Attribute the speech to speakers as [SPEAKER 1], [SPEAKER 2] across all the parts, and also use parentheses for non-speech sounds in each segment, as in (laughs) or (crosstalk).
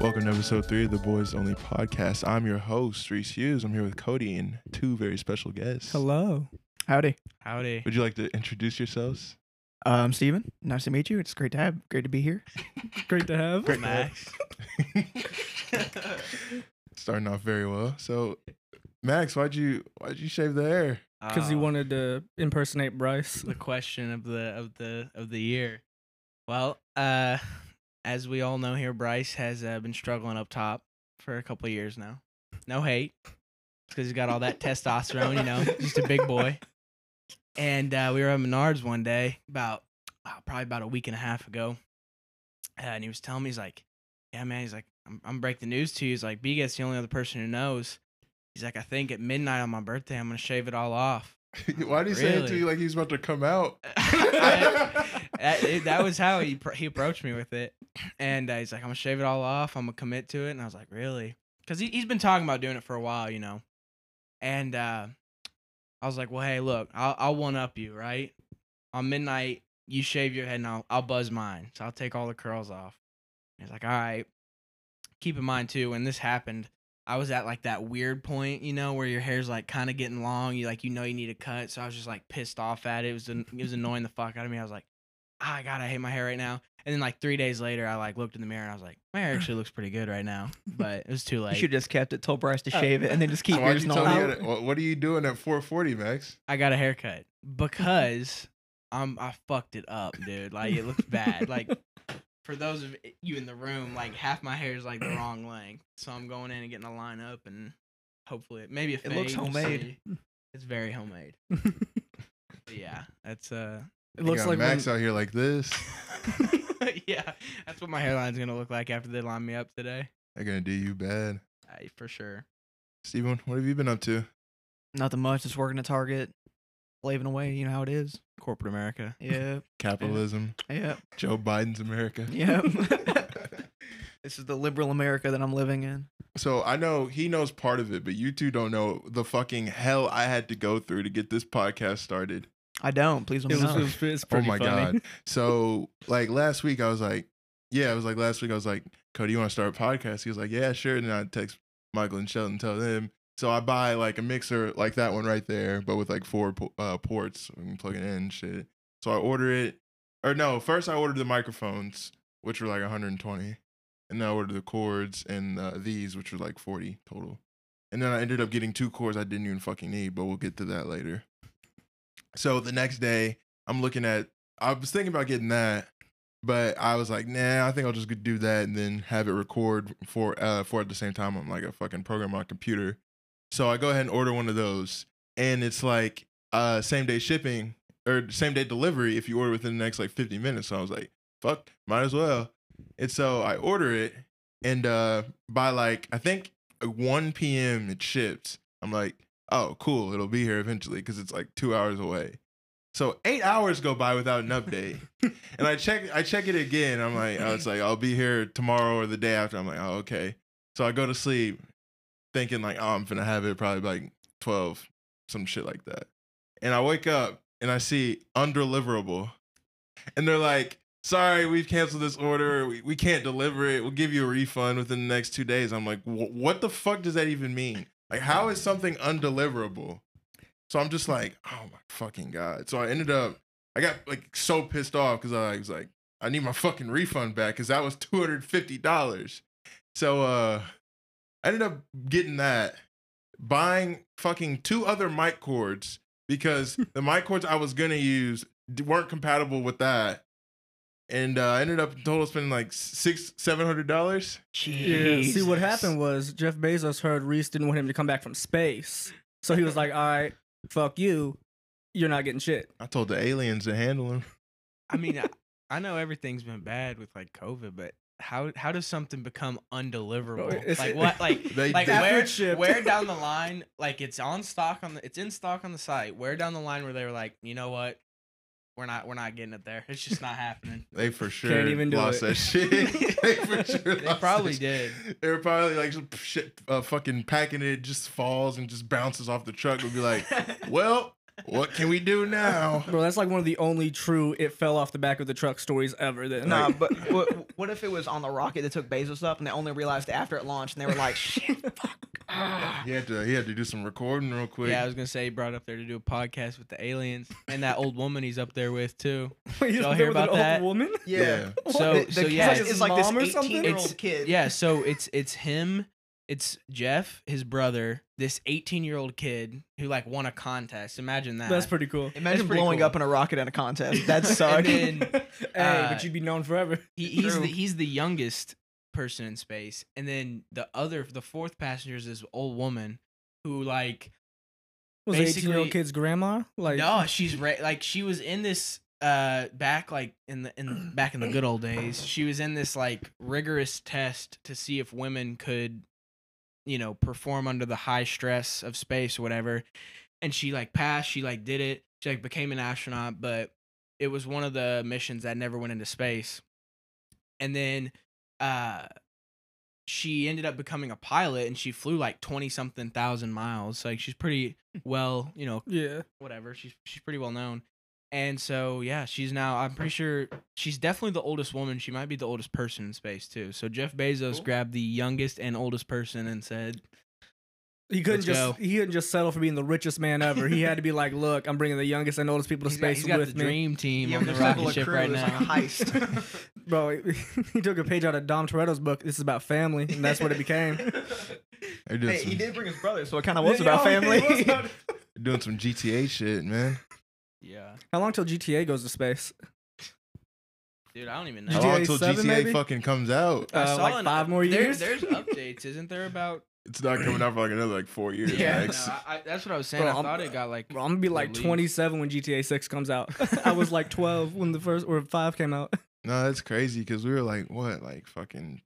[SPEAKER 1] Welcome to episode three of the Boys Only podcast. I'm your host, Reese Hughes. I'm here with Cody and two very special guests.
[SPEAKER 2] Hello.
[SPEAKER 3] Howdy.
[SPEAKER 2] Howdy.
[SPEAKER 1] Would you like to introduce yourselves?
[SPEAKER 3] Um, Steven, nice to meet you. It's great to have. Great to be here.
[SPEAKER 2] (laughs) Great to have.
[SPEAKER 4] Max.
[SPEAKER 1] Starting off very well. So, Max, why'd you why'd you shave the hair? (laughs)
[SPEAKER 2] Because you
[SPEAKER 4] Uh,
[SPEAKER 2] wanted to impersonate (laughs) Bryce.
[SPEAKER 4] the question of the of the of the year. Well, uh, as we all know here, Bryce has uh, been struggling up top for a couple of years now. No hate, because he's got all that testosterone. You know, just a big boy. And uh, we were at Menards one day, about uh, probably about a week and a half ago, uh, and he was telling me he's like, "Yeah, man," he's like, "I'm I'm break the news to you." He's like, "Bgat's the only other person who knows." He's like, "I think at midnight on my birthday, I'm gonna shave it all off."
[SPEAKER 1] Why do you say it to
[SPEAKER 4] Really?
[SPEAKER 1] you like he's about to come out?
[SPEAKER 4] (laughs) I- that, it- that was how he pr- he approached me with it, and uh, he's like, "I'm gonna shave it all off. I'm gonna commit to it." And I was like, "Really?" Because he he's been talking about doing it for a while, you know. And uh, I was like, "Well, hey, look, I'll I'll one up you, right? On midnight, you shave your head, and I'll I'll buzz mine. So I'll take all the curls off." And he's like, "All right." Keep in mind too, when this happened, I was at like that weird point, you know, where your hair's like kind of getting long. You like you know you need a cut. So I was just like pissed off at it. It was an- it was annoying the fuck out of me. I was like, ah, God, I hate my hair right now. And then like three days later, I like looked in the mirror and I was like, my hair actually looks pretty good right now. But it was too
[SPEAKER 3] You
[SPEAKER 4] late.
[SPEAKER 3] should have just kept it. Told Bryce to
[SPEAKER 2] Oh.
[SPEAKER 3] shave it, and then just keep
[SPEAKER 1] So why'd
[SPEAKER 3] yours
[SPEAKER 1] you
[SPEAKER 3] and
[SPEAKER 1] tell
[SPEAKER 3] all
[SPEAKER 1] me
[SPEAKER 3] out.
[SPEAKER 1] that- what, what are you doing at 440, Max?
[SPEAKER 4] I got a haircut because I'm I fucked it up, dude. Like it looks
[SPEAKER 3] (laughs)
[SPEAKER 4] bad. Like for those of you in the room, like half my hair is like the wrong length. So I'm going in and getting a line up and hopefully it maybe a
[SPEAKER 3] It looks
[SPEAKER 4] fade, we'll
[SPEAKER 3] homemade.
[SPEAKER 4] see. It's very homemade. But yeah, that's uh (laughs)
[SPEAKER 2] It looks
[SPEAKER 1] you got
[SPEAKER 2] like
[SPEAKER 1] Max
[SPEAKER 2] when,
[SPEAKER 1] out here like this.
[SPEAKER 4] yeah, that's what my hairline's gonna look like after they line me up today.
[SPEAKER 1] They're gonna do you bad.
[SPEAKER 4] I, for sure.
[SPEAKER 1] Steven, what have you been up to?
[SPEAKER 3] Nothing much. Just working at Target, slaving away. You know how it is.
[SPEAKER 4] Corporate America.
[SPEAKER 3] Yep.
[SPEAKER 1] Capitalism.
[SPEAKER 3] Yep.
[SPEAKER 1] Joe Biden's America.
[SPEAKER 3] (laughs) Yep. this is the liberal America that I'm living in.
[SPEAKER 1] So I know he knows part of it, but you two don't know the fucking hell I had to go through to get this podcast started.
[SPEAKER 3] I don't. Please
[SPEAKER 2] it
[SPEAKER 3] don't.
[SPEAKER 2] was,
[SPEAKER 3] know.
[SPEAKER 2] it was- it's pretty
[SPEAKER 1] oh my
[SPEAKER 2] funny.
[SPEAKER 1] god. So like last week I was like, yeah, it was like last week I was like, Cody, you want to start a podcast? He was like, yeah, sure. And then I text Michael and Sheldon, tell them. So I buy like a mixer like that one right there, but with like four po- uh, ports. We can plug it in and shit. So I order it, or no, first I ordered the microphones, which were like 120, and then I ordered the cords and uh, these, which were like 40 total. And then I ended up getting two cords I didn't even fucking need, but we'll get to that later. So the next day, I'm looking at. I was thinking about getting that, but I was like, nah, I think I'll just do that and then have it record for uh for at the same time. I'm like a fucking program on a computer, so I go ahead and order one of those, and it's like uh same day shipping or same day delivery if you order within the next like 50 minutes. So I was like, fuck, might as well. And so I order it, and uh by like I think uh, 1 p.m. it shipped. I'm like, oh cool, it'll be here eventually because it's like two hours away. So eight hours go by without an update, and I check I check it again. I'm like, oh, it's like I'll be here tomorrow or the day after. I'm like, oh, okay. So I go to sleep thinking like, oh, I'm gonna have it probably by like twelve, some shit like that. And I wake up and I see undeliverable, and they're like, sorry, we've canceled this order. We we can't deliver it. We'll give you a refund within the next two days. I'm like, "Wh- what the fuck does that even mean? Like, how is something undeliverable? So I'm just like, oh my fucking god. So I ended up, I got like so pissed off because I was like, I need my fucking refund back because that was two hundred fifty dollars. So uh, I ended up getting that, buying fucking two other mic cords
[SPEAKER 2] (laughs)
[SPEAKER 1] because the mic cords I was gonna use d- weren't compatible with that. And uh, I ended up total spending like six, seven hundred dollars.
[SPEAKER 2] (laughs) Yeah. See what
[SPEAKER 3] Jesus.
[SPEAKER 2] happened was Jeff Bezos heard Reese didn't want him to come back from space, so he was like, "All right, fuck you, you're not getting shit."
[SPEAKER 1] I told the aliens to handle them.
[SPEAKER 4] I
[SPEAKER 2] (laughs)
[SPEAKER 4] mean, uh, I, I know everything's been bad with like COVID, but how how does something become
[SPEAKER 3] Oh,
[SPEAKER 2] Bro,
[SPEAKER 4] undeliverable?
[SPEAKER 2] it's-
[SPEAKER 4] Like what?
[SPEAKER 3] (laughs)
[SPEAKER 4] Like
[SPEAKER 1] They
[SPEAKER 4] like
[SPEAKER 1] did-
[SPEAKER 2] After
[SPEAKER 4] where
[SPEAKER 2] it's shipped.
[SPEAKER 1] (laughs)
[SPEAKER 4] where down the line? Like it's on stock on the it's in stock on the site. Where down the line where they were like, you know what? We're not we're not getting it there. It's just not happening.
[SPEAKER 1] They for sure
[SPEAKER 2] even do
[SPEAKER 1] lost
[SPEAKER 2] it.
[SPEAKER 1] that shit.
[SPEAKER 2] (laughs)
[SPEAKER 1] (laughs)
[SPEAKER 4] (laughs)
[SPEAKER 1] they for sure
[SPEAKER 4] They
[SPEAKER 1] lost
[SPEAKER 4] probably
[SPEAKER 1] that
[SPEAKER 4] did.
[SPEAKER 1] shit. They were probably like just
[SPEAKER 4] (laughs)
[SPEAKER 1] shit, uh, fucking packing it, just falls and just bounces off the truck. Would be like, well, What can we do now?
[SPEAKER 2] Bro, that's like one of the only true it fell off the back of the truck stories ever. Then
[SPEAKER 1] Nah,
[SPEAKER 3] No,
[SPEAKER 2] like,
[SPEAKER 3] but (laughs) what, what if it was on the rocket that took Bezos up, and they only realized after it launched, and they were like, (laughs) "Shit, fuck." ah."
[SPEAKER 1] He had to he had to do some recording real quick.
[SPEAKER 4] (laughs) Yeah, I was gonna say he brought up there to do a podcast with the aliens and that old woman he's up there
[SPEAKER 3] (laughs)
[SPEAKER 4] with too.
[SPEAKER 2] Wait, you
[SPEAKER 4] (laughs) y'all
[SPEAKER 2] (laughs) don't
[SPEAKER 4] hear
[SPEAKER 2] hear about
[SPEAKER 4] about
[SPEAKER 2] an
[SPEAKER 4] that?
[SPEAKER 2] Old woman?
[SPEAKER 1] yeah.
[SPEAKER 4] So-
[SPEAKER 3] the, the
[SPEAKER 4] so
[SPEAKER 3] kid's
[SPEAKER 4] yeah,
[SPEAKER 3] like-
[SPEAKER 4] it's
[SPEAKER 3] it's like
[SPEAKER 2] his
[SPEAKER 3] this
[SPEAKER 2] mom or something?
[SPEAKER 4] It's-
[SPEAKER 3] eighteen-year-old kid.
[SPEAKER 4] Yeah, so it's it's him, it's Jeff, his brother, this 18 year old kid who like won a contest. Imagine that.
[SPEAKER 2] That's pretty cool.
[SPEAKER 3] Imagine
[SPEAKER 4] pretty
[SPEAKER 3] blowing
[SPEAKER 4] cool.
[SPEAKER 3] up in a rocket at a contest. (laughs) That
[SPEAKER 4] (laughs) And
[SPEAKER 3] sucked.
[SPEAKER 4] then-
[SPEAKER 2] (laughs) hey,
[SPEAKER 4] Uh,
[SPEAKER 2] but you'd be known forever.
[SPEAKER 4] He, he's
[SPEAKER 3] True.
[SPEAKER 4] the he's the youngest person in space, and then the other the fourth passenger is this old woman who like
[SPEAKER 2] Was eighteen year
[SPEAKER 4] basically-
[SPEAKER 2] old kid's grandma? Like
[SPEAKER 4] no she's ra- like she was in this uh back like in the in back in the good old days she was in this like rigorous test to see if women could you know perform under the high stress of space or whatever and she like passed she like did it she like became an astronaut but it was one of the missions that never went into space and then uh she ended up becoming a pilot and she flew like 20 something thousand miles like she's pretty well you know
[SPEAKER 2] Yeah.
[SPEAKER 4] whatever. She's she's pretty well known. And so yeah, she's now I'm pretty sure she's definitely the oldest woman. She might be the oldest person in space too. So Jeff Bezos
[SPEAKER 2] Cool.
[SPEAKER 4] grabbed the youngest and oldest person and said,
[SPEAKER 2] He
[SPEAKER 4] Let's
[SPEAKER 2] couldn't just
[SPEAKER 4] go.
[SPEAKER 2] he couldn't just settle for being the richest man ever. he had to be like, look, I'm bringing the youngest and oldest people to
[SPEAKER 4] he's got,
[SPEAKER 2] space
[SPEAKER 4] he's got
[SPEAKER 2] with
[SPEAKER 4] the
[SPEAKER 2] me,
[SPEAKER 4] dream team
[SPEAKER 3] Yeah,
[SPEAKER 4] on the
[SPEAKER 3] there's like a
[SPEAKER 4] rocket ship
[SPEAKER 3] crew,
[SPEAKER 4] right
[SPEAKER 3] it's like a
[SPEAKER 4] now.
[SPEAKER 3] heist.
[SPEAKER 2] bro. (laughs) He took a page out of Dom Toretto's book. This is about family, and that's what
[SPEAKER 4] (laughs)
[SPEAKER 2] it became.
[SPEAKER 1] They're doing,
[SPEAKER 3] (laughs) hey,
[SPEAKER 1] some,
[SPEAKER 3] he did bring his brother, so it kind of was
[SPEAKER 2] Yeah,
[SPEAKER 3] about
[SPEAKER 2] yeah,
[SPEAKER 3] family.
[SPEAKER 2] it
[SPEAKER 3] (laughs)
[SPEAKER 2] was about-
[SPEAKER 1] doing some GTA shit, man.
[SPEAKER 4] (laughs) yeah.
[SPEAKER 2] How long till GTA goes to space?
[SPEAKER 4] Dude, I don't even
[SPEAKER 1] How
[SPEAKER 4] know.
[SPEAKER 2] GTA
[SPEAKER 1] long till
[SPEAKER 2] 7
[SPEAKER 1] GTA
[SPEAKER 2] maybe?
[SPEAKER 1] fucking comes out?
[SPEAKER 4] I
[SPEAKER 2] Uh,
[SPEAKER 4] saw
[SPEAKER 2] like
[SPEAKER 4] an-
[SPEAKER 2] five more
[SPEAKER 4] there-
[SPEAKER 2] years?
[SPEAKER 4] there's updates, isn't there? About
[SPEAKER 1] It's
[SPEAKER 4] (clears throat)
[SPEAKER 1] not coming out for like another like four years.
[SPEAKER 4] yeah, no,
[SPEAKER 1] Max.
[SPEAKER 4] I, I, that's what I was saying.
[SPEAKER 2] Bro,
[SPEAKER 4] I
[SPEAKER 2] I'm-
[SPEAKER 4] thought it got like
[SPEAKER 2] Bro, I'm gonna be like
[SPEAKER 4] Release.
[SPEAKER 2] 27 when GTA 6
[SPEAKER 4] (laughs)
[SPEAKER 2] comes out. I was like 12 when the first or five came out.
[SPEAKER 1] No, that's crazy because we were like what, like fucking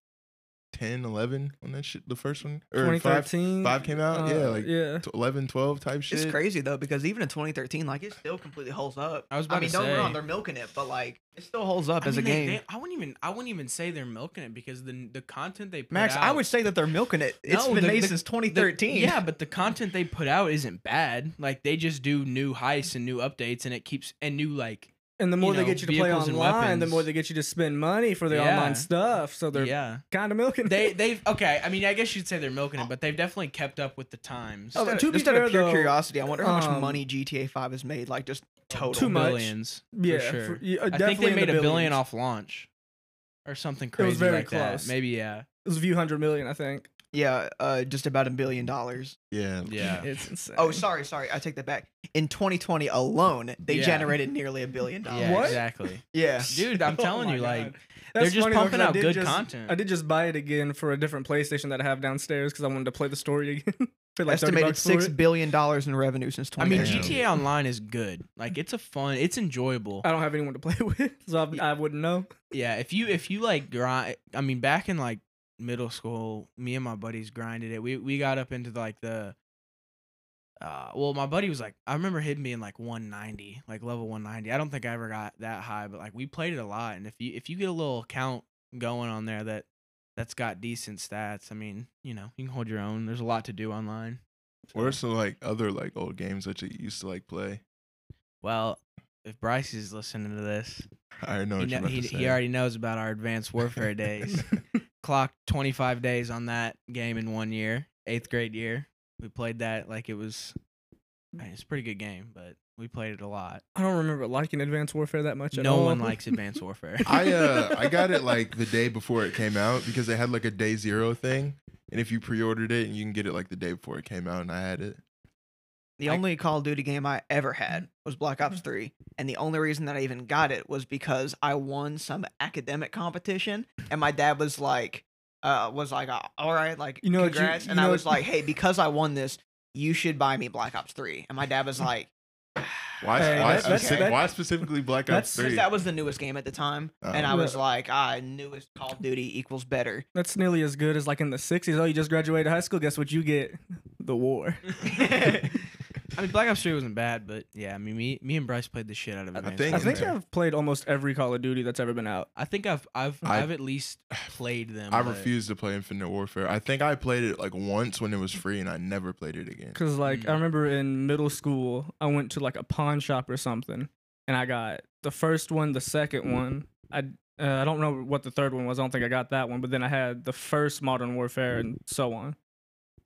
[SPEAKER 1] 10, 11 when that shit the first one or five,
[SPEAKER 2] 2013.
[SPEAKER 1] five came out. yeah,
[SPEAKER 2] uh,
[SPEAKER 1] like
[SPEAKER 2] yeah.
[SPEAKER 1] t- 11, 12 type shit.
[SPEAKER 3] It's crazy though because even in 2013, like it still completely holds up.
[SPEAKER 4] I was about
[SPEAKER 3] mean,
[SPEAKER 4] to
[SPEAKER 3] don't get me wrong,
[SPEAKER 4] say.
[SPEAKER 3] they're milking it, but like it still holds up
[SPEAKER 4] I
[SPEAKER 3] as
[SPEAKER 4] mean,
[SPEAKER 3] a
[SPEAKER 4] they-
[SPEAKER 3] game.
[SPEAKER 4] they- I wouldn't even I wouldn't even say they're milking it because the the content they put
[SPEAKER 3] Max,
[SPEAKER 4] out,
[SPEAKER 3] I would say that they're milking it. It's
[SPEAKER 4] No,
[SPEAKER 3] been
[SPEAKER 4] the-
[SPEAKER 3] made
[SPEAKER 4] the-
[SPEAKER 3] since
[SPEAKER 4] The-
[SPEAKER 3] 2013.
[SPEAKER 4] yeah, but the content they put out isn't bad. Like they just do new heists and new updates, and it keeps and new like
[SPEAKER 2] And the more
[SPEAKER 4] you
[SPEAKER 2] they
[SPEAKER 4] know,
[SPEAKER 2] get you to play
[SPEAKER 4] vehicles and
[SPEAKER 2] online, the
[SPEAKER 4] weapons.
[SPEAKER 2] more they get you to spend money for their
[SPEAKER 4] Yeah.
[SPEAKER 2] online stuff. So they're
[SPEAKER 4] yeah.
[SPEAKER 2] kind of milking.
[SPEAKER 4] They they've okay. I mean, I guess you'd say they're milking it, but they've definitely kept up with the times.
[SPEAKER 2] Oh,
[SPEAKER 3] Instead of-
[SPEAKER 2] to be
[SPEAKER 3] instead
[SPEAKER 2] fair,
[SPEAKER 3] of pure
[SPEAKER 2] though,
[SPEAKER 3] curiosity, I wonder how much
[SPEAKER 2] um,
[SPEAKER 3] money GTA 5 has made, like just total.
[SPEAKER 2] too much.
[SPEAKER 4] billions. (laughs)
[SPEAKER 2] yeah,
[SPEAKER 4] for sure.
[SPEAKER 2] yeah,
[SPEAKER 4] I think
[SPEAKER 2] definitely
[SPEAKER 4] they
[SPEAKER 2] in the
[SPEAKER 4] made a billion
[SPEAKER 2] billions.
[SPEAKER 4] off launch, or something
[SPEAKER 2] was
[SPEAKER 4] crazy
[SPEAKER 2] very
[SPEAKER 4] like
[SPEAKER 2] close.
[SPEAKER 4] that. Maybe yeah.
[SPEAKER 2] It was a few hundred million, I think. (laughs)
[SPEAKER 3] Yeah, uh, just about a billion dollars.
[SPEAKER 1] Yeah.
[SPEAKER 4] Yeah.
[SPEAKER 2] It's insane.
[SPEAKER 3] Oh, sorry, sorry, I take that back. In 2020 alone, they
[SPEAKER 4] Yeah.
[SPEAKER 3] generated nearly a billion dollars.
[SPEAKER 4] Yeah,
[SPEAKER 2] What?
[SPEAKER 4] exactly,
[SPEAKER 3] Yeah.
[SPEAKER 4] dude. I'm
[SPEAKER 2] (laughs) Oh
[SPEAKER 4] telling
[SPEAKER 2] my
[SPEAKER 4] you, like
[SPEAKER 2] God.
[SPEAKER 4] they're
[SPEAKER 2] That's
[SPEAKER 4] just
[SPEAKER 2] funny, though, 'cause
[SPEAKER 4] pumping
[SPEAKER 2] I
[SPEAKER 4] out
[SPEAKER 2] did
[SPEAKER 4] good
[SPEAKER 2] just-
[SPEAKER 4] content.
[SPEAKER 2] I did just buy it again for a different PlayStation that I have downstairs because I wanted to play the story (laughs) again. for like 30
[SPEAKER 3] Estimated
[SPEAKER 2] bucks for
[SPEAKER 3] six
[SPEAKER 2] it.
[SPEAKER 3] billion dollars in revenue since
[SPEAKER 4] I mean,
[SPEAKER 3] 2019.
[SPEAKER 4] GTA Online is good. Like it's a fun, it's enjoyable.
[SPEAKER 2] I don't have anyone to (laughs) play with, so I, I wouldn't know.
[SPEAKER 4] Yeah, if you if you like grind, I mean, back in like middle school, me and my buddies grinded it. We we got up into like the. Uh, well, my buddy was like, I remember him being like 190, like level 190. I don't think I ever got that high, but like we played it a lot. And if you if you get a little account going on there that that's got decent stats, I mean, you know, you can hold your own. There's a lot to do online.
[SPEAKER 1] What are some like other like old games that you used to like play?
[SPEAKER 4] Well, if Bryce is listening to this,
[SPEAKER 1] I already know
[SPEAKER 4] he,
[SPEAKER 1] what you're
[SPEAKER 4] kno-
[SPEAKER 1] about
[SPEAKER 4] he,
[SPEAKER 1] to say.
[SPEAKER 4] he already knows about our advanced
[SPEAKER 1] (laughs)
[SPEAKER 4] warfare days. clocked 25 days on that game in one year, eighth grade year. We played that like it was. I mean, it's a pretty good game, but we played it a lot.
[SPEAKER 2] I don't remember liking Advanced Warfare that much. At
[SPEAKER 4] No
[SPEAKER 2] all. (laughs)
[SPEAKER 4] one likes Advanced Warfare.
[SPEAKER 1] I uh I got it like the day before it came out because they had like a day zero thing, and if you pre-ordered it, and you can get it like the day before it came out, and I had it.
[SPEAKER 3] The
[SPEAKER 4] I-
[SPEAKER 3] only Call of Duty game I ever had was Black Ops 3. And the only reason that I even got it was because I won some academic competition. And my dad was like, uh, was like, "Uh, all right, like,
[SPEAKER 2] You know what you-
[SPEAKER 3] congrats.
[SPEAKER 2] you
[SPEAKER 3] and
[SPEAKER 2] know
[SPEAKER 3] I
[SPEAKER 2] what-
[SPEAKER 3] was like, hey, because I won this, you should buy me Black Ops 3. And my dad
[SPEAKER 2] (laughs)
[SPEAKER 3] was like,
[SPEAKER 1] Why
[SPEAKER 2] Hey,
[SPEAKER 1] why,
[SPEAKER 2] that- that's-
[SPEAKER 1] specific-
[SPEAKER 2] that-
[SPEAKER 1] why specifically Black Ops
[SPEAKER 2] that's-
[SPEAKER 1] Three?
[SPEAKER 3] because that was the newest game at the time. And I
[SPEAKER 2] Oh.
[SPEAKER 3] was like, ah, newest Call of Duty equals better.
[SPEAKER 2] That's nearly as good as like in the '60s. Oh, you just graduated high school. Guess what you get? The war.
[SPEAKER 4] I mean, Black Ops Three wasn't bad, but yeah, I mean, me, me and Bryce played the shit out of it.
[SPEAKER 1] I
[SPEAKER 4] man.
[SPEAKER 1] think
[SPEAKER 2] I
[SPEAKER 1] in
[SPEAKER 2] think
[SPEAKER 1] there.
[SPEAKER 2] I've played almost every Call of Duty that's ever been out.
[SPEAKER 4] I think I've I've I,
[SPEAKER 1] I-
[SPEAKER 4] have i have i have at least played them.
[SPEAKER 1] I
[SPEAKER 4] but-
[SPEAKER 1] refuse to play Infinite Warfare. I think I played it like once when it was free, and I never played it again.
[SPEAKER 2] Cause like
[SPEAKER 4] Mm.
[SPEAKER 2] I remember in middle school, I went to like a pawn shop or something, and I got the first one, the
[SPEAKER 4] Mm.
[SPEAKER 2] second one. I uh, I don't know what the third one was. I don't think I got that one. But then I had the first Modern Warfare and so on.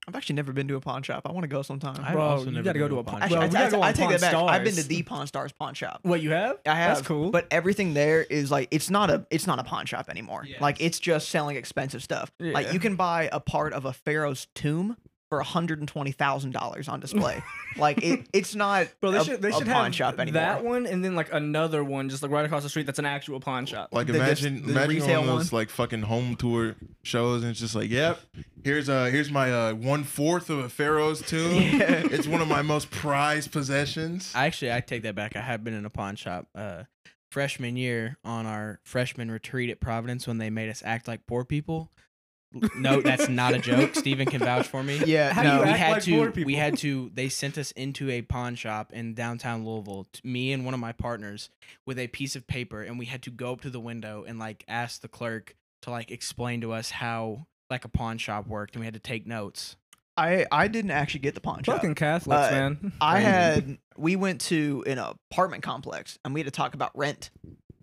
[SPEAKER 3] I've actually never been to a pawn shop. I want to go sometime.
[SPEAKER 4] I've
[SPEAKER 2] Bro,
[SPEAKER 4] also
[SPEAKER 2] you
[SPEAKER 4] never
[SPEAKER 2] gotta
[SPEAKER 4] been
[SPEAKER 2] go to a
[SPEAKER 4] pawn
[SPEAKER 2] pawn-
[SPEAKER 3] actually,
[SPEAKER 4] shop.
[SPEAKER 3] I
[SPEAKER 2] we gotta
[SPEAKER 3] ta-
[SPEAKER 2] go
[SPEAKER 3] I
[SPEAKER 2] on
[SPEAKER 3] take
[SPEAKER 2] Pawn
[SPEAKER 3] that back. I've been to
[SPEAKER 2] Stars.
[SPEAKER 3] the Pawn Stars pawn shop.
[SPEAKER 2] What you have?
[SPEAKER 3] I have,
[SPEAKER 2] That's cool.
[SPEAKER 3] But everything there is like it's not a it's not a pawn shop anymore.
[SPEAKER 4] Yeah.
[SPEAKER 3] Like it's just selling expensive stuff. Like
[SPEAKER 2] Yeah.
[SPEAKER 3] you can buy a part of a pharaoh's tomb for hundred and twenty thousand dollars on
[SPEAKER 2] (laughs)
[SPEAKER 3] display. like it, it's not
[SPEAKER 2] Bro, they
[SPEAKER 3] a,
[SPEAKER 2] should they
[SPEAKER 3] a
[SPEAKER 2] should
[SPEAKER 3] pawn
[SPEAKER 2] have
[SPEAKER 3] shop anymore.
[SPEAKER 2] that one and then like another one just like right across the street that's an actual pawn shop.
[SPEAKER 1] Like
[SPEAKER 3] The dis-
[SPEAKER 1] imagine
[SPEAKER 3] the
[SPEAKER 1] imagine
[SPEAKER 3] retail
[SPEAKER 1] on those
[SPEAKER 3] one?
[SPEAKER 1] like fucking home tour shows, and it's just like, yep, here's uh here's my uh one fourth of a pharaoh's tomb.
[SPEAKER 2] (laughs)
[SPEAKER 3] Yeah.
[SPEAKER 1] It's one of my most prized possessions.
[SPEAKER 4] I actually I take that back. I have been in a pawn shop uh freshman year on our freshman retreat at Providence when they made us act like poor people. No, that's not a joke. Steven can vouch for me.
[SPEAKER 3] (laughs) (laughs) Yeah,
[SPEAKER 2] How do
[SPEAKER 3] no.
[SPEAKER 2] you
[SPEAKER 4] we
[SPEAKER 2] act
[SPEAKER 4] had
[SPEAKER 2] like
[SPEAKER 4] to
[SPEAKER 2] poor
[SPEAKER 4] we
[SPEAKER 2] people?
[SPEAKER 4] had to they sent us into a pawn shop in downtown Louisville t- me and one of my partners with a piece of paper and we had to go up to the window and like ask the clerk to like explain to us how like a pawn shop worked and we had to take notes
[SPEAKER 3] I I didn't actually get the pawn shop.
[SPEAKER 2] Fucking Catholics,
[SPEAKER 3] Uh,
[SPEAKER 2] man.
[SPEAKER 3] I
[SPEAKER 4] Crazy.
[SPEAKER 3] had we went to an apartment complex and we had to talk about rent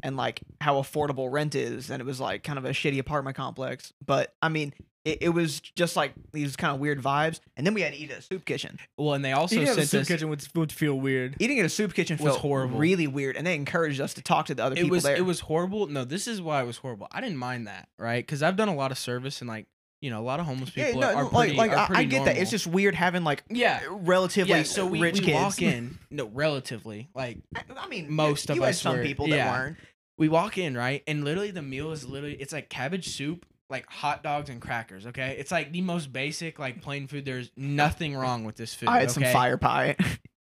[SPEAKER 3] and like how affordable rent is and it was like kind of a shitty apartment complex but I mean it, it was just like these kind of weird vibes and then we had to eat at a soup kitchen
[SPEAKER 4] well and they also
[SPEAKER 2] Eating at the
[SPEAKER 4] sent
[SPEAKER 2] soup
[SPEAKER 4] us
[SPEAKER 2] kitchen would, would feel weird.
[SPEAKER 3] eating at a soup kitchen
[SPEAKER 4] Was
[SPEAKER 3] felt
[SPEAKER 4] horrible.
[SPEAKER 3] really weird and they encouraged us to talk to the other
[SPEAKER 4] it
[SPEAKER 3] people
[SPEAKER 4] was
[SPEAKER 3] there
[SPEAKER 4] it was horrible no this is why it was horrible I didn't mind that right because I've done a lot of service and like you know a lot of homeless
[SPEAKER 3] yeah
[SPEAKER 4] people
[SPEAKER 3] no,
[SPEAKER 4] are,
[SPEAKER 3] no,
[SPEAKER 4] pretty,
[SPEAKER 3] like like
[SPEAKER 4] are
[SPEAKER 3] I, I
[SPEAKER 4] pretty
[SPEAKER 3] get that it's
[SPEAKER 4] normal.
[SPEAKER 3] just weird having like
[SPEAKER 4] yeah
[SPEAKER 3] relatively
[SPEAKER 4] yeah so we,
[SPEAKER 3] rich
[SPEAKER 4] we
[SPEAKER 3] kids
[SPEAKER 4] walk in no relatively like
[SPEAKER 3] I, (laughs) I mean
[SPEAKER 4] Most
[SPEAKER 3] you
[SPEAKER 4] of
[SPEAKER 3] had
[SPEAKER 4] us
[SPEAKER 3] some
[SPEAKER 4] were-
[SPEAKER 3] people that
[SPEAKER 4] yeah.
[SPEAKER 3] weren't
[SPEAKER 4] we walk in right and literally the meal is literally it's like cabbage soup like hot dogs and crackers okay it's like the most basic like plain food there's nothing wrong with this food
[SPEAKER 3] I had some
[SPEAKER 4] okay?
[SPEAKER 3] fire pie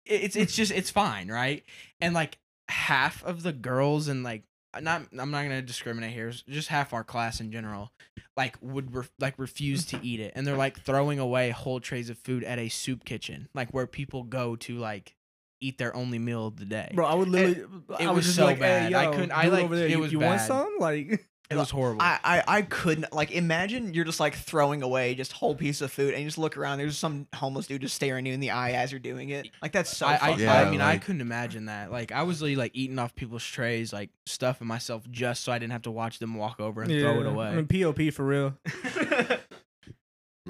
[SPEAKER 4] It- it's it's just it's fine right and like half of the girls and like not i'm not gonna discriminate here it's just half our class in general like would ref like refuse to eat it and they're like throwing away whole trays of food at a soup kitchen like where people go to like eat their only meal of the day
[SPEAKER 2] Bro, I would literally. I
[SPEAKER 4] it
[SPEAKER 2] was,
[SPEAKER 4] was
[SPEAKER 2] just
[SPEAKER 4] so
[SPEAKER 2] like,
[SPEAKER 4] bad.
[SPEAKER 2] Hey,
[SPEAKER 4] I
[SPEAKER 2] yo,
[SPEAKER 4] couldn't- I,
[SPEAKER 2] dude
[SPEAKER 4] like,
[SPEAKER 2] over there,
[SPEAKER 4] it
[SPEAKER 2] you-
[SPEAKER 4] was
[SPEAKER 2] you want
[SPEAKER 4] bad.
[SPEAKER 2] some? Like,
[SPEAKER 4] it was horrible
[SPEAKER 3] I, I I couldn't like imagine you're just like throwing away just whole piece of food and you just look around. There's some homeless dude just staring you in the eye as you're doing it. Like that's so.
[SPEAKER 4] I, I,
[SPEAKER 3] fucked
[SPEAKER 1] Yeah,
[SPEAKER 3] up.
[SPEAKER 4] I mean, I
[SPEAKER 1] like-
[SPEAKER 4] couldn't imagine that. Like, I was literally like eating off people's trays, like stuffing myself just so I didn't have to watch them walk over
[SPEAKER 2] (laughs)
[SPEAKER 4] and throw it
[SPEAKER 2] yeah.
[SPEAKER 4] away.
[SPEAKER 2] I mean, POP for real.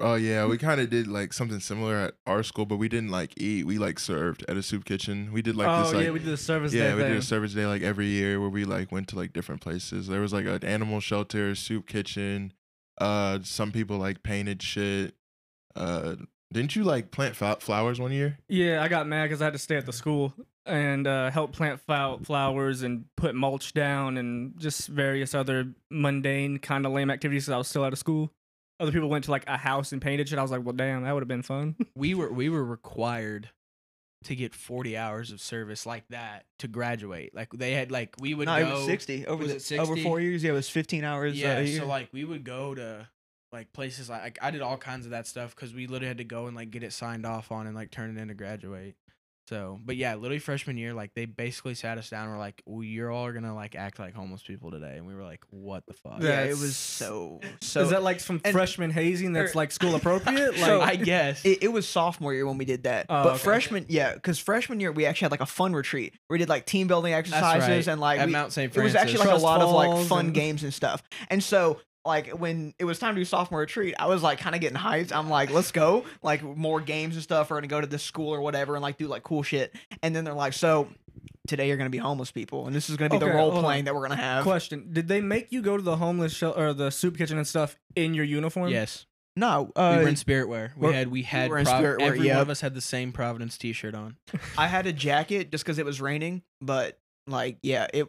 [SPEAKER 1] Oh yeah, we kind of did like something similar at our school, but we didn't like eat. We like served at a soup kitchen. We did like
[SPEAKER 2] oh
[SPEAKER 1] this like
[SPEAKER 2] yeah, we did the service
[SPEAKER 1] yeah,
[SPEAKER 2] day
[SPEAKER 1] we
[SPEAKER 2] thing.
[SPEAKER 1] did a service day like every year where we like went to like different places. There was like an animal shelter, soup kitchen. Uh, some people like painted shit. Uh, didn't you like plant fa- flowers one year?
[SPEAKER 2] yeah, I got mad because I had to stay at the school and uh, help plant flow- flowers and put mulch down and just various other mundane kind of lame activities. 'cause I was still out of school. Other people went to like a house and painted shit. I was like, well, damn, that would have been fun. (laughs)
[SPEAKER 4] we were we were required to get 40 hours of service like that to graduate. Like, they had like we would
[SPEAKER 3] no,
[SPEAKER 4] go
[SPEAKER 3] it was sixty over
[SPEAKER 4] was
[SPEAKER 3] the,
[SPEAKER 4] it
[SPEAKER 3] over
[SPEAKER 4] 60?
[SPEAKER 3] four years. Yeah, it was fifteen hours. uh,
[SPEAKER 4] Yeah,
[SPEAKER 3] a
[SPEAKER 4] so
[SPEAKER 3] year.
[SPEAKER 4] like we would go to like places like, like I did all kinds of that stuff because we literally had to go and like get it signed off on and like turn it in to graduate. So, but yeah, literally freshman year, like they basically sat us down. and We're like, well, you're all gonna like act like homeless people today, and we were like, what the fuck?
[SPEAKER 3] yeah, it
[SPEAKER 2] that's-
[SPEAKER 3] was so so.
[SPEAKER 4] (laughs)
[SPEAKER 2] Is that like some
[SPEAKER 3] and-
[SPEAKER 2] freshman hazing that's like school appropriate?
[SPEAKER 4] er,
[SPEAKER 2] Like,
[SPEAKER 4] so I guess
[SPEAKER 3] it, it was sophomore year when we did that,
[SPEAKER 2] Oh,
[SPEAKER 3] but
[SPEAKER 2] okay.
[SPEAKER 3] freshman, yeah, because freshman year we actually had like a fun retreat. where We did like team building exercises
[SPEAKER 4] right.
[SPEAKER 3] and like
[SPEAKER 4] at
[SPEAKER 3] we,
[SPEAKER 4] Mount St.
[SPEAKER 3] it was
[SPEAKER 4] Francis.
[SPEAKER 3] actually like a
[SPEAKER 2] Trust
[SPEAKER 3] lot of like
[SPEAKER 2] falls
[SPEAKER 3] fun
[SPEAKER 2] and-
[SPEAKER 3] games and stuff. And so like when it was time to do sophomore retreat, I was like kind of getting hyped. I'm like, let's go, like more games and stuff. We're gonna go to this school or whatever and like do like cool shit. And then they're like, so today you're gonna be homeless people, and this is gonna be the
[SPEAKER 2] Okay,
[SPEAKER 3] role
[SPEAKER 2] hold
[SPEAKER 3] playing
[SPEAKER 2] on.
[SPEAKER 3] that we're gonna have.
[SPEAKER 2] question: Did they make you go to the homeless shel- or the soup kitchen and stuff in your uniform?
[SPEAKER 4] yes,
[SPEAKER 3] No,
[SPEAKER 4] we
[SPEAKER 3] uh,
[SPEAKER 4] were in spirit wear. We
[SPEAKER 3] we're-
[SPEAKER 4] had we had
[SPEAKER 3] were in
[SPEAKER 4] Prov-
[SPEAKER 3] spirit wear,
[SPEAKER 4] every
[SPEAKER 3] yeah.
[SPEAKER 4] one of us had the same Providence T-shirt on.
[SPEAKER 3] I had a jacket just because it was raining, but like yeah, it.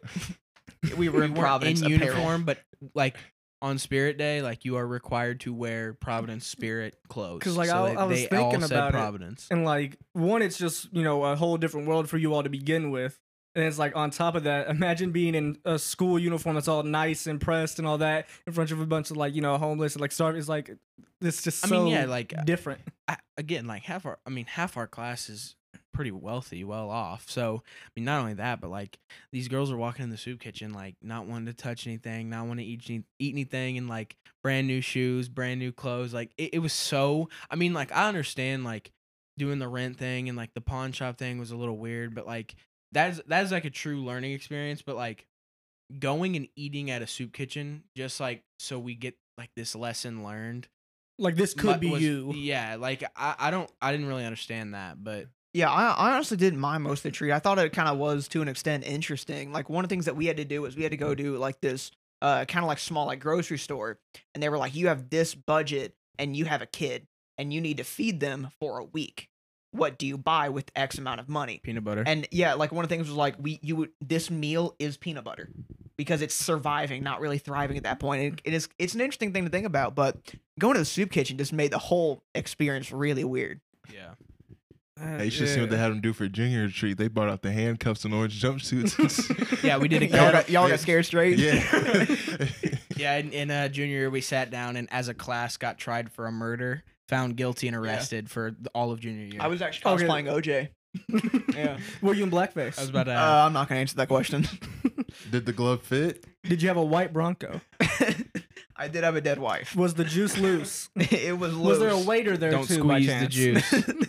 [SPEAKER 3] We were in
[SPEAKER 4] weren't
[SPEAKER 3] Providence
[SPEAKER 4] in
[SPEAKER 3] apparel.
[SPEAKER 4] uniform, but like. On Spirit Day, like you are required to wear Providence Spirit clothes.
[SPEAKER 2] 'Cause, like,
[SPEAKER 4] so
[SPEAKER 2] I-
[SPEAKER 4] they,
[SPEAKER 2] I was
[SPEAKER 4] they all
[SPEAKER 2] thinking
[SPEAKER 4] said
[SPEAKER 2] about it,
[SPEAKER 4] Providence.
[SPEAKER 2] And like one, it's just you know a whole different world for you all to begin with. And it's like on top of that, imagine being in a school uniform that's all nice and pressed and all that in front of a bunch of like you know homeless and like starving. It's like it's just
[SPEAKER 4] I
[SPEAKER 2] so
[SPEAKER 4] mean, yeah, like uh,
[SPEAKER 2] different.
[SPEAKER 4] I, again, like half our, I mean, half our class is pretty wealthy, well off. So I mean, not only that, but like these girls are walking in the soup kitchen, like not wanting to touch anything, not wanting to eat, any- eat anything, and like brand new shoes, brand new clothes. Like it, it was so. I mean, like I understand like doing the rent thing and like the pawn shop thing was a little weird, but like that's that's like a true learning experience. But like going and eating at a soup kitchen, just like so we get like this lesson learned.
[SPEAKER 2] Like this could
[SPEAKER 4] mu-
[SPEAKER 2] be
[SPEAKER 4] was-
[SPEAKER 2] you.
[SPEAKER 4] Yeah, like I, I don't I didn't really understand that, but
[SPEAKER 3] Yeah, I, I honestly didn't mind most of the treat. I thought it kind of was to an extent interesting. Like one of the things that we had to do was we had to go do like this uh kind of like small like grocery store and they were like you have this budget and you have a kid and you need to feed them for a week. What do you buy with X amount of money?
[SPEAKER 4] peanut butter.
[SPEAKER 3] And yeah, like one of the things was like we you would this meal is peanut butter because it's surviving, not really thriving at that point. It, it is it's an interesting thing to think about, but going to the soup kitchen just made the whole experience really weird.
[SPEAKER 4] yeah.
[SPEAKER 2] (laughs) Uh,
[SPEAKER 1] Hey, you should see what they
[SPEAKER 2] yeah.
[SPEAKER 1] had them do for junior retreat. They brought out the handcuffs and orange
[SPEAKER 2] (laughs)
[SPEAKER 1] jumpsuits. (laughs)
[SPEAKER 4] Yeah, we did a
[SPEAKER 3] y'all
[SPEAKER 4] count.
[SPEAKER 3] got, y'all got scared straight.
[SPEAKER 1] yeah.
[SPEAKER 4] Yeah, in, in uh, junior year, we sat down and as a class got tried for a murder, found guilty, and arrested for th- all of junior year.
[SPEAKER 3] I was actually
[SPEAKER 2] Okay.
[SPEAKER 3] cosplaying OJ. yeah.
[SPEAKER 2] Were you in blackface?
[SPEAKER 4] I was about to.
[SPEAKER 3] (laughs) Uh, I'm not gonna answer that question.
[SPEAKER 1] (laughs)
[SPEAKER 3] (laughs)
[SPEAKER 1] Did the glove fit?
[SPEAKER 2] Did you have a white Bronco?
[SPEAKER 3] I did have a dead wife.
[SPEAKER 2] Was the
[SPEAKER 4] (laughs)
[SPEAKER 2] juice loose?
[SPEAKER 3] (laughs) it was loose.
[SPEAKER 2] Was there a waiter there
[SPEAKER 4] don't
[SPEAKER 2] too? by
[SPEAKER 4] squeeze the
[SPEAKER 2] chance?
[SPEAKER 4] juice.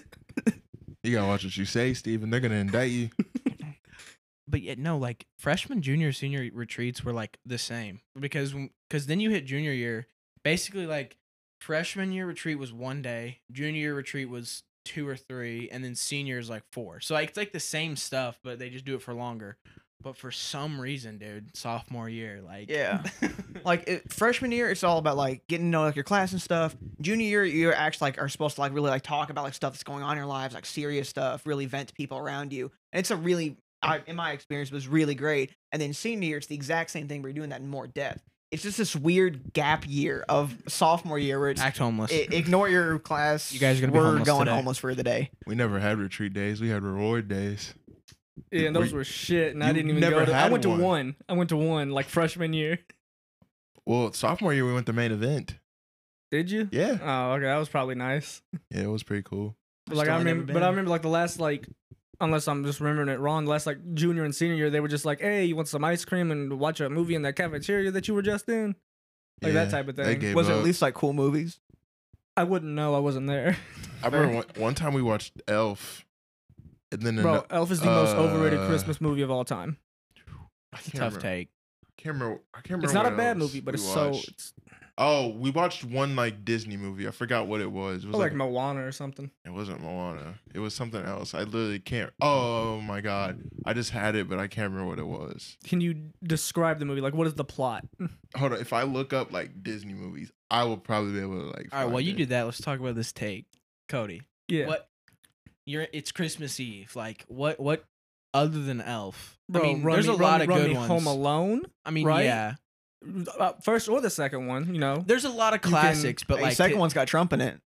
[SPEAKER 1] You gotta watch what you say, Steven. They're gonna indict you.
[SPEAKER 2] (laughs)
[SPEAKER 4] but yet, no, like freshman, junior, senior retreats were like the same because because then you hit junior year, basically like freshman year retreat was one day, junior year retreat was two or three, and then senior is like four. So like it's like the same stuff, but they just do it for longer. But for some reason, dude, sophomore year, like (laughs)
[SPEAKER 3] Yeah. like it, freshman year it's all about like getting to know like your class and stuff junior year you actually like are supposed to like really like talk about like stuff that's going on in your lives like serious stuff really vent to people around you and it's a really I, in my experience was really great and then senior year it's the exact same thing but you're doing that in more depth it's just this weird gap year of sophomore year where it's
[SPEAKER 4] act homeless.
[SPEAKER 3] i- ignore your class
[SPEAKER 4] You guys are gonna be
[SPEAKER 3] we're
[SPEAKER 4] homeless
[SPEAKER 3] going
[SPEAKER 4] today.
[SPEAKER 3] homeless for the day
[SPEAKER 1] We never had retreat days. We had reward days.
[SPEAKER 2] Yeah, and
[SPEAKER 1] Were
[SPEAKER 2] those
[SPEAKER 1] you-
[SPEAKER 2] were shit, and I
[SPEAKER 1] you
[SPEAKER 2] didn't even
[SPEAKER 1] never
[SPEAKER 2] go. To, I
[SPEAKER 1] had
[SPEAKER 2] went
[SPEAKER 1] one.
[SPEAKER 2] to one. I went to one like freshman year.
[SPEAKER 1] Well, sophomore year we went to main event.
[SPEAKER 2] Did you?
[SPEAKER 1] Yeah,
[SPEAKER 2] Oh, okay, that was probably nice.
[SPEAKER 1] yeah, it was pretty cool.
[SPEAKER 2] But, like
[SPEAKER 4] Still
[SPEAKER 2] I
[SPEAKER 4] ain't never
[SPEAKER 2] remember, but I
[SPEAKER 4] been.
[SPEAKER 2] remember like the last like, unless I'm just remembering it wrong, last like junior and senior year, they were just like, "Hey, you want some ice cream and watch a movie in that cafeteria that you were just in?" Like that
[SPEAKER 1] Yeah,
[SPEAKER 2] type of
[SPEAKER 1] they
[SPEAKER 2] thing.
[SPEAKER 1] gave
[SPEAKER 3] was it
[SPEAKER 1] up.
[SPEAKER 3] at least like cool movies
[SPEAKER 2] I wouldn't know. I wasn't there.
[SPEAKER 1] I remember one, one time we watched Elf, and then
[SPEAKER 2] Bro,
[SPEAKER 1] ano-
[SPEAKER 2] Elf is the most overrated
[SPEAKER 1] uh,
[SPEAKER 2] Christmas movie of all time.
[SPEAKER 1] I
[SPEAKER 4] It's a
[SPEAKER 1] can't
[SPEAKER 4] tough
[SPEAKER 1] remember-
[SPEAKER 4] take.
[SPEAKER 1] I can't remember. I can't remember.
[SPEAKER 2] It's not a
[SPEAKER 1] what
[SPEAKER 2] bad
[SPEAKER 1] else
[SPEAKER 2] movie, but
[SPEAKER 1] we
[SPEAKER 2] it's so.
[SPEAKER 1] watched.
[SPEAKER 2] It's,
[SPEAKER 1] Oh, we watched one like Disney movie. I forgot what it was. It was
[SPEAKER 2] oh, like
[SPEAKER 1] like,
[SPEAKER 2] Moana or something.
[SPEAKER 1] it wasn't Moana. It was something else. I literally can't. Oh my god, I just had it, but I can't remember what it was.
[SPEAKER 2] Can you describe the movie? Like, what is the plot?
[SPEAKER 1] Hold on. If I look up like Disney movies, I will probably be able to like.
[SPEAKER 4] All right,
[SPEAKER 1] find
[SPEAKER 4] while you
[SPEAKER 1] it.
[SPEAKER 4] do that, let's talk about this take, Cody.
[SPEAKER 2] Yeah.
[SPEAKER 4] What you're? It's Christmas Eve. Like what? What other than Elf?
[SPEAKER 2] Bro,
[SPEAKER 4] I mean,
[SPEAKER 2] run
[SPEAKER 4] there's
[SPEAKER 2] me,
[SPEAKER 4] a
[SPEAKER 2] run
[SPEAKER 4] lot
[SPEAKER 2] me,
[SPEAKER 4] of
[SPEAKER 2] run
[SPEAKER 4] good
[SPEAKER 2] me
[SPEAKER 4] ones.
[SPEAKER 2] Home Alone,
[SPEAKER 4] I mean,
[SPEAKER 2] right?
[SPEAKER 4] yeah,
[SPEAKER 2] uh, first or the second one. You know,
[SPEAKER 4] there's a lot of
[SPEAKER 2] You can-
[SPEAKER 4] classics, but
[SPEAKER 3] Hey,
[SPEAKER 4] like
[SPEAKER 3] second
[SPEAKER 4] to,
[SPEAKER 3] one's got trump in it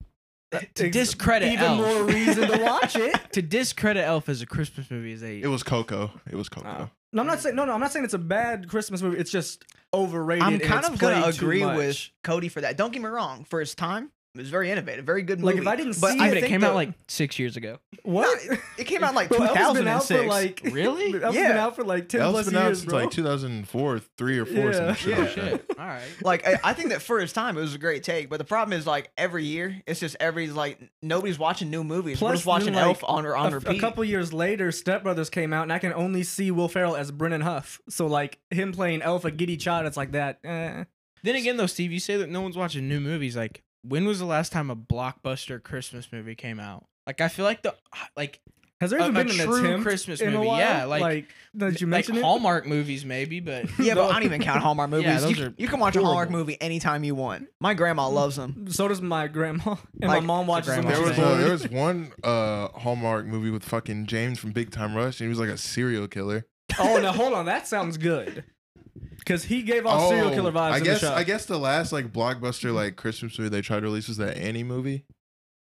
[SPEAKER 4] to
[SPEAKER 2] Ex-
[SPEAKER 4] discredit
[SPEAKER 2] even
[SPEAKER 4] Elf,
[SPEAKER 2] more reason to watch it.
[SPEAKER 4] to discredit Elf as a Christmas movie is a
[SPEAKER 1] It was Coco. It was
[SPEAKER 4] Ah.
[SPEAKER 1] Coco.
[SPEAKER 2] Oh. No, I'm not saying no, no. I'm not saying it's a bad Christmas movie. It's just overrated.
[SPEAKER 3] i'm
[SPEAKER 2] and
[SPEAKER 3] kind
[SPEAKER 2] it's
[SPEAKER 3] of gonna
[SPEAKER 2] played too
[SPEAKER 3] agree
[SPEAKER 2] much.
[SPEAKER 3] with cody for that don't get me wrong for his time it was very innovative very good movie
[SPEAKER 2] Like if I didn't
[SPEAKER 3] But
[SPEAKER 2] see
[SPEAKER 3] I
[SPEAKER 4] Steven, it
[SPEAKER 3] think
[SPEAKER 4] came out
[SPEAKER 3] the-
[SPEAKER 4] like six years ago.
[SPEAKER 2] (laughs) what (laughs)
[SPEAKER 3] It came out in, like
[SPEAKER 2] Bro, Elf's been out for
[SPEAKER 3] 2006.
[SPEAKER 2] like (laughs)
[SPEAKER 4] (laughs) Really?
[SPEAKER 2] Elf's
[SPEAKER 3] Yeah.
[SPEAKER 2] been out for like ten
[SPEAKER 1] Elf's
[SPEAKER 2] plus
[SPEAKER 1] been out
[SPEAKER 2] years,
[SPEAKER 1] since
[SPEAKER 2] bro.
[SPEAKER 1] like 2004, three or four.
[SPEAKER 2] Yeah.
[SPEAKER 1] some shit
[SPEAKER 4] Oh
[SPEAKER 1] like that.
[SPEAKER 4] shit! All right.
[SPEAKER 3] like I, I think that for his time it was a great take, but the problem is like every year it's just every like nobody's watching new movies. We're
[SPEAKER 2] Plus,
[SPEAKER 3] just watching
[SPEAKER 2] then, like,
[SPEAKER 3] Elf on on
[SPEAKER 2] a,
[SPEAKER 3] repeat.
[SPEAKER 2] a couple (laughs) years later, Step Brothers came out, and I can only see Will Ferrell as Brennan Huff. So like him playing Alpha Giddy Child, it's like that. Eh.
[SPEAKER 4] Then again, though, Steve, you say that no one's watching new movies. Like, when was the last time a blockbuster Christmas movie came out? Like, I feel like the like
[SPEAKER 2] Has there
[SPEAKER 4] a,
[SPEAKER 2] even
[SPEAKER 4] a
[SPEAKER 2] been an
[SPEAKER 4] true
[SPEAKER 2] attempt
[SPEAKER 4] Christmas
[SPEAKER 2] in
[SPEAKER 4] movie.
[SPEAKER 2] a while?
[SPEAKER 4] Yeah, like
[SPEAKER 2] now that you
[SPEAKER 4] like
[SPEAKER 2] mentioned it.
[SPEAKER 4] Hallmark movies, maybe, but
[SPEAKER 3] (laughs) yeah, but I don't even count
[SPEAKER 2] (laughs)
[SPEAKER 3] Hallmark movies.
[SPEAKER 4] Yeah, those
[SPEAKER 3] you,
[SPEAKER 4] are
[SPEAKER 3] you can watch a Hallmark
[SPEAKER 4] horrible.
[SPEAKER 3] movie anytime you want. My grandma loves them.
[SPEAKER 2] So does my grandma, and
[SPEAKER 3] Like,
[SPEAKER 2] my mom watches them.
[SPEAKER 4] grandma
[SPEAKER 1] There
[SPEAKER 2] when
[SPEAKER 1] was,
[SPEAKER 2] she's
[SPEAKER 4] thing.
[SPEAKER 1] uh,
[SPEAKER 2] bored.
[SPEAKER 1] there was one uh, Hallmark movie with fucking James from Big Time Rush, and he was like a serial killer.
[SPEAKER 2] Oh, now hold on. That sounds good. Because he gave off serial killer vibes.
[SPEAKER 1] Oh, I
[SPEAKER 2] in
[SPEAKER 1] guess
[SPEAKER 2] the shot.
[SPEAKER 1] I guess the last like blockbuster like Christmas movie they tried to release was that Annie movie.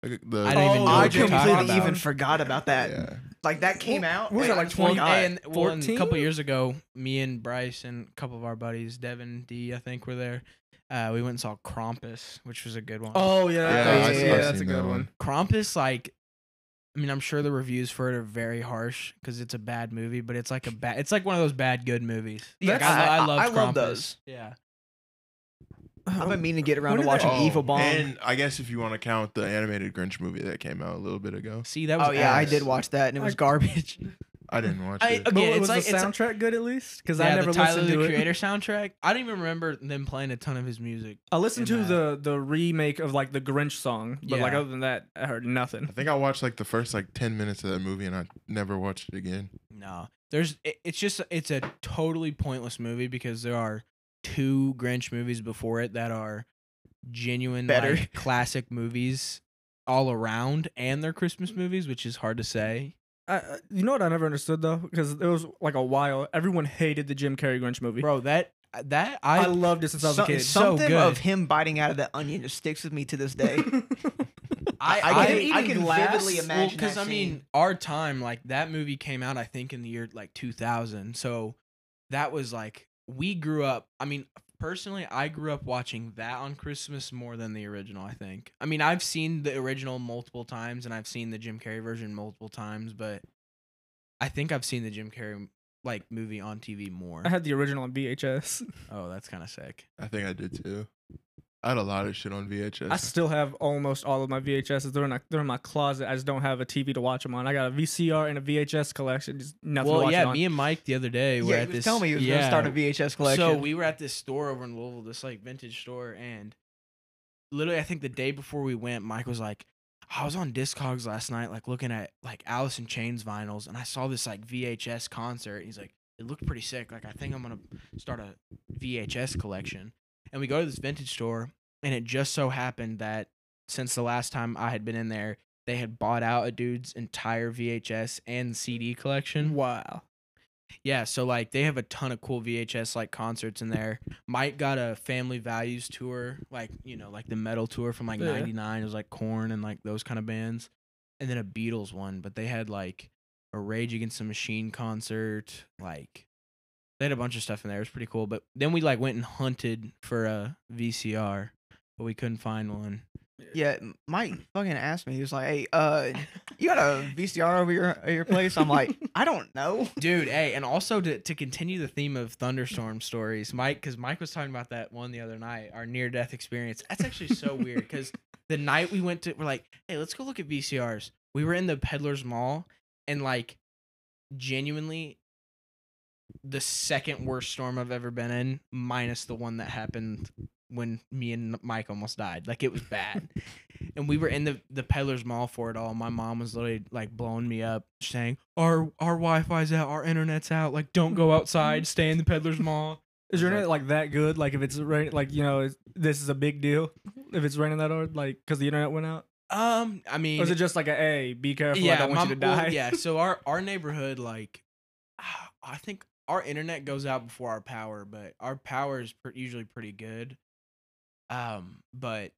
[SPEAKER 1] Like, the,
[SPEAKER 4] I didn't even
[SPEAKER 2] Oh,
[SPEAKER 4] know
[SPEAKER 3] I
[SPEAKER 4] what you're talking
[SPEAKER 3] completely
[SPEAKER 4] about.
[SPEAKER 3] even forgot about that.
[SPEAKER 1] Yeah.
[SPEAKER 3] Like that came
[SPEAKER 2] What-
[SPEAKER 3] out.
[SPEAKER 2] what was
[SPEAKER 3] and I
[SPEAKER 2] that, like, uh,
[SPEAKER 3] just
[SPEAKER 2] 20
[SPEAKER 3] forgot.
[SPEAKER 4] and, well, and a couple
[SPEAKER 2] 14?
[SPEAKER 4] years ago, me and Bryce and a couple of our buddies, Devin D, I think, were there. Uh, we went and saw Krampus, which was a good one.
[SPEAKER 2] Oh yeah,
[SPEAKER 1] Yeah,
[SPEAKER 2] that-
[SPEAKER 3] I-
[SPEAKER 2] yeah,
[SPEAKER 3] I've
[SPEAKER 2] that's a
[SPEAKER 1] seen
[SPEAKER 2] good
[SPEAKER 1] that
[SPEAKER 2] one.
[SPEAKER 1] one.
[SPEAKER 4] Krampus, like I mean, I'm sure the reviews for it are very harsh because it's a bad movie, but it's like a bad. It's like one of those bad good movies.
[SPEAKER 3] Yeah,
[SPEAKER 4] Like,
[SPEAKER 3] I- I-
[SPEAKER 4] loved
[SPEAKER 3] I love
[SPEAKER 4] Krampus.
[SPEAKER 3] those. Um,
[SPEAKER 4] Yeah.
[SPEAKER 3] I've been meaning to get around
[SPEAKER 2] When
[SPEAKER 3] to
[SPEAKER 2] did
[SPEAKER 3] watching
[SPEAKER 2] that-
[SPEAKER 3] Evil Bomb.
[SPEAKER 1] Oh, And I guess if you want to count the animated Grinch movie that came out a little bit ago,
[SPEAKER 4] See, that was.
[SPEAKER 3] oh yeah, I
[SPEAKER 4] ass.
[SPEAKER 3] did (laughs)
[SPEAKER 4] (laughs)
[SPEAKER 3] watch that and it was
[SPEAKER 2] I-
[SPEAKER 3] garbage. (laughs)
[SPEAKER 1] I didn't watch
[SPEAKER 4] I-
[SPEAKER 1] it.
[SPEAKER 4] okay,
[SPEAKER 2] But
[SPEAKER 4] it's
[SPEAKER 2] was
[SPEAKER 4] like-
[SPEAKER 2] the
[SPEAKER 4] it's a-
[SPEAKER 2] soundtrack good at least? Because
[SPEAKER 4] Yeah,
[SPEAKER 2] I
[SPEAKER 4] the
[SPEAKER 2] never
[SPEAKER 4] Tyler
[SPEAKER 2] listened
[SPEAKER 4] the
[SPEAKER 2] to it.
[SPEAKER 4] Creator soundtrack. I don't even remember them playing a ton of his music.
[SPEAKER 2] I listened
[SPEAKER 4] in
[SPEAKER 2] to
[SPEAKER 4] that.
[SPEAKER 2] the the remake of like the Grinch song, but like
[SPEAKER 4] Yeah.
[SPEAKER 2] other than that, I heard nothing.
[SPEAKER 1] I think I watched like the first like ten minutes of that movie and I never watched it again.
[SPEAKER 4] No, there's. It, it's just. It's a totally pointless movie because there are two Grinch movies before it that are genuine
[SPEAKER 3] Better.
[SPEAKER 4] like, classic movies all around, and they're Christmas movies, which is hard to say.
[SPEAKER 2] I- I, you know what I never understood though, because it was like a while. Everyone hated the Jim Carrey Grinch movie.
[SPEAKER 4] Bro, that that I
[SPEAKER 2] I, loved it since I was
[SPEAKER 3] So-
[SPEAKER 2] a kid.
[SPEAKER 4] so
[SPEAKER 3] something
[SPEAKER 4] good.
[SPEAKER 3] of him biting out of that onion just sticks with me to this (laughs) day.
[SPEAKER 4] I,
[SPEAKER 3] I can- I can vividly
[SPEAKER 4] Well,
[SPEAKER 3] imagine that
[SPEAKER 4] I mean,
[SPEAKER 3] scene.
[SPEAKER 4] our time, like that movie came out, I think, in the year like 2000. So that was like we grew up. I mean, personally, I grew up watching that on Christmas more than the original. I think. I mean, I've seen the original multiple times, and I've seen the Jim Carrey version multiple times, but I think I've seen the Jim Carrey like movie on TV more.
[SPEAKER 2] (laughs) I had the original on VHS.
[SPEAKER 4] oh, that's kind of sick.
[SPEAKER 1] I think I did too. I had a lot of shit on VHS.
[SPEAKER 2] I still have almost all of my VHSs. They're in, a, they're in my closet. I just don't have a TV to watch them on. I got a VCR and a VHS collection. Just nothing to
[SPEAKER 4] Well,
[SPEAKER 2] watch it
[SPEAKER 4] yeah,
[SPEAKER 2] on.
[SPEAKER 4] me and Mike the other day were
[SPEAKER 3] yeah,
[SPEAKER 4] at
[SPEAKER 3] he was
[SPEAKER 4] this.
[SPEAKER 3] telling me he was
[SPEAKER 4] yeah,
[SPEAKER 3] gonna start a VHS collection.
[SPEAKER 4] So we were at this store over in Louisville, this like vintage store, and literally, I think the day before we went, Mike was like, "I was on Discogs last night, like looking at like Alice in Chains vinyls, and I saw this like VHS concert. And he's like, it looked pretty sick. Like I think I'm gonna start a VHS collection." And we go to this vintage store, and it just so happened that since the last time I had been in there, they had bought out a dude's entire VHS and CD collection.
[SPEAKER 2] wow.
[SPEAKER 4] Yeah, so like they have a ton of cool VHS like concerts in there. Mike got a Family Values tour, like you know, like the metal tour from like
[SPEAKER 2] Yeah.
[SPEAKER 4] '99. It was like Corn and like those kind of bands, and then a Beatles one. But they had like a Rage Against the Machine concert, like they had a bunch of stuff in there. It was pretty cool. But then we like went and hunted for a VCR, but we couldn't find one.
[SPEAKER 3] yeah, Mike fucking asked me. He was like, "Hey, uh, you got a VCR over your at your place?" I'm like, "I don't know."
[SPEAKER 4] Dude, hey, and also to, to continue the theme of thunderstorm stories, Mike, because Mike was talking about that one the other night, our near death experience. That's actually so weird because the night we went to, we're like, hey, let's go look at VCRs. We were in the Peddler's Mall, and like, genuinely, the second worst storm I've ever been in, minus the one that happened when me and Mike almost died. Like, it was bad. and we were in the, the Peddler's Mall for it all. My mom was literally like blowing me up, saying, our, our Wi Fi's out, our internet's out. Like, don't go outside, stay in the Peddler's Mall.
[SPEAKER 2] Is your
[SPEAKER 4] Like-
[SPEAKER 2] internet like that good? Like if it's rain, like you know, it's, this is a big deal. If it's raining that hard, like because the internet went out,
[SPEAKER 4] Um, I mean,
[SPEAKER 2] or is it just like a hey, be careful? I don't want you to
[SPEAKER 4] my- well,
[SPEAKER 2] die.
[SPEAKER 4] yeah, so our our neighborhood, like, ah, I think our internet goes out before our power, but our power is pre- usually pretty good. Um, but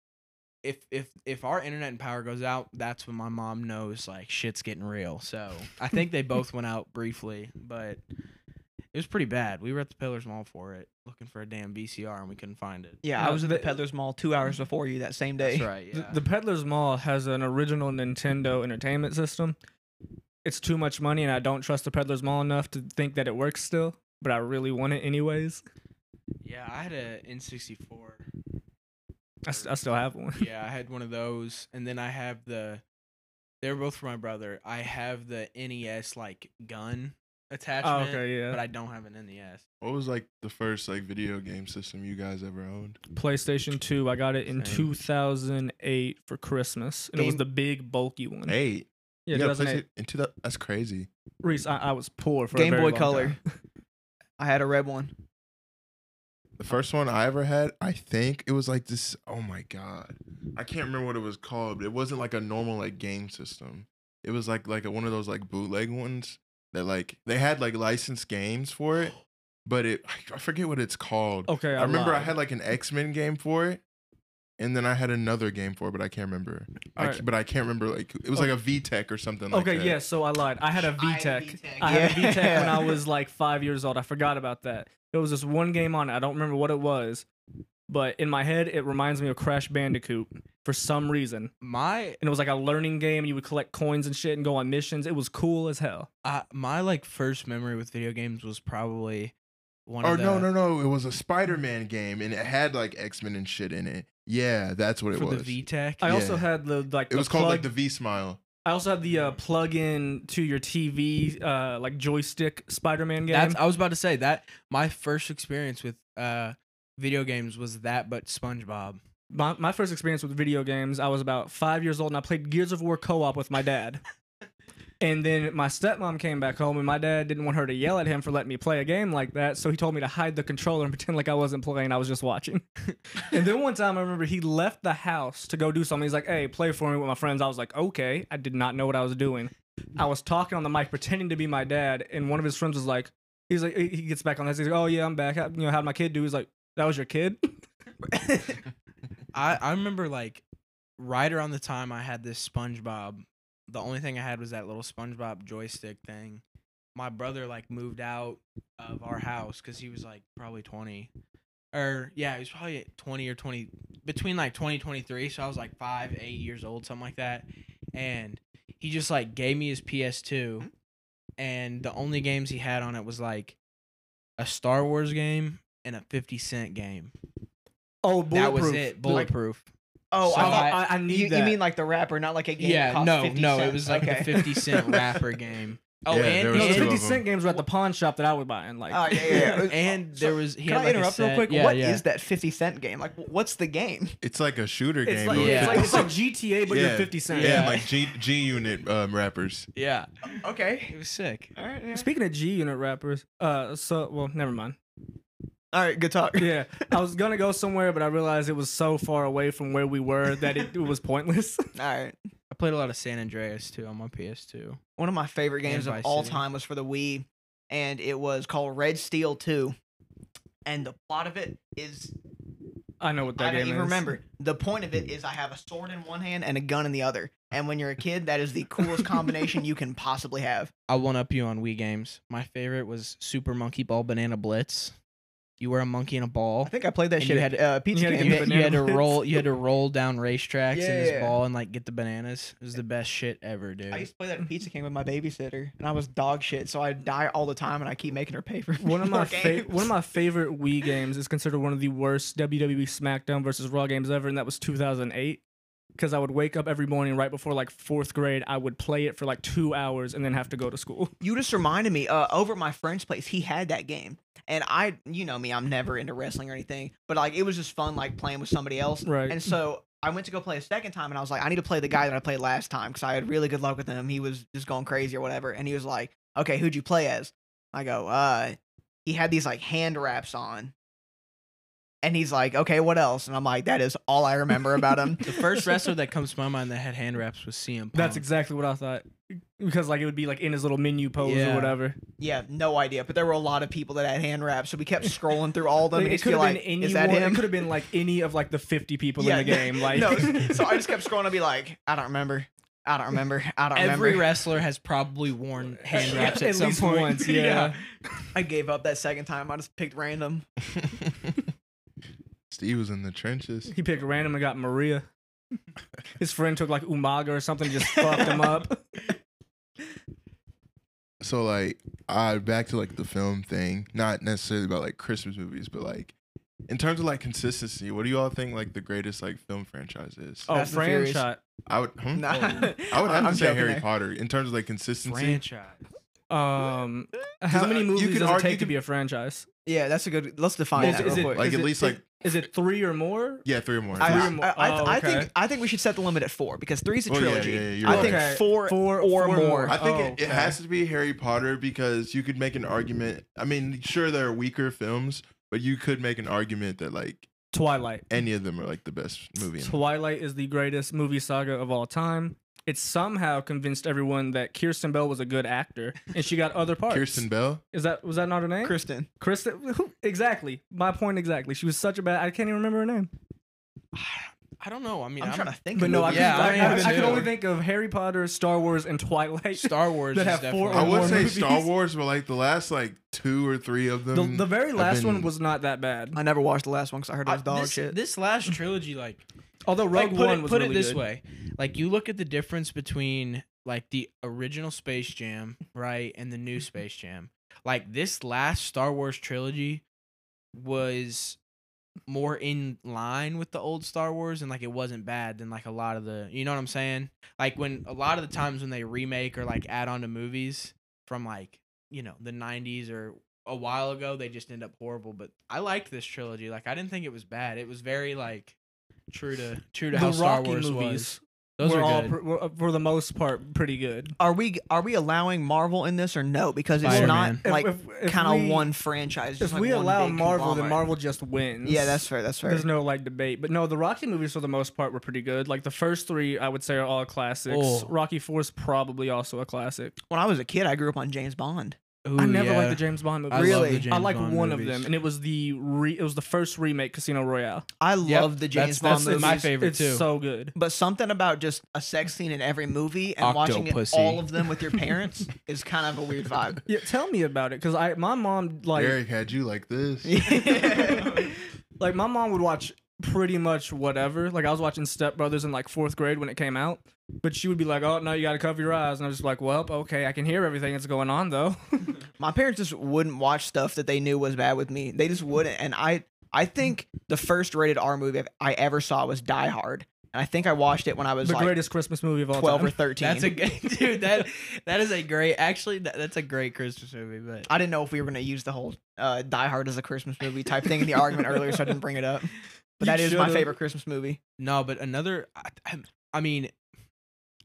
[SPEAKER 4] if if if our internet and power goes out, that's when my mom knows like shit's getting real. So I think they both went out briefly, but it was pretty bad. We were at the Pillars Mall for it, looking for a damn VCR, and we couldn't find it.
[SPEAKER 3] Yeah, I
[SPEAKER 2] No,
[SPEAKER 3] was at the
[SPEAKER 2] the-
[SPEAKER 3] Peddler's Mall two hours before you that same day.
[SPEAKER 4] That's right.
[SPEAKER 2] (laughs) The-
[SPEAKER 4] Yeah.
[SPEAKER 2] The Peddler's Mall has an original Nintendo entertainment system. It's too much money, and I don't trust the Peddler's Mall enough to think that it works still. But I really want it anyways.
[SPEAKER 4] yeah, I had a N64.
[SPEAKER 2] I, s- I still have one.
[SPEAKER 4] yeah, I had one of those, and then I have the. They were both for my brother. I have the NES like gun
[SPEAKER 2] Oh,
[SPEAKER 4] attachment,
[SPEAKER 2] okay,
[SPEAKER 4] but
[SPEAKER 2] yeah.
[SPEAKER 4] I don't have an E NES.
[SPEAKER 1] What was like the first like video game system you guys ever owned?
[SPEAKER 2] PlayStation Two. I got it in
[SPEAKER 4] Same.
[SPEAKER 2] 2008 for Christmas, and it was
[SPEAKER 3] Game-
[SPEAKER 2] the big bulky one.
[SPEAKER 1] Eight.
[SPEAKER 2] Mm. Yeah,
[SPEAKER 1] You got a
[SPEAKER 2] 2008.
[SPEAKER 1] PlayStation- in 2000 that's crazy.
[SPEAKER 2] Reese, I, I was poor for a
[SPEAKER 3] Game
[SPEAKER 2] very
[SPEAKER 3] Boy
[SPEAKER 2] long
[SPEAKER 3] Color.
[SPEAKER 2] time. (laughs)
[SPEAKER 3] I had a red one.
[SPEAKER 1] The first one I ever had, I think it was like this. Oh my god, I can't remember what it was called. But it wasn't like a normal like game system. It was like like a, one of those like bootleg ones that like they had like licensed games for it, but it I forget what it's called.
[SPEAKER 2] Okay,
[SPEAKER 1] I remember I
[SPEAKER 2] lied.
[SPEAKER 1] had like an X Men game for it, and then I had another game for it, but I can't remember. I,
[SPEAKER 2] Alright.
[SPEAKER 1] ca- But I can't remember like it was like a VTech or something. like
[SPEAKER 2] okay,
[SPEAKER 1] that.
[SPEAKER 2] yes. So I lied. I had a
[SPEAKER 3] I had a
[SPEAKER 2] VTech.
[SPEAKER 3] VTech.
[SPEAKER 2] I had a
[SPEAKER 3] Yeah.
[SPEAKER 2] VTech when I was like five years old. I forgot about that. It was this one game on it. I don't remember what it was, but in my head it reminds me of Crash Bandicoot for some reason.
[SPEAKER 4] My
[SPEAKER 2] And it was like a learning game. You would collect coins and shit and go on missions. It was cool as hell.
[SPEAKER 4] uh, my like first memory with video games was probably one.
[SPEAKER 1] Or
[SPEAKER 4] of the,
[SPEAKER 1] Oh, no, no, no. It was a Spider-Man game, and it had like X-Men and shit in it. Yeah, that's what it
[SPEAKER 4] for
[SPEAKER 1] was.
[SPEAKER 4] the VTech.
[SPEAKER 2] I also
[SPEAKER 1] Yeah.
[SPEAKER 2] had the like
[SPEAKER 1] it
[SPEAKER 2] the
[SPEAKER 1] was called like
[SPEAKER 2] plug-
[SPEAKER 1] the V Smile.
[SPEAKER 2] I also had the uh, plug-in to your TV uh, like joystick Spider-Man game.
[SPEAKER 4] That's I was about to say that my first experience with uh video games was that, but SpongeBob.
[SPEAKER 2] my, my first experience with video games, I was about five years old and I played Gears of War co op with my dad. and then my stepmom came back home and my dad didn't want her to yell at him for letting me play a game like that. So he told me to hide the controller and (laughs) pretend like I wasn't playing, I was just watching. and then one time I remember he left the house to go do something. He's like, hey, play for me with my friends. I was like, okay. I did not know what I was doing. I was talking on the mic, pretending to be my dad. And one of his friends was like, he's like, he he gets back on this. He's like, oh, yeah, I'm back. How, you know, how'd my kid do? He's like, that was your kid?
[SPEAKER 4] I I remember like right around the time I had this SpongeBob. The only thing I had was that little SpongeBob joystick thing. My brother like moved out of our house because he was like probably twenty, or yeah, he was probably at twenty or twenty between like twenty twenty three. So I was like five, eight years old, something like that. And he just like gave me his PS two, and the only games he had on it was like a Star Wars game and a Fifty Cent game.
[SPEAKER 2] Oh,
[SPEAKER 4] That
[SPEAKER 2] bulletproof.
[SPEAKER 4] was it, bulletproof.
[SPEAKER 3] Oh,
[SPEAKER 4] So
[SPEAKER 3] I thought
[SPEAKER 4] I-
[SPEAKER 2] I need
[SPEAKER 3] you, you mean like the rapper, not like a game. that
[SPEAKER 4] yeah,
[SPEAKER 3] costs
[SPEAKER 4] no,
[SPEAKER 3] 50
[SPEAKER 4] no, it
[SPEAKER 3] cents.
[SPEAKER 4] was like
[SPEAKER 3] Okay.
[SPEAKER 4] the
[SPEAKER 3] (laughs)
[SPEAKER 4] fifty cent rapper game. Oh,
[SPEAKER 1] Yeah, there
[SPEAKER 4] and
[SPEAKER 1] was
[SPEAKER 2] no, the
[SPEAKER 1] two of
[SPEAKER 4] and,
[SPEAKER 2] fifty
[SPEAKER 1] them.
[SPEAKER 2] cent games were at the pawn shop that I was buying. Like,
[SPEAKER 3] Oh, yeah, yeah, yeah.
[SPEAKER 4] and there was. He
[SPEAKER 3] Can
[SPEAKER 4] had
[SPEAKER 3] I
[SPEAKER 4] like a
[SPEAKER 3] interrupt real
[SPEAKER 4] set-
[SPEAKER 3] quick? What
[SPEAKER 4] Yeah,
[SPEAKER 3] is
[SPEAKER 4] yeah.
[SPEAKER 3] that 50 cent game? Like, wh- what's the game?
[SPEAKER 1] It's like a shooter
[SPEAKER 2] it's
[SPEAKER 1] game. but
[SPEAKER 2] like,
[SPEAKER 1] with
[SPEAKER 4] Yeah.
[SPEAKER 1] (laughs)
[SPEAKER 2] it's, (laughs) like,
[SPEAKER 1] 50
[SPEAKER 2] it's like GTA, but you're
[SPEAKER 1] Yeah.
[SPEAKER 2] fifty cent.
[SPEAKER 1] Yeah,
[SPEAKER 4] Yeah.
[SPEAKER 1] like G G Unit um, rappers.
[SPEAKER 4] Yeah,
[SPEAKER 3] Okay.
[SPEAKER 4] it was sick.
[SPEAKER 3] All right. yeah.
[SPEAKER 2] Speaking of G Unit rappers, uh, so well, never mind.
[SPEAKER 3] All right. Good talk.
[SPEAKER 2] Yeah, I was gonna go somewhere, but I realized it was so far away from where we were that it, it was pointless.
[SPEAKER 3] (laughs)
[SPEAKER 2] (laughs)
[SPEAKER 3] All right.
[SPEAKER 4] I played a lot of San Andreas too on my PS2.
[SPEAKER 3] One of my favorite games of
[SPEAKER 4] Vice
[SPEAKER 3] all
[SPEAKER 4] City.
[SPEAKER 3] time was for the Wii, and it was called Red Steel 2. And the plot of it is
[SPEAKER 2] I know what that
[SPEAKER 3] I
[SPEAKER 2] game
[SPEAKER 3] don't even
[SPEAKER 2] is.
[SPEAKER 3] remember. The point of it is I have a sword in one hand and a gun in the other. And when you're a kid, that is the coolest combination you can possibly have.
[SPEAKER 4] I one up you on Wii games. My favorite was Super Monkey Ball Banana Blitz. You were a monkey in a ball.
[SPEAKER 3] (laughs) I think I played that
[SPEAKER 4] And
[SPEAKER 3] shit
[SPEAKER 4] you
[SPEAKER 3] at uh, Pizza
[SPEAKER 2] you had to
[SPEAKER 4] And
[SPEAKER 3] Camp.
[SPEAKER 4] (laughs)
[SPEAKER 2] get
[SPEAKER 4] you, you had to
[SPEAKER 2] Banana
[SPEAKER 4] roll. You had to roll down racetracks in this
[SPEAKER 3] Yeah.
[SPEAKER 4] ball and like get the bananas. It was the best shit ever, dude.
[SPEAKER 3] I used to play that at Pizza Camp with
[SPEAKER 2] (laughs)
[SPEAKER 3] my babysitter, and I was dog shit, so I die all the time, and I keep making her pay for
[SPEAKER 2] One of
[SPEAKER 3] (laughs)
[SPEAKER 2] my
[SPEAKER 3] more
[SPEAKER 2] fa-
[SPEAKER 3] games.
[SPEAKER 2] one of my favorite Wii games is considered one of the worst WWE SmackDown versus Raw games ever, and that was 2008. Because I would wake up every morning right before like fourth grade, I would play it for like two hours and then have to go to school. (laughs)
[SPEAKER 3] you just reminded me uh, over at my friend's place he had that game and i you know me i'm never into wrestling or anything but like it was just fun like playing with somebody else
[SPEAKER 2] Right.
[SPEAKER 3] and so i went to go play a second time and i was like i need to play the guy that i played last time because i had really good luck with him he was just going crazy or whatever and he was like okay who'd you play as i go uh he had these like hand wraps on and he's like okay what else and i'm like that is all i remember about
[SPEAKER 2] (laughs)
[SPEAKER 3] him
[SPEAKER 4] the first wrestler that comes to my mind that had hand wraps was CM Punk.
[SPEAKER 2] That's exactly what I thought. Because like it would be like in his little menu pose or
[SPEAKER 4] Yeah.
[SPEAKER 2] whatever.
[SPEAKER 3] yeah no idea but there were a lot of people that had hand wraps so we kept scrolling through all of them
[SPEAKER 2] Like,
[SPEAKER 3] and
[SPEAKER 2] it
[SPEAKER 3] just
[SPEAKER 2] could
[SPEAKER 3] feel
[SPEAKER 2] have
[SPEAKER 3] like
[SPEAKER 2] been anyone.
[SPEAKER 3] is that him
[SPEAKER 2] It could have been like any of like the fifty people in the game. Like (laughs)
[SPEAKER 3] no, so I just kept scrolling. I'd be like, I don't remember. I don't remember. I don't
[SPEAKER 4] Every
[SPEAKER 3] remember.
[SPEAKER 4] wrestler has probably worn hand wraps at,
[SPEAKER 2] At
[SPEAKER 4] some
[SPEAKER 2] least
[SPEAKER 3] (laughs)
[SPEAKER 4] point. (laughs)
[SPEAKER 2] once, yeah.
[SPEAKER 3] I gave up that second time. I just picked random.
[SPEAKER 1] Steve was in the trenches.
[SPEAKER 2] he picked random and got Maria. His friend took like Umaga or something, and just fucked him up.
[SPEAKER 1] So like, I back to like the film thing. Not necessarily about like Christmas movies, but like in terms of like consistency, what do you all think like the greatest like film franchise is?
[SPEAKER 2] Oh,
[SPEAKER 3] Fast and Furious.
[SPEAKER 2] franchise.
[SPEAKER 1] I would. Hmm?
[SPEAKER 3] Nah, (laughs)
[SPEAKER 1] I would have
[SPEAKER 3] I'm
[SPEAKER 1] to say
[SPEAKER 3] joking
[SPEAKER 1] Harry
[SPEAKER 3] there.
[SPEAKER 1] Potter in terms of like consistency.
[SPEAKER 4] Franchise.
[SPEAKER 2] Um, how
[SPEAKER 1] I-
[SPEAKER 2] many
[SPEAKER 1] you
[SPEAKER 2] movies
[SPEAKER 1] could
[SPEAKER 2] does
[SPEAKER 1] argue-
[SPEAKER 2] it
[SPEAKER 1] you
[SPEAKER 2] take to
[SPEAKER 1] could-
[SPEAKER 2] be a franchise?
[SPEAKER 3] Yeah, that's a good. Let's define
[SPEAKER 2] Is-
[SPEAKER 3] that
[SPEAKER 2] is
[SPEAKER 3] real
[SPEAKER 2] it-
[SPEAKER 3] quick.
[SPEAKER 1] like
[SPEAKER 2] is
[SPEAKER 1] at
[SPEAKER 2] it-
[SPEAKER 1] least like
[SPEAKER 2] Is it three or more?
[SPEAKER 1] yeah, three or more.
[SPEAKER 3] I,
[SPEAKER 2] three
[SPEAKER 1] Yeah.
[SPEAKER 2] or more?
[SPEAKER 3] I, I,
[SPEAKER 2] Oh,
[SPEAKER 3] I
[SPEAKER 2] okay.
[SPEAKER 3] think I think we should set the limit at four because three's a
[SPEAKER 1] Oh, yeah,
[SPEAKER 3] trilogy.
[SPEAKER 1] yeah, yeah, you're
[SPEAKER 3] I
[SPEAKER 1] right.
[SPEAKER 3] think
[SPEAKER 2] Okay.
[SPEAKER 3] four,
[SPEAKER 2] Four-
[SPEAKER 3] or
[SPEAKER 2] four
[SPEAKER 3] more.
[SPEAKER 2] more.
[SPEAKER 1] I think
[SPEAKER 2] Oh,
[SPEAKER 1] it, it
[SPEAKER 2] okay.
[SPEAKER 1] has to be Harry Potter because you could make an argument. I mean, sure there are weaker films, but you could make an argument that like
[SPEAKER 2] Twilight.
[SPEAKER 1] any of them are like the best movie. in-
[SPEAKER 2] Twilight is the greatest movie saga of all time. It somehow convinced everyone that Kirsten Bell was a good actor, and she got other parts.
[SPEAKER 1] Kirsten Bell.
[SPEAKER 2] is that was that not her name?
[SPEAKER 3] Kristen.
[SPEAKER 2] Kristen, who, exactly. My point exactly. She was such a bad. I can't even remember her name.
[SPEAKER 4] I don't know. I mean,
[SPEAKER 3] I'm,
[SPEAKER 4] I'm-
[SPEAKER 3] trying to think.
[SPEAKER 2] But
[SPEAKER 3] of
[SPEAKER 2] no, I,
[SPEAKER 3] movies.
[SPEAKER 2] can,
[SPEAKER 4] Yeah,
[SPEAKER 2] I,
[SPEAKER 4] I
[SPEAKER 2] I-
[SPEAKER 4] am
[SPEAKER 2] I can
[SPEAKER 4] too.
[SPEAKER 2] only think of Harry Potter, Star Wars, and Twilight.
[SPEAKER 4] Star Wars.
[SPEAKER 2] that
[SPEAKER 4] is
[SPEAKER 2] have four
[SPEAKER 4] definitely-
[SPEAKER 1] I would
[SPEAKER 2] more
[SPEAKER 1] say Star
[SPEAKER 2] movies.
[SPEAKER 1] Wars, but like the last like two or three of
[SPEAKER 2] the,
[SPEAKER 1] them.
[SPEAKER 2] the very last one
[SPEAKER 1] been-
[SPEAKER 2] was not that bad.
[SPEAKER 3] I never watched the last one because I heard it
[SPEAKER 4] I-
[SPEAKER 3] was dog
[SPEAKER 4] this,
[SPEAKER 3] shit.
[SPEAKER 4] This last trilogy, like,
[SPEAKER 2] Although Rogue
[SPEAKER 4] like, put
[SPEAKER 2] One
[SPEAKER 4] it,
[SPEAKER 2] was
[SPEAKER 4] put
[SPEAKER 2] really
[SPEAKER 4] it this
[SPEAKER 2] good.
[SPEAKER 4] way, like you look at the difference between like the original Space Jam, right, and the new Space Jam. Like this last Star Wars trilogy was more in line with the old Star Wars, and like it wasn't bad than like a lot of the, you know what I'm saying? Like when a lot of the times when they remake or like add on to movies from like you know the 90s or a while ago they just end up horrible but i liked this trilogy like i didn't think it was bad it was very like true to true to
[SPEAKER 2] The
[SPEAKER 4] how
[SPEAKER 2] Rocky
[SPEAKER 4] star wars
[SPEAKER 2] movies
[SPEAKER 4] was those
[SPEAKER 2] were
[SPEAKER 4] are
[SPEAKER 2] all
[SPEAKER 4] good
[SPEAKER 2] pr- were, uh, for the most part pretty good.
[SPEAKER 3] Are we are we allowing Marvel in this or no? Because it's
[SPEAKER 4] Spider-Man.
[SPEAKER 3] not like
[SPEAKER 2] if, if
[SPEAKER 3] kind
[SPEAKER 2] we-
[SPEAKER 3] of one franchise.
[SPEAKER 2] If
[SPEAKER 3] just like
[SPEAKER 2] we
[SPEAKER 3] one
[SPEAKER 2] allow
[SPEAKER 3] big
[SPEAKER 2] Marvel, then
[SPEAKER 3] conglomerate.
[SPEAKER 2] Marvel just wins.
[SPEAKER 3] Yeah, that's fair. That's fair.
[SPEAKER 2] There's no like debate, but no, the Rocky movies for the most part were pretty good. Like the first three, I would say are all classics.
[SPEAKER 4] Oh.
[SPEAKER 2] Rocky Four is probably also a classic.
[SPEAKER 3] when I was a kid, I grew up on James Bond.
[SPEAKER 2] I
[SPEAKER 4] Ooh,
[SPEAKER 2] never
[SPEAKER 4] yeah.
[SPEAKER 2] liked the James Bond
[SPEAKER 4] I
[SPEAKER 2] movies.
[SPEAKER 4] love
[SPEAKER 3] Really?
[SPEAKER 4] the
[SPEAKER 3] I
[SPEAKER 4] James
[SPEAKER 2] I like
[SPEAKER 4] Bond
[SPEAKER 2] one
[SPEAKER 4] movies.
[SPEAKER 2] of them, and it was the re- it was the first remake Casino Royale.
[SPEAKER 3] I
[SPEAKER 4] Yep,
[SPEAKER 3] love the James
[SPEAKER 4] that's-
[SPEAKER 3] Bond
[SPEAKER 4] that's
[SPEAKER 3] movies,
[SPEAKER 4] my favorite
[SPEAKER 2] it's
[SPEAKER 4] too.
[SPEAKER 2] So good.
[SPEAKER 3] but something about just a sex scene in every movie and watching it,
[SPEAKER 4] Octopussy.
[SPEAKER 3] all of them with your parents (laughs) is kind of a weird vibe.
[SPEAKER 2] Yeah, tell me about it, because I my mom like
[SPEAKER 1] Eric had you like this.
[SPEAKER 2] (laughs) like my mom would watch pretty much whatever. Like I was watching Step Brothers in like fourth grade when it came out, but she would be like, "Oh no, you got to cover your eyes," and I was just like, "Well, okay, I can hear everything that's going on though."
[SPEAKER 3] my parents just wouldn't watch stuff that they knew was bad with me. They just wouldn't. And I, I think the first rated R movie I've- I ever saw was Die Hard, and I think I watched it when I was
[SPEAKER 2] (laughs) the
[SPEAKER 3] like
[SPEAKER 2] greatest Christmas movie of all
[SPEAKER 3] twelve
[SPEAKER 2] time.
[SPEAKER 3] or thirteen.
[SPEAKER 4] that's a good (laughs) dude that that is a great actually that, that's a great christmas movie but
[SPEAKER 3] I didn't know if we were going to use the whole uh, Die Hard as a Christmas movie type thing in the argument earlier, so I didn't bring it up. But
[SPEAKER 2] You
[SPEAKER 3] that is my
[SPEAKER 2] should've.
[SPEAKER 3] favorite Christmas movie.
[SPEAKER 4] No, but another. I, I'm- I mean,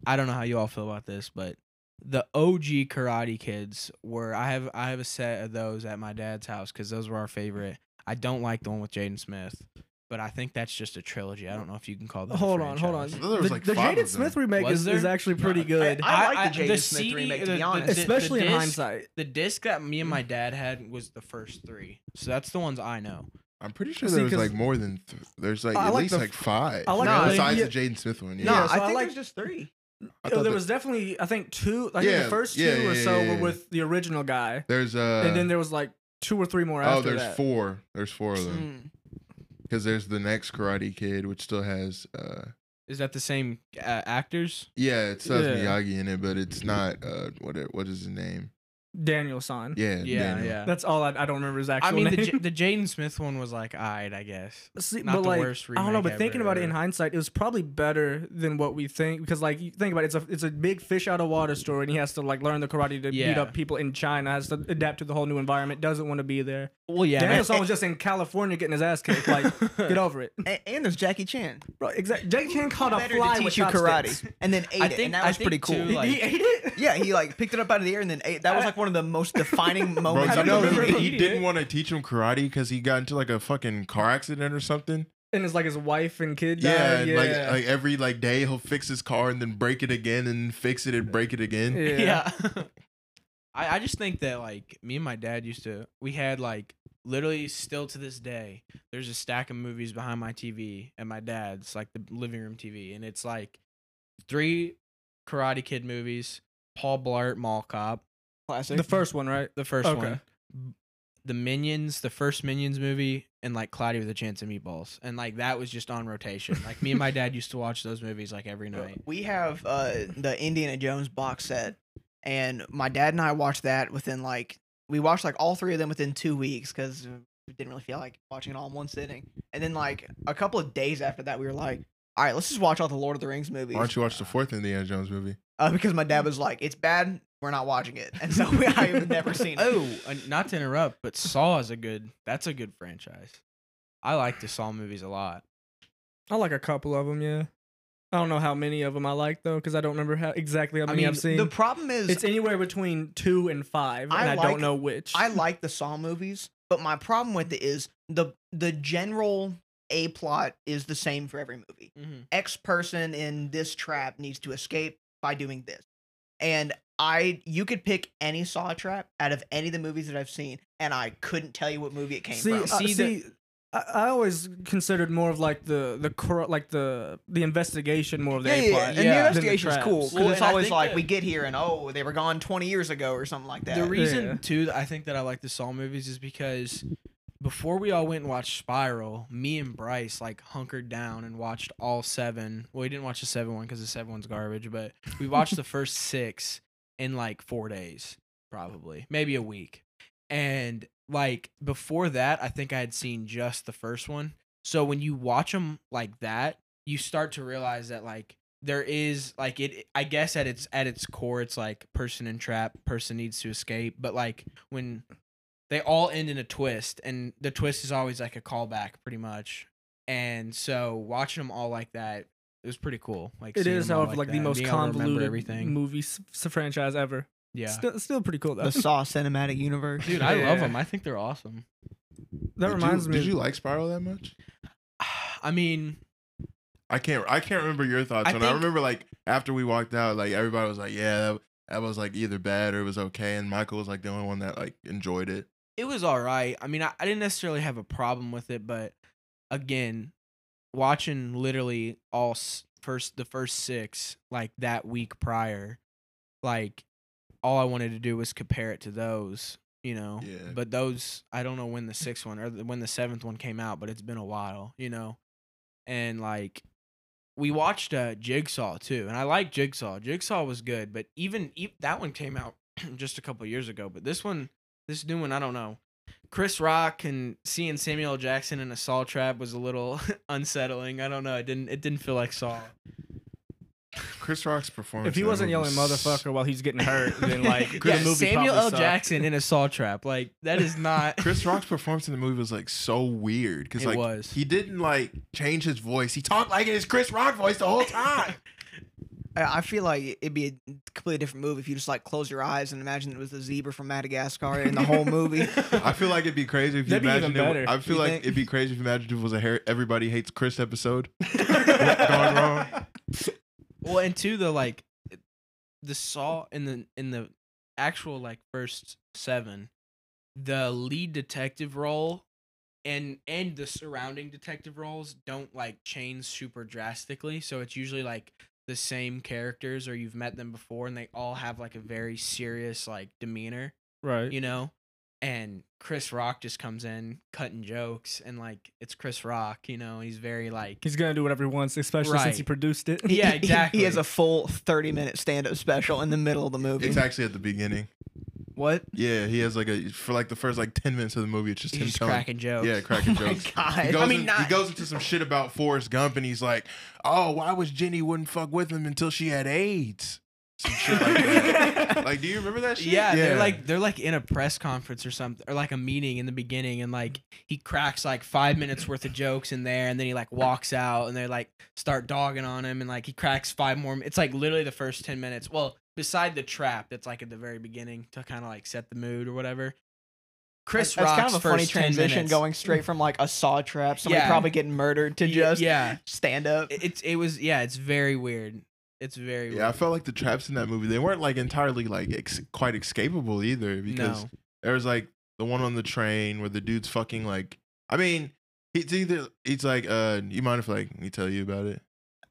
[SPEAKER 4] I don't know how you all feel about this, but the OG Karate Kids were. I have I have a set of those at my dad's house because those were our favorite. I don't like the one with Jaden Smith, but I think that's just a trilogy. I don't know if you can call that. a
[SPEAKER 2] Hold on, hold on.
[SPEAKER 4] franchise.
[SPEAKER 1] thought there was,
[SPEAKER 2] the
[SPEAKER 1] like,
[SPEAKER 2] the
[SPEAKER 1] five
[SPEAKER 2] Jaden
[SPEAKER 1] of them.
[SPEAKER 2] Smith remake
[SPEAKER 4] Was
[SPEAKER 2] is,
[SPEAKER 4] there?
[SPEAKER 2] is actually
[SPEAKER 3] No,
[SPEAKER 2] pretty
[SPEAKER 3] I-
[SPEAKER 2] good,
[SPEAKER 3] I like the Jaden Smith
[SPEAKER 4] CD
[SPEAKER 3] remake, to be honest. Mm.
[SPEAKER 4] the-
[SPEAKER 2] especially
[SPEAKER 4] the
[SPEAKER 2] in
[SPEAKER 4] disc-
[SPEAKER 2] hindsight.
[SPEAKER 4] The disc that me and my dad had was the first three, so that's the ones I know.
[SPEAKER 1] I'm pretty sure
[SPEAKER 2] See,
[SPEAKER 1] there was
[SPEAKER 2] 'cause-
[SPEAKER 1] like more than th- there's like
[SPEAKER 2] I
[SPEAKER 1] at
[SPEAKER 2] like
[SPEAKER 1] least
[SPEAKER 2] the-
[SPEAKER 1] like five.
[SPEAKER 2] I like
[SPEAKER 3] No, the-
[SPEAKER 1] besides
[SPEAKER 2] yeah.
[SPEAKER 1] the Jaden Smith one. Yeah,
[SPEAKER 3] No,
[SPEAKER 2] Yeah, so
[SPEAKER 3] I
[SPEAKER 2] I
[SPEAKER 3] think
[SPEAKER 2] like-
[SPEAKER 3] there's just three.
[SPEAKER 1] I
[SPEAKER 2] Oh,
[SPEAKER 1] thought
[SPEAKER 2] there
[SPEAKER 1] that-
[SPEAKER 2] was definitely, I think, two. I think
[SPEAKER 1] Yeah,
[SPEAKER 2] the first
[SPEAKER 1] yeah,
[SPEAKER 2] two
[SPEAKER 1] yeah,
[SPEAKER 2] or so
[SPEAKER 1] yeah, yeah.
[SPEAKER 2] were with the original guy,
[SPEAKER 1] there's uh
[SPEAKER 2] and then there was like two or three more
[SPEAKER 1] oh
[SPEAKER 2] after
[SPEAKER 1] there's
[SPEAKER 2] that.
[SPEAKER 1] four there's four of them
[SPEAKER 3] Mm.
[SPEAKER 1] because there's the next Karate Kid which still has uh
[SPEAKER 4] Is that the same uh, actors?
[SPEAKER 1] yeah it still has
[SPEAKER 2] Yeah.
[SPEAKER 1] Miyagi in it but it's not uh what it- what is his name
[SPEAKER 2] Daniel San.
[SPEAKER 1] yeah
[SPEAKER 4] Yeah,
[SPEAKER 1] Daniel.
[SPEAKER 4] yeah.
[SPEAKER 2] That's all I, I don't remember his actual
[SPEAKER 4] I mean, the
[SPEAKER 2] name.
[SPEAKER 4] (laughs) J- the Jaden Smith one was like, all right, I guess.
[SPEAKER 2] See,
[SPEAKER 4] Not
[SPEAKER 2] but
[SPEAKER 4] the
[SPEAKER 2] like,
[SPEAKER 4] worst
[SPEAKER 2] I don't know,
[SPEAKER 4] remake
[SPEAKER 2] but thinking
[SPEAKER 4] ever,
[SPEAKER 2] about it in
[SPEAKER 4] or-
[SPEAKER 2] hindsight, it was probably better than what we think because, like, you think about it, it's a it's a big fish out of water story, and he has to like learn the karate to beat
[SPEAKER 4] Yeah.
[SPEAKER 2] up people in China, has to adapt to the whole new environment, doesn't want to be there.
[SPEAKER 4] Well, yeah,
[SPEAKER 2] Daniel San was just in California getting his ass kicked. Like, get over it,
[SPEAKER 3] And, and there's Jackie Chan.
[SPEAKER 2] bro. Exactly. Jackie Chan caught a
[SPEAKER 3] Better to
[SPEAKER 2] fly
[SPEAKER 3] teach
[SPEAKER 2] with
[SPEAKER 3] you
[SPEAKER 2] chopsticks.
[SPEAKER 3] karate, and then ate
[SPEAKER 4] I
[SPEAKER 3] it,
[SPEAKER 4] think-
[SPEAKER 3] and that
[SPEAKER 4] I
[SPEAKER 3] was pretty
[SPEAKER 4] think,
[SPEAKER 3] cool. (laughs)
[SPEAKER 4] too,
[SPEAKER 2] He,
[SPEAKER 4] Like-
[SPEAKER 2] he ate it.
[SPEAKER 3] yeah, he like picked it up out of the air and then ate. That was like one of the most defining
[SPEAKER 1] Bro,
[SPEAKER 3] moments
[SPEAKER 1] you
[SPEAKER 2] don't
[SPEAKER 3] of
[SPEAKER 1] Oh, know
[SPEAKER 3] the
[SPEAKER 2] remember
[SPEAKER 1] he,
[SPEAKER 3] movie.
[SPEAKER 2] him
[SPEAKER 1] he
[SPEAKER 2] eating
[SPEAKER 1] didn't
[SPEAKER 2] it.
[SPEAKER 1] want to teach him karate because he got into like a fucking car accident or something.
[SPEAKER 2] And it's like his wife and kid.
[SPEAKER 1] Yeah,
[SPEAKER 2] died.
[SPEAKER 1] and,
[SPEAKER 2] yeah.
[SPEAKER 1] like like every like day he'll fix his car and then break it again and fix it and break it again.
[SPEAKER 2] yeah.
[SPEAKER 4] (laughs) yeah. (laughs) I, I just think that like me and my dad used to we had like literally still to this day there's a stack of movies behind my TV and my dad's like the living room TV and it's like three Karate Kid movies, Paul Blart Mall Cop,
[SPEAKER 3] Classic.
[SPEAKER 2] The first one, right?
[SPEAKER 4] the first
[SPEAKER 2] Okay.
[SPEAKER 4] one, b- the Minions, the first Minions movie, and like Cloudy with a Chance of Meatballs, and like that was just on rotation. Like me and my dad used to watch those movies like every (laughs) night.
[SPEAKER 3] We have uh, the Indiana Jones box set, and my dad and I watched that within like we watched like all three of them within two weeks because we didn't really feel like watching it all in one sitting. And then like a couple of days after that, we were like, "All right, let's just watch all the Lord of the Rings movies."
[SPEAKER 1] Why don't you watch the fourth Indiana Jones movie?
[SPEAKER 3] Uh, because my dad was like, "It's bad. We're not watching it," and so (laughs) we, I have never seen it.
[SPEAKER 4] Oh, and not to interrupt, but Saw is a good. That's a good franchise. I like the Saw movies a lot.
[SPEAKER 2] I like a couple of them. Yeah. I don't know how many of them I like though, because I don't remember how exactly how many I
[SPEAKER 4] mean,
[SPEAKER 2] have seen.
[SPEAKER 3] The problem is,
[SPEAKER 2] It's anywhere between two and five,
[SPEAKER 3] I
[SPEAKER 2] and I,
[SPEAKER 3] like-
[SPEAKER 2] don't know which.
[SPEAKER 3] I like the Saw movies, but my problem with it is the the general a plot is the same for every movie.
[SPEAKER 4] Mm-hmm.
[SPEAKER 3] X person in this trap needs to escape by doing this. And I you could pick any saw trap out of any of the movies that I've seen, and I couldn't tell you what movie it came
[SPEAKER 2] see,
[SPEAKER 3] from.
[SPEAKER 2] uh,
[SPEAKER 4] See
[SPEAKER 2] see,
[SPEAKER 4] the-
[SPEAKER 2] I, I always considered more of like the the cor- like the the investigation more of the
[SPEAKER 3] yeah,
[SPEAKER 2] A
[SPEAKER 3] yeah, yeah.
[SPEAKER 2] plot
[SPEAKER 3] And
[SPEAKER 2] than
[SPEAKER 4] yeah.
[SPEAKER 3] the
[SPEAKER 4] Then the
[SPEAKER 3] investigation's cool because
[SPEAKER 4] Well,
[SPEAKER 3] it's
[SPEAKER 4] and I
[SPEAKER 3] always
[SPEAKER 4] think
[SPEAKER 3] like
[SPEAKER 4] that-
[SPEAKER 3] we get here and oh they were gone 20 years ago or something like that.
[SPEAKER 4] The reason
[SPEAKER 2] Yeah.
[SPEAKER 4] too that I think that I like the Saw movies is because before we all went and watched Spiral, me and Bryce like hunkered down and watched all seven. Well, we didn't watch the seven one because the seven one's garbage, but we watched the first six in like four days, probably maybe a week. And like before that, I think I had seen just the first one. So when you watch them like that, you start to realize that like there is like it i guess at its at its core it's like person in trap person needs to escape but like when they all end in a twist and the twist is always like a callback pretty much and so watching them all like that it was pretty cool like
[SPEAKER 2] It
[SPEAKER 4] seeing
[SPEAKER 2] is,
[SPEAKER 4] them all
[SPEAKER 2] however, like
[SPEAKER 4] that
[SPEAKER 2] the
[SPEAKER 4] and
[SPEAKER 2] most
[SPEAKER 4] being able to remember
[SPEAKER 2] convoluted
[SPEAKER 4] everything
[SPEAKER 2] movie s- s- franchise ever.
[SPEAKER 4] yeah
[SPEAKER 2] Still, still pretty cool though.
[SPEAKER 3] the Saw cinematic universe.
[SPEAKER 4] dude i love
[SPEAKER 2] Yeah.
[SPEAKER 4] them i think they're awesome
[SPEAKER 2] That
[SPEAKER 1] Did you-
[SPEAKER 2] reminds me.
[SPEAKER 1] Did you like Spiral that much?
[SPEAKER 4] (sighs) i mean
[SPEAKER 1] I can't. I can't remember your thoughts.
[SPEAKER 4] I
[SPEAKER 1] on it. I
[SPEAKER 4] think-
[SPEAKER 1] remember like after we walked out, like everybody was like, "Yeah, that, that was like either bad or it was okay." And Michael was like the only one that like enjoyed it.
[SPEAKER 4] it was all right. I mean, I, I didn't necessarily have a problem with it, but again, watching literally all s- first the first six like that week prior, like all I wanted to do was compare it to those, you know.
[SPEAKER 1] Yeah.
[SPEAKER 4] But those, I don't know when the sixth one or the, when the seventh one came out, but it's been a while, you know. And like we watched uh, Jigsaw too, and I like Jigsaw. Jigsaw was good, but even e- that one came out (clears throat) just a couple years ago. But this one, this new one, I don't know. Chris Rock and seeing Samuel L. Jackson in a Saw trap was a little (laughs) unsettling. I don't know. It didn't. It didn't feel like Saw.
[SPEAKER 1] Chris Rock's performance.
[SPEAKER 2] if he
[SPEAKER 1] in that
[SPEAKER 2] wasn't
[SPEAKER 1] movie
[SPEAKER 2] yelling
[SPEAKER 1] was-
[SPEAKER 2] motherfucker while he's getting hurt, then like
[SPEAKER 4] (laughs) yeah,
[SPEAKER 2] the movie
[SPEAKER 4] Samuel
[SPEAKER 2] probably
[SPEAKER 4] L.
[SPEAKER 2] sucked. (laughs)
[SPEAKER 4] Jackson in a Saw trap. Like that (laughs) is not.
[SPEAKER 1] Chris Rock's performance in the movie was like so weird because
[SPEAKER 4] It
[SPEAKER 1] like
[SPEAKER 4] was.
[SPEAKER 1] he didn't like change his voice. He talked like it is Chris Rock voice the whole time.
[SPEAKER 3] I I feel like it'd be a completely different movie if you just like close your eyes and imagine it was the zebra from Madagascar in the whole
[SPEAKER 4] (laughs)
[SPEAKER 2] (laughs)
[SPEAKER 3] movie.
[SPEAKER 1] I feel like it'd be crazy if you
[SPEAKER 2] That'd be even
[SPEAKER 1] imagined it.
[SPEAKER 2] better,
[SPEAKER 1] I feel
[SPEAKER 3] you
[SPEAKER 1] like
[SPEAKER 3] think?
[SPEAKER 1] it'd be crazy if you imagined it was a Harry, everybody hates Chris episode gone wrong.
[SPEAKER 4] well, and two the like, the Saw in the in the actual like first seven, the lead detective role, and and the surrounding detective roles don't like change super drastically. So it's usually like the same characters or you've met them before, and they all have like a very serious like demeanor.
[SPEAKER 2] Right.
[SPEAKER 4] you know and chris rock just comes in cutting jokes and like it's chris rock you know he's very like
[SPEAKER 2] He's gonna do whatever he wants, especially since he
[SPEAKER 4] Right.
[SPEAKER 2] produced (laughs) it.
[SPEAKER 4] Yeah,
[SPEAKER 3] He-
[SPEAKER 4] exactly.
[SPEAKER 3] He has a full 30 minute stand up special in the middle of the movie.
[SPEAKER 1] It's actually at the beginning.
[SPEAKER 3] What?
[SPEAKER 1] Yeah, he has like a for like the first like ten minutes of the movie, it's just
[SPEAKER 4] he's
[SPEAKER 1] him
[SPEAKER 4] just
[SPEAKER 1] telling.
[SPEAKER 4] cracking jokes
[SPEAKER 1] Yeah,
[SPEAKER 4] (laughs)
[SPEAKER 1] cracking
[SPEAKER 3] oh my
[SPEAKER 1] jokes.
[SPEAKER 3] God.
[SPEAKER 1] He goes,
[SPEAKER 3] I mean,
[SPEAKER 1] in-
[SPEAKER 3] not.
[SPEAKER 1] he goes into some shit about Forrest Gump, and he's like, "Oh, why was Jenny wouldn't fuck with him until she had AIDS?" Some shit like
[SPEAKER 2] (laughs)
[SPEAKER 1] that. like, do you remember that shit?
[SPEAKER 4] yeah, they're like they're like in a press conference or something, or like a meeting in the beginning, and like he cracks like five minutes worth of jokes in there, and then he like walks out, and they like start dogging on him, and like he cracks five more. It's like literally the first ten minutes. Well, beside the trap that's like at the very beginning to kind of like set the mood or whatever. Chris
[SPEAKER 3] That's that's
[SPEAKER 4] Rock's
[SPEAKER 3] kind of a funny
[SPEAKER 4] first 10
[SPEAKER 3] transition
[SPEAKER 4] minutes-
[SPEAKER 3] going straight from like a saw trap, somebody
[SPEAKER 4] Yeah.
[SPEAKER 3] probably getting murdered, to
[SPEAKER 4] Y-
[SPEAKER 3] just
[SPEAKER 4] yeah.
[SPEAKER 3] stand up.
[SPEAKER 4] It- it's it was yeah, it's very weird. It's very
[SPEAKER 1] yeah. I
[SPEAKER 4] weird.
[SPEAKER 1] felt like the traps in that movie they weren't like entirely like ex- quite escapable either because
[SPEAKER 4] no.
[SPEAKER 1] there was like the one on the train where the dude's fucking like. I mean, it's either it's like, uh, you mind if like me tell you about it?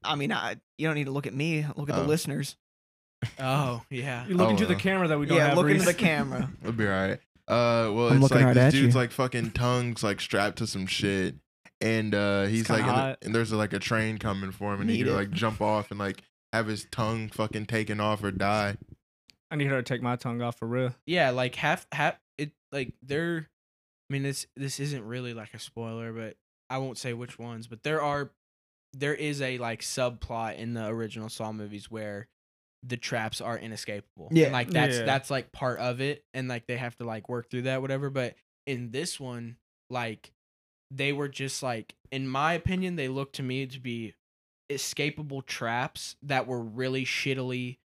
[SPEAKER 3] I mean, I, you don't need to look at me, look at
[SPEAKER 1] Oh.
[SPEAKER 3] the listeners.
[SPEAKER 4] Oh yeah.
[SPEAKER 2] You're looking
[SPEAKER 1] Oh,
[SPEAKER 2] to the
[SPEAKER 1] well.
[SPEAKER 2] camera that we don't
[SPEAKER 3] Yeah,
[SPEAKER 2] have.
[SPEAKER 3] look into
[SPEAKER 2] Reese.
[SPEAKER 3] the
[SPEAKER 4] (laughs)
[SPEAKER 3] camera.
[SPEAKER 1] It'll be all right. Uh, well,
[SPEAKER 3] I'm
[SPEAKER 1] it's
[SPEAKER 3] looking
[SPEAKER 1] like
[SPEAKER 3] right
[SPEAKER 1] this
[SPEAKER 3] at
[SPEAKER 1] dude's
[SPEAKER 3] you.
[SPEAKER 1] like fucking tongues like strapped to some shit, and uh, he's like,
[SPEAKER 2] kinda
[SPEAKER 1] in the-
[SPEAKER 2] hot.
[SPEAKER 1] and there's like a train coming for him, and he
[SPEAKER 3] Need
[SPEAKER 1] could
[SPEAKER 3] it.
[SPEAKER 1] like jump off and like have his tongue fucking taken off or die.
[SPEAKER 2] I need her to take my tongue off for real.
[SPEAKER 4] Yeah, like half half it like there I mean this this isn't really like a spoiler, but I won't say which ones, but there are there is a like subplot in the original Saw movies where the traps are inescapable.
[SPEAKER 3] Yeah.
[SPEAKER 4] And, like that's
[SPEAKER 2] Yeah.
[SPEAKER 4] that's like part of it and like they have to like work through that whatever, but in this one like they were just like in my opinion they looked to me to be escapable traps that were really shittily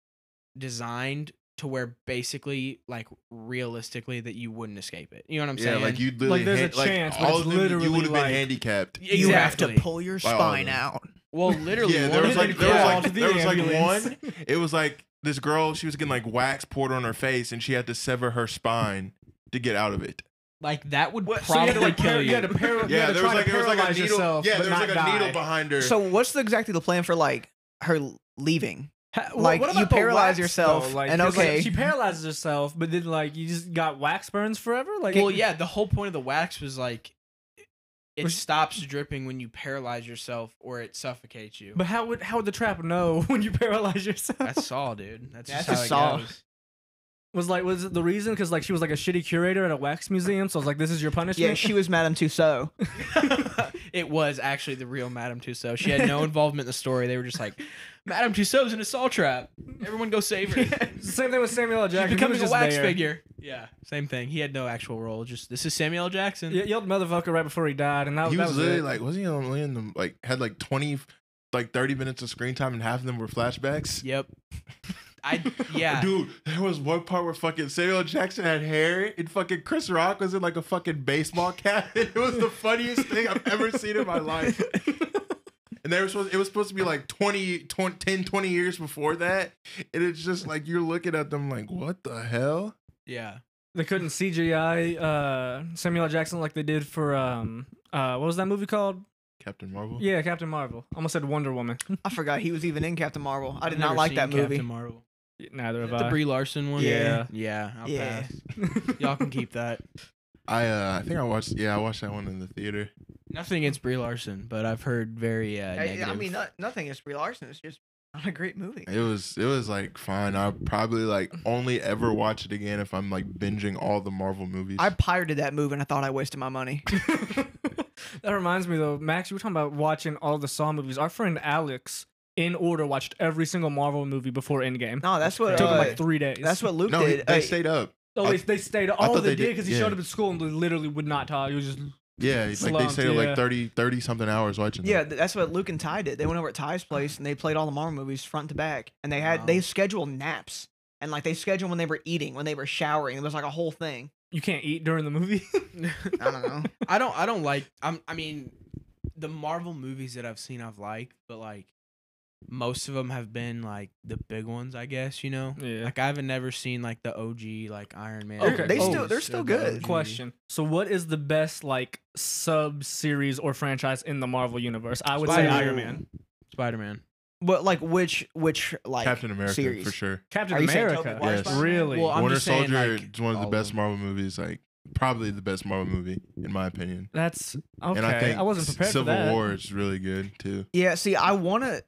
[SPEAKER 4] designed to where basically like realistically that you wouldn't escape it you know what i'm
[SPEAKER 1] yeah,
[SPEAKER 4] saying
[SPEAKER 1] like you literally
[SPEAKER 2] there's a
[SPEAKER 1] hand- like,
[SPEAKER 2] chance, but
[SPEAKER 1] all
[SPEAKER 2] it's
[SPEAKER 1] of them,
[SPEAKER 2] literally
[SPEAKER 1] you would have been
[SPEAKER 2] like-
[SPEAKER 1] handicapped.
[SPEAKER 4] exactly.
[SPEAKER 3] You have to pull your
[SPEAKER 1] By all
[SPEAKER 3] spine
[SPEAKER 1] of them.
[SPEAKER 3] out.
[SPEAKER 4] well literally
[SPEAKER 1] yeah,
[SPEAKER 4] one
[SPEAKER 1] there
[SPEAKER 4] of
[SPEAKER 1] was
[SPEAKER 4] them
[SPEAKER 1] like there was like
[SPEAKER 4] crawled
[SPEAKER 2] to the
[SPEAKER 1] there was
[SPEAKER 2] ambulance.
[SPEAKER 1] like one. It was like this girl. She was getting like wax poured on her face, and she had to sever her spine to get out of it.
[SPEAKER 4] Like that would
[SPEAKER 2] (laughs) What, so you
[SPEAKER 4] probably
[SPEAKER 2] had to like
[SPEAKER 4] kill
[SPEAKER 2] par-
[SPEAKER 4] you.
[SPEAKER 2] you had to par- you had
[SPEAKER 1] Yeah,
[SPEAKER 2] to
[SPEAKER 1] there was
[SPEAKER 2] try
[SPEAKER 1] like
[SPEAKER 2] to
[SPEAKER 1] there was like a
[SPEAKER 2] paralyze
[SPEAKER 1] needle.
[SPEAKER 2] yourself,
[SPEAKER 1] yeah,
[SPEAKER 2] but
[SPEAKER 1] there was like
[SPEAKER 2] not
[SPEAKER 1] a
[SPEAKER 2] die.
[SPEAKER 1] needle behind her.
[SPEAKER 3] So what's the, exactly the plan for like her l- leaving?
[SPEAKER 2] Ha- wh-
[SPEAKER 3] Like, you
[SPEAKER 2] about the
[SPEAKER 3] paralyze yourself, and
[SPEAKER 2] 'cause, like,
[SPEAKER 3] okay.
[SPEAKER 2] she paralyzes herself, but then like you just got wax burns forever. Like,
[SPEAKER 4] well, yeah, the whole point of the wax was like it- it
[SPEAKER 2] Was-
[SPEAKER 4] stops dripping when you paralyze yourself or it suffocates you.
[SPEAKER 2] But how would how would the trap know (laughs) when you paralyze yourself?
[SPEAKER 4] That's Saw, dude. That's,
[SPEAKER 3] That's
[SPEAKER 4] just
[SPEAKER 3] a
[SPEAKER 4] how
[SPEAKER 3] Saw.
[SPEAKER 4] it goes.
[SPEAKER 2] was like was it the reason because like she was like a shitty curator at a wax museum, so I was like, this is your punishment.
[SPEAKER 3] Yeah, she was Madame Tussauds.
[SPEAKER 4] (laughs) it was actually the real Madame Tussauds. She
[SPEAKER 3] (laughs)
[SPEAKER 4] had no involvement in the story. They were just like, Madame Tussauds in a Saw trap. Everyone go
[SPEAKER 3] (laughs)
[SPEAKER 4] save her.
[SPEAKER 2] (laughs) Same thing with Samuel L.
[SPEAKER 4] She's
[SPEAKER 2] Jackson. he was
[SPEAKER 4] becoming a
[SPEAKER 2] just
[SPEAKER 4] wax
[SPEAKER 2] there.
[SPEAKER 4] figure. Yeah, same thing. He had no actual role. Just this is Samuel L. Jackson.
[SPEAKER 2] Ye- yelled motherfucker right before he died, and that,
[SPEAKER 1] he was,
[SPEAKER 2] that was
[SPEAKER 1] literally
[SPEAKER 2] it.
[SPEAKER 1] like, wasn't he only in the like had like twenty, like thirty minutes of screen time, and half of them were flashbacks.
[SPEAKER 4] Yep.
[SPEAKER 3] (laughs)
[SPEAKER 4] I yeah.
[SPEAKER 1] Dude, there was one part where fucking Samuel L. Jackson had hair and fucking Chris Rock was in like a fucking baseball (laughs) cap. It was the funniest thing I've ever seen in my life. And they were supposed, it was supposed to be like 20, 20, 10, 20 years before that. And it's just like you're looking at them like, what the hell?
[SPEAKER 4] Yeah.
[SPEAKER 2] they couldn't CGI uh, Samuel L. Jackson like they did for um uh what was that movie called?
[SPEAKER 1] Captain Marvel?
[SPEAKER 2] Yeah, Captain Marvel. Almost said Wonder Woman. (laughs)
[SPEAKER 3] I forgot he was even in Captain Marvel. I
[SPEAKER 4] I've
[SPEAKER 3] did
[SPEAKER 4] never
[SPEAKER 3] not like
[SPEAKER 4] seen
[SPEAKER 3] that movie.
[SPEAKER 4] Captain Marvel.
[SPEAKER 2] Neither
[SPEAKER 4] Is
[SPEAKER 2] of
[SPEAKER 4] that the
[SPEAKER 2] I.
[SPEAKER 4] Brie Larson one?
[SPEAKER 3] Yeah.
[SPEAKER 4] Yeah. I'll
[SPEAKER 3] Yeah.
[SPEAKER 4] pass.
[SPEAKER 2] (laughs)
[SPEAKER 4] Y'all can keep that.
[SPEAKER 1] I uh, I think I watched, yeah, I watched that one in the theater.
[SPEAKER 4] Nothing against Brie Larson, but I've heard very uh,
[SPEAKER 3] I,
[SPEAKER 4] negative.
[SPEAKER 3] I mean, not, nothing is Brie Larson. It's just not a great movie.
[SPEAKER 1] It was, it was like fine. I'll probably like only ever watch it again if I'm like binging all the Marvel movies.
[SPEAKER 3] I pirated that movie and I thought I wasted my (laughs) money.
[SPEAKER 2] that reminds me though, Max, you were talking about watching all the Saw movies. Our friend Alex, in order, watched every single Marvel movie before Endgame.
[SPEAKER 3] No, that's what
[SPEAKER 2] It took him
[SPEAKER 3] uh,
[SPEAKER 2] like three days.
[SPEAKER 3] that's what Luke
[SPEAKER 1] no, he-
[SPEAKER 3] did.
[SPEAKER 1] they
[SPEAKER 3] Hey,
[SPEAKER 1] stayed up.
[SPEAKER 2] Oh, they,
[SPEAKER 1] I-
[SPEAKER 2] they stayed. All
[SPEAKER 1] thought
[SPEAKER 2] they
[SPEAKER 1] they
[SPEAKER 2] did
[SPEAKER 1] did-
[SPEAKER 2] because he
[SPEAKER 1] yeah.
[SPEAKER 2] showed up at school and literally would not talk. He was just
[SPEAKER 1] Yeah, like they
[SPEAKER 2] Slumped,
[SPEAKER 1] stayed up
[SPEAKER 2] yeah.
[SPEAKER 1] like 30, 30 something hours watching.
[SPEAKER 3] yeah,
[SPEAKER 1] that.
[SPEAKER 3] th- that's what Luke and Ty did. They went over at Ty's place and they played all the Marvel movies front to back. And they had
[SPEAKER 4] Wow.
[SPEAKER 3] they scheduled naps and like they scheduled when they were eating, when they were showering. It was like a whole thing.
[SPEAKER 2] you can't eat during the movie. (laughs)
[SPEAKER 3] I don't know.
[SPEAKER 4] I don't. I don't like. I'm. I mean, the Marvel movies that I've seen, I've liked, but like most of them have been like the big ones, I guess. You know,
[SPEAKER 2] yeah.
[SPEAKER 4] like I haven't never seen like the OG like Iron Man.
[SPEAKER 2] Okay. They still-
[SPEAKER 3] they're
[SPEAKER 4] movies
[SPEAKER 3] still
[SPEAKER 4] or the
[SPEAKER 3] good.
[SPEAKER 4] OG.
[SPEAKER 2] Question. So, what is the best like sub series or franchise in the Marvel universe? I would say
[SPEAKER 4] Spider-Man.
[SPEAKER 2] Iron Man,
[SPEAKER 4] Spider Man.
[SPEAKER 3] (laughs) But like which which like
[SPEAKER 1] Captain America
[SPEAKER 3] series.
[SPEAKER 1] for sure.
[SPEAKER 2] Captain
[SPEAKER 3] Are you saying
[SPEAKER 2] America.
[SPEAKER 3] Tobey Maguire
[SPEAKER 1] Yes.
[SPEAKER 3] Spider-Man?
[SPEAKER 2] Really?
[SPEAKER 4] Well, I'm
[SPEAKER 1] Winter
[SPEAKER 4] just saying,
[SPEAKER 1] Soldier
[SPEAKER 4] like,
[SPEAKER 1] is one of the
[SPEAKER 4] all of
[SPEAKER 1] best
[SPEAKER 4] them.
[SPEAKER 1] Marvel movies, like probably the best Marvel movie in my opinion.
[SPEAKER 2] That's okay.
[SPEAKER 1] And I think
[SPEAKER 2] I wasn't
[SPEAKER 1] S-
[SPEAKER 2] prepared
[SPEAKER 1] Civil
[SPEAKER 2] for that.
[SPEAKER 1] War is really good too.
[SPEAKER 3] Yeah, see, I wanna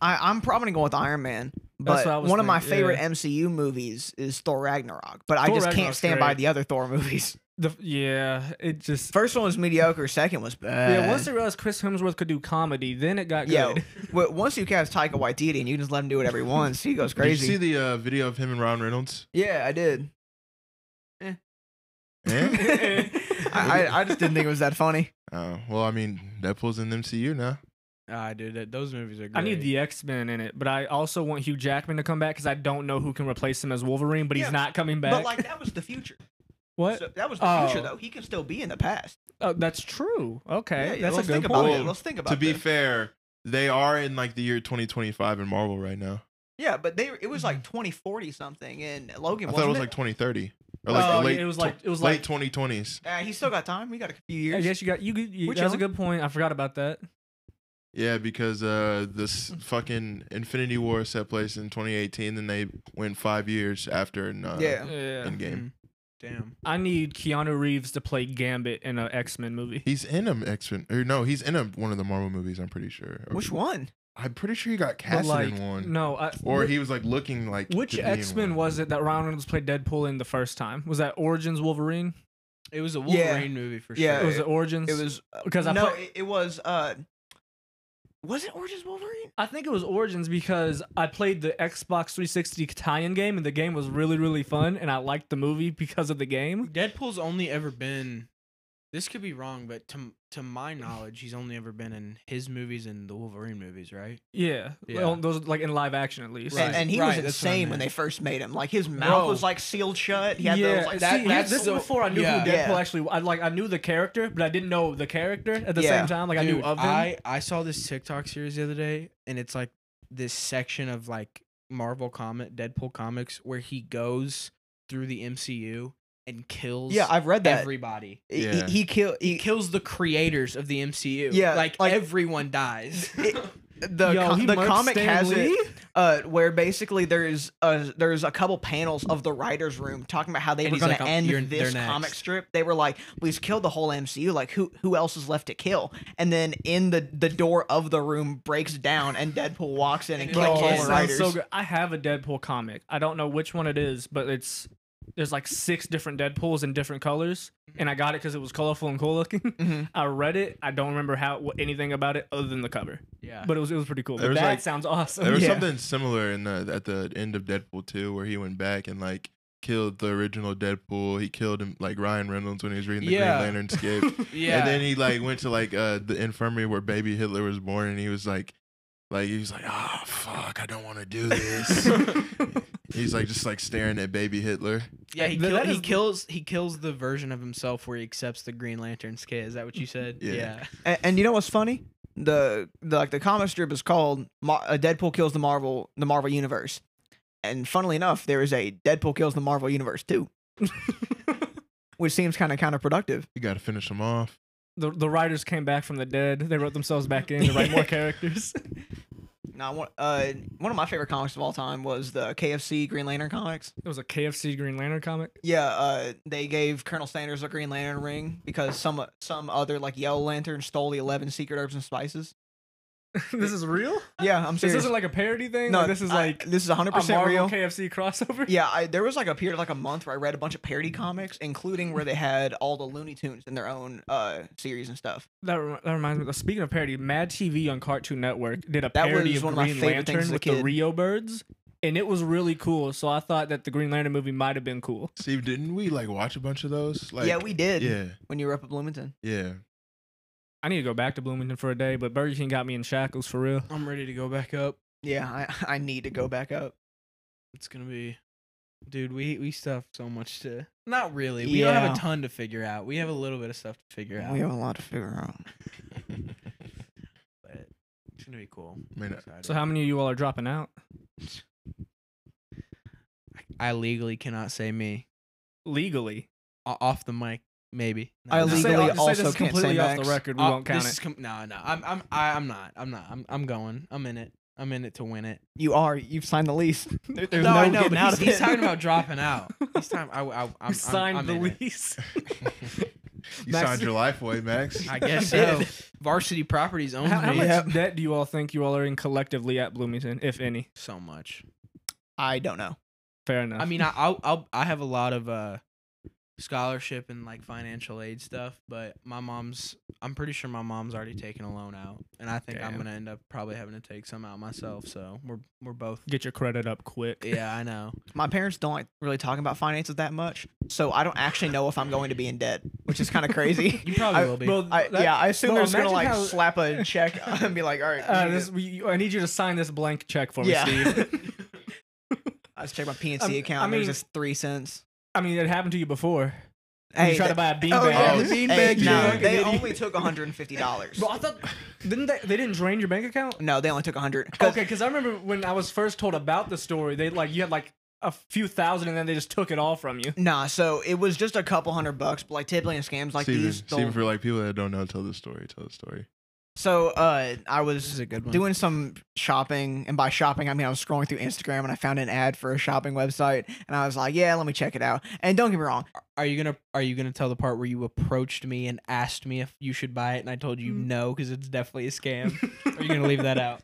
[SPEAKER 3] I, I'm probably going with Iron Man. But
[SPEAKER 2] what I was
[SPEAKER 3] one of my
[SPEAKER 2] thinking, yeah.
[SPEAKER 3] favorite MCU movies is Thor Ragnarok, but I
[SPEAKER 2] Thor
[SPEAKER 3] just can't
[SPEAKER 2] Ragnarok's
[SPEAKER 3] stand by
[SPEAKER 2] great.
[SPEAKER 3] the other Thor
[SPEAKER 2] (laughs)
[SPEAKER 3] movies.
[SPEAKER 2] The- yeah, it just.
[SPEAKER 3] First one was mediocre, second was bad.
[SPEAKER 2] yeah, once they realized Chris Hemsworth could do comedy, then it got
[SPEAKER 3] Yo,
[SPEAKER 2] good. (laughs)
[SPEAKER 3] w- once you cast Taika Waititi and you just let him do whatever he wants, he goes
[SPEAKER 1] Did
[SPEAKER 3] crazy.
[SPEAKER 1] you see the uh, video of him and Ron
[SPEAKER 2] (laughs)
[SPEAKER 1] Reynolds?
[SPEAKER 3] yeah, I did.
[SPEAKER 1] Eh?
[SPEAKER 3] I, (laughs) I, I just didn't think it was that funny.
[SPEAKER 1] uh, well, I mean, Deadpool's in the MCU now.
[SPEAKER 4] Ah, dude, that, those movies are. Great.
[SPEAKER 2] I need the X Men in it, but I also want Hugh Jackman to come back because I don't know who can replace him as Wolverine, but
[SPEAKER 3] Yeah,
[SPEAKER 2] he's not coming back.
[SPEAKER 3] But like that was the future.
[SPEAKER 2] what?
[SPEAKER 3] So, that was the
[SPEAKER 2] Oh.
[SPEAKER 3] future though. He can still be in the past.
[SPEAKER 2] oh, that's true. Okay,
[SPEAKER 3] Yeah, yeah,
[SPEAKER 2] that's
[SPEAKER 3] let's
[SPEAKER 2] a good
[SPEAKER 3] think about
[SPEAKER 1] point.
[SPEAKER 3] it. Let's think about
[SPEAKER 1] to be
[SPEAKER 3] this.
[SPEAKER 1] fair, they are in like the year 2025 in Marvel right now.
[SPEAKER 3] Yeah, but they it was like
[SPEAKER 2] Mm-hmm.
[SPEAKER 3] 2040 something and Logan
[SPEAKER 1] I
[SPEAKER 3] wasn't
[SPEAKER 1] thought it was
[SPEAKER 3] it?
[SPEAKER 1] like 2030 or like
[SPEAKER 2] Oh,
[SPEAKER 1] the
[SPEAKER 2] yeah,
[SPEAKER 1] late
[SPEAKER 2] it was like-
[SPEAKER 1] tw-
[SPEAKER 2] it was
[SPEAKER 1] late 2020s.
[SPEAKER 3] Uh, he's still got time. We got a few
[SPEAKER 2] I
[SPEAKER 3] years.
[SPEAKER 2] guess you got you. could- you
[SPEAKER 3] Which
[SPEAKER 2] that's
[SPEAKER 3] one?
[SPEAKER 2] a good point. I forgot about that.
[SPEAKER 1] Yeah, because uh, this fucking Infinity War set place in 2018, then they went five years after in, uh,
[SPEAKER 3] Yeah.
[SPEAKER 2] Yeah.
[SPEAKER 1] in game.
[SPEAKER 4] Mm-hmm. Damn.
[SPEAKER 2] I need Keanu Reeves to play Gambit in an X Men movie.
[SPEAKER 1] He's in a X Men, or no, he's in a, one of the Marvel movies. I'm pretty sure. Or-
[SPEAKER 3] Which one?
[SPEAKER 1] I'm pretty sure he got
[SPEAKER 2] But,
[SPEAKER 1] cast
[SPEAKER 2] like,
[SPEAKER 1] in one,
[SPEAKER 2] No, I,
[SPEAKER 1] or he was like looking like
[SPEAKER 2] which X Men was it that Ryan Reynolds played Deadpool in the first time? Was that Origins Wolverine?
[SPEAKER 4] It was a Wolverine movie for sure.
[SPEAKER 3] Yeah,
[SPEAKER 2] It was it Origins?
[SPEAKER 3] It was
[SPEAKER 2] because I
[SPEAKER 3] no.
[SPEAKER 2] play-
[SPEAKER 3] it, it was uh, was it Origins Wolverine?
[SPEAKER 2] I think it was Origins because I played the Xbox 360 tie-in game, and the game was really really fun, and I liked the movie because of the game.
[SPEAKER 4] Deadpool's only ever been. This could be wrong, but to to my knowledge, he's only ever been in his movies and the Wolverine movies, right?
[SPEAKER 2] Yeah,
[SPEAKER 4] Yeah.
[SPEAKER 2] Well, those like in live action at least.
[SPEAKER 4] Right.
[SPEAKER 3] And, and he
[SPEAKER 4] right,
[SPEAKER 3] was
[SPEAKER 4] that's what I
[SPEAKER 3] insane when they
[SPEAKER 4] meant.
[SPEAKER 3] first made him. Like his mouth
[SPEAKER 4] Bro.
[SPEAKER 3] was like sealed shut. He had
[SPEAKER 2] yeah,
[SPEAKER 3] those like
[SPEAKER 4] that-
[SPEAKER 2] see,
[SPEAKER 4] that's
[SPEAKER 2] this is
[SPEAKER 4] so-
[SPEAKER 2] before I knew
[SPEAKER 4] yeah.
[SPEAKER 2] who Deadpool
[SPEAKER 3] Yeah.
[SPEAKER 2] actually. I like I knew the character, but I didn't know the character at the
[SPEAKER 3] Yeah.
[SPEAKER 2] same time. Like I knew
[SPEAKER 4] Dude,
[SPEAKER 2] of him.
[SPEAKER 4] I, I saw this TikTok series the other day, and it's like this section of like Marvel comic, Deadpool comics, where he goes through the MCU and kills
[SPEAKER 3] Yeah, I've read that.
[SPEAKER 4] everybody.
[SPEAKER 3] He-
[SPEAKER 1] Yeah.
[SPEAKER 3] He, he killed.
[SPEAKER 4] (laughs) He kills the creators of the MCU.
[SPEAKER 3] Yeah,
[SPEAKER 4] like,
[SPEAKER 3] like-
[SPEAKER 4] everyone
[SPEAKER 2] (laughs)
[SPEAKER 4] dies. (laughs)
[SPEAKER 3] the
[SPEAKER 2] Yo,
[SPEAKER 3] co-
[SPEAKER 2] he
[SPEAKER 3] the
[SPEAKER 2] mugged
[SPEAKER 3] comic
[SPEAKER 2] Stan
[SPEAKER 3] has
[SPEAKER 2] Lee?
[SPEAKER 3] it uh, where basically there's a, there's a couple panels of the writers' room talking about how they
[SPEAKER 4] And
[SPEAKER 3] were
[SPEAKER 4] he's
[SPEAKER 3] going
[SPEAKER 4] like,
[SPEAKER 3] to
[SPEAKER 4] "Oh, you're-
[SPEAKER 3] end this
[SPEAKER 4] they're next."
[SPEAKER 3] comic strip. They were like, "We've killed the whole MCU. Like, who who else is left to kill?" And then in the the door of the room breaks down, and Deadpool walks in and
[SPEAKER 4] Bro,
[SPEAKER 3] kills all
[SPEAKER 2] it
[SPEAKER 3] the
[SPEAKER 4] sounds
[SPEAKER 2] sounds
[SPEAKER 3] writers.
[SPEAKER 2] so good. I have a Deadpool comic. I don't know which one it is, but it's there's like six different Deadpools in different colors,
[SPEAKER 3] Mm-hmm.
[SPEAKER 2] and I got it because it was colorful and cool looking. (laughs)
[SPEAKER 3] Mhm.
[SPEAKER 2] I read it. I don't remember how what, anything about it other than the cover,
[SPEAKER 4] yeah,
[SPEAKER 2] but it was it was pretty cool.
[SPEAKER 1] There
[SPEAKER 2] But
[SPEAKER 1] was,
[SPEAKER 2] that
[SPEAKER 1] like-
[SPEAKER 2] sounds
[SPEAKER 1] There
[SPEAKER 2] awesome.
[SPEAKER 1] was
[SPEAKER 3] Yeah.
[SPEAKER 1] something similar in the, at the end of Deadpool 2 where he went back and like killed the original Deadpool. He killed him like Ryan Reynolds when he was reading the
[SPEAKER 4] Yeah.
[SPEAKER 1] Green Lantern skip.
[SPEAKER 4] yeah.
[SPEAKER 1] And then he like went to like uh the infirmary where baby Hitler was born and he was like like he was like, "Ah, fuck, I don't want to do this."
[SPEAKER 2] (laughs)
[SPEAKER 1] He's like just like staring at baby Hitler.
[SPEAKER 4] yeah, he,
[SPEAKER 2] Th-
[SPEAKER 4] kill-
[SPEAKER 2] that
[SPEAKER 4] he
[SPEAKER 2] is-
[SPEAKER 4] kills he kills the version of himself where he accepts the Green Lantern's kid. Is that
[SPEAKER 2] Mm,
[SPEAKER 4] what you said?
[SPEAKER 1] Yeah.
[SPEAKER 3] And, and you know what's funny? The, the like the comic strip is called Mar- uh, Deadpool kills the Marvel the Marvel universe. And funnily enough, there is a Deadpool kills the Marvel universe
[SPEAKER 4] (laughs)
[SPEAKER 3] too, which seems kind of counterproductive.
[SPEAKER 1] You got to finish him off.
[SPEAKER 2] (laughs) the the writers came back from the dead. They wrote themselves back in to
[SPEAKER 3] (laughs)
[SPEAKER 2] write more characters.
[SPEAKER 3] Now, one, uh, one of my favorite comics of all time was the KFC Green Lantern comics.
[SPEAKER 2] It was a KFC Green Lantern comic. (laughs)
[SPEAKER 3] (laughs) Yeah, uh, they gave Colonel Sanders a Green Lantern ring because some some other like Yellow Lantern stole the eleven secret herbs and spices.
[SPEAKER 2] this is real.
[SPEAKER 3] Yeah, I'm
[SPEAKER 2] This
[SPEAKER 3] serious.
[SPEAKER 2] isn't like a parody thing.
[SPEAKER 3] no,
[SPEAKER 2] Like, this is
[SPEAKER 3] I-
[SPEAKER 2] like
[SPEAKER 3] this is 100
[SPEAKER 2] a
[SPEAKER 3] percent
[SPEAKER 2] Marvel
[SPEAKER 3] real.
[SPEAKER 2] KFC crossover.
[SPEAKER 3] Yeah, I, there was like a period, like a month, where I read a bunch of parody comics, including where
[SPEAKER 2] (laughs)
[SPEAKER 3] they had all the Looney Tunes in their own uh, series and stuff.
[SPEAKER 2] (laughs) That, rem- that reminds me. Speaking of parody, Mad TV on Cartoon Network did a
[SPEAKER 3] That
[SPEAKER 2] parody
[SPEAKER 3] was
[SPEAKER 2] of
[SPEAKER 3] one of my
[SPEAKER 2] Green
[SPEAKER 3] favorite
[SPEAKER 2] Lantern
[SPEAKER 3] things as a
[SPEAKER 2] with the
[SPEAKER 3] kid.
[SPEAKER 2] Rio Birds, and it was really cool. So I thought that the Green Lantern movie might have been cool.
[SPEAKER 1] Steve, didn't we like watch a bunch of those? Like
[SPEAKER 3] yeah, we did.
[SPEAKER 1] Yeah.
[SPEAKER 3] When you were up at Bloomington.
[SPEAKER 1] Yeah.
[SPEAKER 2] I need to go back to Bloomington for a day, but Burger King got me in shackles for real.
[SPEAKER 4] I'm ready to go back up.
[SPEAKER 3] Yeah, I, (laughs) I need to go back up.
[SPEAKER 4] It's gonna be, dude. We we still have so much to. Not really. We don't have
[SPEAKER 3] Yeah.
[SPEAKER 4] a ton to figure out. We have a little bit of stuff to figure out.
[SPEAKER 3] We have a lot to figure out.
[SPEAKER 4] (laughs) but it's gonna be cool.
[SPEAKER 1] I mean,
[SPEAKER 2] So how many of you all are dropping out?
[SPEAKER 4] I legally cannot say me
[SPEAKER 2] Legally,
[SPEAKER 4] O- off the mic. Maybe
[SPEAKER 3] I
[SPEAKER 4] no. (laughs)
[SPEAKER 2] Just
[SPEAKER 3] legally
[SPEAKER 2] say, just say
[SPEAKER 3] also
[SPEAKER 2] this is
[SPEAKER 3] can't say
[SPEAKER 2] completely off
[SPEAKER 3] Max.
[SPEAKER 2] the record. We
[SPEAKER 4] Uh,
[SPEAKER 2] won't count
[SPEAKER 4] this is
[SPEAKER 2] it.
[SPEAKER 4] com- no, no. I'm I'm I, I'm not. I'm not. I'm I'm going. I'm in it. I'm in it to win it.
[SPEAKER 3] You are. You've signed the lease. (laughs) There- there's
[SPEAKER 4] no,
[SPEAKER 3] no
[SPEAKER 4] I know.
[SPEAKER 3] getting
[SPEAKER 4] But
[SPEAKER 3] out
[SPEAKER 4] he's,
[SPEAKER 3] of
[SPEAKER 4] he's
[SPEAKER 3] it.
[SPEAKER 2] (laughs)
[SPEAKER 4] talking about dropping out. He's time. I, I, I'm, I'm,
[SPEAKER 2] You signed
[SPEAKER 4] I'm
[SPEAKER 2] the
[SPEAKER 4] in it.
[SPEAKER 2] lease.
[SPEAKER 3] (laughs)
[SPEAKER 1] you
[SPEAKER 2] Max-
[SPEAKER 1] signed your life away,
[SPEAKER 2] (laughs)
[SPEAKER 1] Max.
[SPEAKER 4] I guess
[SPEAKER 2] You
[SPEAKER 4] so. Varsity Properties owns
[SPEAKER 2] how, how
[SPEAKER 4] me
[SPEAKER 2] much
[SPEAKER 3] Yep.
[SPEAKER 2] debt do you all think you all are in collectively at Bloomington, if any?
[SPEAKER 4] so much.
[SPEAKER 3] I don't know.
[SPEAKER 2] Fair enough.
[SPEAKER 4] I mean, I I'll, I'll, I have a lot of uh scholarship and like financial aid stuff, but my mom's I'm pretty sure my mom's already taken a loan out, and I think I'm
[SPEAKER 2] Damn.
[SPEAKER 4] gonna end up probably having to take some out myself. So we're we're both.
[SPEAKER 2] get your credit up quick.
[SPEAKER 4] Yeah, I know.
[SPEAKER 3] My parents don't like really talking about finances that much, so I don't actually know if I'm going to be in debt, which is kind of crazy.
[SPEAKER 4] (laughs) You probably
[SPEAKER 3] I-
[SPEAKER 4] will be.
[SPEAKER 2] Bro,
[SPEAKER 3] I,
[SPEAKER 2] that-
[SPEAKER 3] yeah, I assume
[SPEAKER 2] bro,
[SPEAKER 3] they're just gonna
[SPEAKER 2] imagine
[SPEAKER 3] like
[SPEAKER 2] how-
[SPEAKER 3] slap a check (laughs) and be like, "All right,
[SPEAKER 2] Uh,
[SPEAKER 3] you
[SPEAKER 2] this, we, you- I need you to sign this blank check for me,
[SPEAKER 3] Yeah.
[SPEAKER 2] Steve. (laughs)
[SPEAKER 3] I just checked my PNC
[SPEAKER 2] I'm-
[SPEAKER 3] account.
[SPEAKER 2] um, I
[SPEAKER 3] and there's
[SPEAKER 2] mean-
[SPEAKER 3] just three cents.
[SPEAKER 2] I mean, it happened to you before. When
[SPEAKER 3] Hey,
[SPEAKER 2] you tried to
[SPEAKER 3] that-
[SPEAKER 2] buy a beanbag.
[SPEAKER 3] oh, yeah,
[SPEAKER 2] (laughs)
[SPEAKER 1] Oh,
[SPEAKER 3] the
[SPEAKER 1] hey, no,
[SPEAKER 3] beanbag. no,
[SPEAKER 1] you're
[SPEAKER 3] they only took 150 dollars.
[SPEAKER 2] Bro, I thought didn't they? They didn't drain your bank account.
[SPEAKER 3] No, they only took 100.
[SPEAKER 2] Okay, because I remember when I was first told about the story, they like you had like a few thousand, and then they just took it all from you.
[SPEAKER 3] Nah, so it was just a couple hundred bucks, but like typically in scams like
[SPEAKER 1] Steven,
[SPEAKER 3] these. they'll-
[SPEAKER 1] Steven, for like people that don't know, tell the story. Tell the story.
[SPEAKER 3] so uh, I
[SPEAKER 4] This
[SPEAKER 3] was
[SPEAKER 4] is a good one.
[SPEAKER 3] doing some shopping, and by shopping I mean I was scrolling through Instagram and I found an ad for a shopping website, and I was like, yeah, let me check it out. And don't get me wrong,
[SPEAKER 4] Are you gonna Are you gonna tell the part where you approached me and asked me if you should buy it, and I told you no because it's definitely a scam? (laughs) are you gonna leave that out?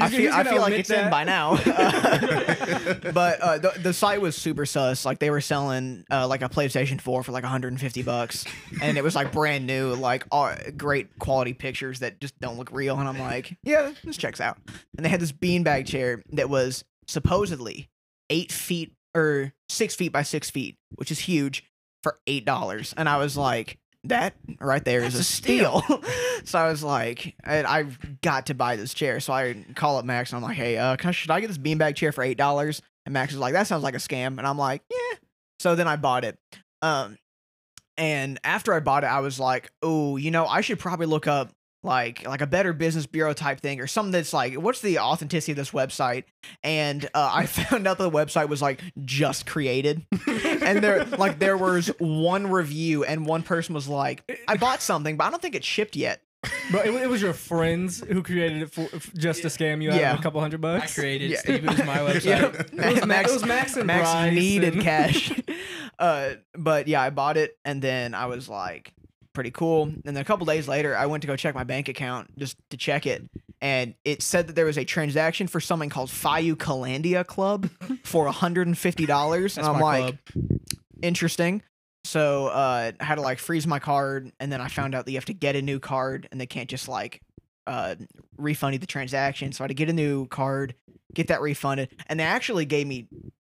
[SPEAKER 3] I
[SPEAKER 2] (laughs) He's-
[SPEAKER 3] feel,
[SPEAKER 2] he's
[SPEAKER 3] I
[SPEAKER 2] gonna
[SPEAKER 3] feel like
[SPEAKER 2] admit
[SPEAKER 3] it's in
[SPEAKER 2] that.
[SPEAKER 3] by (laughs) now.
[SPEAKER 2] (laughs)
[SPEAKER 3] (laughs) but uh, the, the site was super sus. Like they were selling uh, like a PlayStation 4 for like 150 bucks, and it was like brand new, like all, great quality pictures that just don't look real. And I'm like, yeah, this checks out. And they had this beanbag chair that was supposedly eight feet or six feet by six feet, which is huge for eight dollars. And I was like, that right there is
[SPEAKER 4] That's
[SPEAKER 3] a
[SPEAKER 4] a steal.
[SPEAKER 3] steal. (laughs) so I was like, I, I've got to buy this chair. So I call up Max and I'm like, hey, uh, can I- should I get this beanbag chair for eight dollars? And Max is like, that sounds like a scam. And I'm like, yeah. So then I bought it. Um, and after I bought it, I was like, oh, you know, I should probably look up like like a better business bureau type thing or something that's like what's the authenticity of this website and uh, i (laughs) found out that the website was like just created and there like there was one review and one person was like i bought something but i don't think it's shipped yet
[SPEAKER 2] But it, wa- it was your friends who created it for f- just to scam you out
[SPEAKER 3] Yeah.
[SPEAKER 2] of a couple
[SPEAKER 4] (laughs)
[SPEAKER 2] hundred
[SPEAKER 4] I
[SPEAKER 2] bucks.
[SPEAKER 3] (laughs)
[SPEAKER 4] created
[SPEAKER 3] Yeah.
[SPEAKER 4] Steve. It was (laughs) my website.
[SPEAKER 3] Yeah.
[SPEAKER 2] (laughs) It was Max, it was Max and
[SPEAKER 3] Max
[SPEAKER 2] Bryce
[SPEAKER 3] needed
[SPEAKER 2] and- (laughs)
[SPEAKER 3] cash. uh, but yeah, I bought it, and then I was like, pretty cool. And then a couple days later, I went to go check my bank account just to check it, and it said that there was a transaction for something called Fayu Kalandia
[SPEAKER 2] (laughs)
[SPEAKER 3] Club for hundred and fifty dollars. and
[SPEAKER 4] That's
[SPEAKER 3] I'm
[SPEAKER 4] my
[SPEAKER 3] like,
[SPEAKER 4] club.
[SPEAKER 3] interesting. So uh, I had to like freeze my card, and then I found out that you have to get a new card, and they can't just like uh, refund you the transaction. So I had to get a new card, get that refunded, and they actually gave me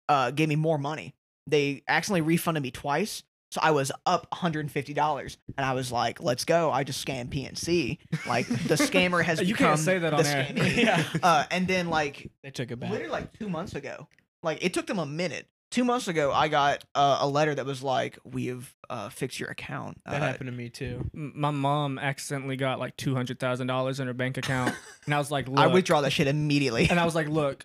[SPEAKER 3] uh, gave me more money. They accidentally refunded me twice, so I was up one hundred and fifty dollars, and I was like, "Let's go!" I just scammed PNC. Like the
[SPEAKER 2] (laughs)
[SPEAKER 3] scammer has
[SPEAKER 2] You
[SPEAKER 3] become
[SPEAKER 2] can't say that
[SPEAKER 3] the
[SPEAKER 2] on air. (laughs)
[SPEAKER 3] scammy.
[SPEAKER 4] yeah.
[SPEAKER 3] Uh, and then like
[SPEAKER 4] They took it back.
[SPEAKER 3] literally like two months ago. Like it took them a minute. Two months ago, I got uh, a letter that was like, "We have uh, fixed your account."
[SPEAKER 4] That
[SPEAKER 3] uh,
[SPEAKER 4] happened to me too.
[SPEAKER 2] M- My mom accidentally got like two hundred thousand dollars in her bank account, and I was like,
[SPEAKER 3] (laughs)
[SPEAKER 2] Look.
[SPEAKER 3] I withdraw that shit immediately.
[SPEAKER 2] And I was like, Look,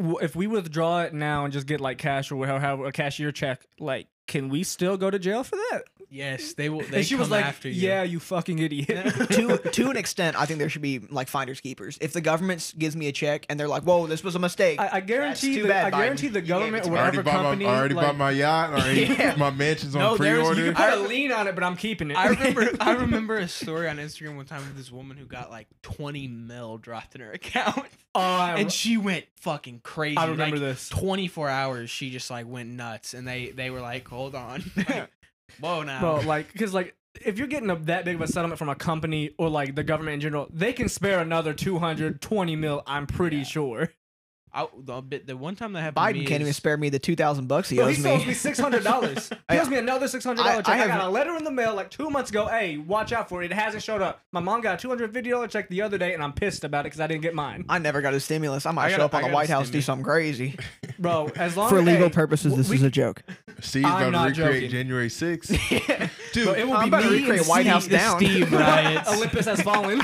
[SPEAKER 2] w- if we withdraw it now and just get like cash or however a cashier check, like, can we still go to jail for that?
[SPEAKER 4] Yes, they will. They
[SPEAKER 2] and she
[SPEAKER 4] come
[SPEAKER 2] was like,
[SPEAKER 4] after you.
[SPEAKER 2] Yeah, you fucking
[SPEAKER 3] (laughs)
[SPEAKER 2] idiot.
[SPEAKER 3] to to an extent, I think there should be like finders keepers. If the government s- gives me a check and they're like, "Whoa, this was a mistake,"
[SPEAKER 2] I, I guarantee
[SPEAKER 3] too
[SPEAKER 2] the,
[SPEAKER 3] bad,
[SPEAKER 2] I guarantee
[SPEAKER 3] Biden.
[SPEAKER 2] the
[SPEAKER 3] You gave it
[SPEAKER 2] government
[SPEAKER 3] to
[SPEAKER 2] or
[SPEAKER 3] me.
[SPEAKER 1] I already,
[SPEAKER 2] whatever
[SPEAKER 1] bought
[SPEAKER 2] company
[SPEAKER 1] my, I already
[SPEAKER 2] like,
[SPEAKER 1] bought my yacht. I already
[SPEAKER 3] Yeah.
[SPEAKER 1] my mansion's on
[SPEAKER 4] No, there's- you
[SPEAKER 1] pre-order.
[SPEAKER 2] I had a lien on it, but I'm keeping it. (laughs)
[SPEAKER 4] I remember. I remember a story on Instagram one time of this woman who got like 20 mil dropped in her (laughs) account,
[SPEAKER 2] Oh, I,
[SPEAKER 4] and she went fucking crazy.
[SPEAKER 2] I remember
[SPEAKER 4] Like,
[SPEAKER 2] this.
[SPEAKER 4] 24 hours, she just like went nuts, and they they were like, "Hold on, (laughs) Like, whoa now."
[SPEAKER 2] Bro, like, because like, if you're getting a, that big of a settlement from a company or like the government in general, they can spare another 220 mil. I'm pretty sure.
[SPEAKER 4] I, the, bit- the one time that happened, to
[SPEAKER 3] Biden
[SPEAKER 4] me
[SPEAKER 3] can't even
[SPEAKER 4] is-
[SPEAKER 3] spare me the two thousand bucks he
[SPEAKER 2] Bro, he
[SPEAKER 3] owes
[SPEAKER 2] sold me
[SPEAKER 3] me.
[SPEAKER 2] six
[SPEAKER 3] (laughs)
[SPEAKER 2] hundred dollars. he owes me another six hundred
[SPEAKER 3] I- I
[SPEAKER 2] dollars check. I,
[SPEAKER 3] have-
[SPEAKER 2] got a letter in the mail like two months ago. Hey, watch out for it. It hasn't showed up. My mom got a two hundred fifty dollar check the other day, and I'm pissed about it because I didn't get mine.
[SPEAKER 3] I never got a stimulus. I might
[SPEAKER 4] I
[SPEAKER 3] show
[SPEAKER 4] gotta-
[SPEAKER 3] up on
[SPEAKER 4] I
[SPEAKER 3] the
[SPEAKER 4] gotta
[SPEAKER 3] White House do
[SPEAKER 4] stimulus.
[SPEAKER 3] something crazy
[SPEAKER 2] Bro, as long
[SPEAKER 3] for
[SPEAKER 2] as,
[SPEAKER 3] legal
[SPEAKER 2] hey,
[SPEAKER 3] purposes. This
[SPEAKER 2] we-
[SPEAKER 3] is a joke.
[SPEAKER 1] Steve's
[SPEAKER 2] I'm
[SPEAKER 1] about to
[SPEAKER 2] not
[SPEAKER 1] recreate
[SPEAKER 2] joking.
[SPEAKER 1] January 6th. Dude,
[SPEAKER 2] Bro, it will
[SPEAKER 3] I'm
[SPEAKER 2] be
[SPEAKER 3] about to
[SPEAKER 2] me
[SPEAKER 3] recreate
[SPEAKER 2] and
[SPEAKER 3] White
[SPEAKER 2] Steve-
[SPEAKER 3] House
[SPEAKER 4] the
[SPEAKER 3] down.
[SPEAKER 4] (laughs)
[SPEAKER 2] (laughs)
[SPEAKER 4] Steve riots.
[SPEAKER 2] Olympus
[SPEAKER 4] (laughs)
[SPEAKER 2] has fallen.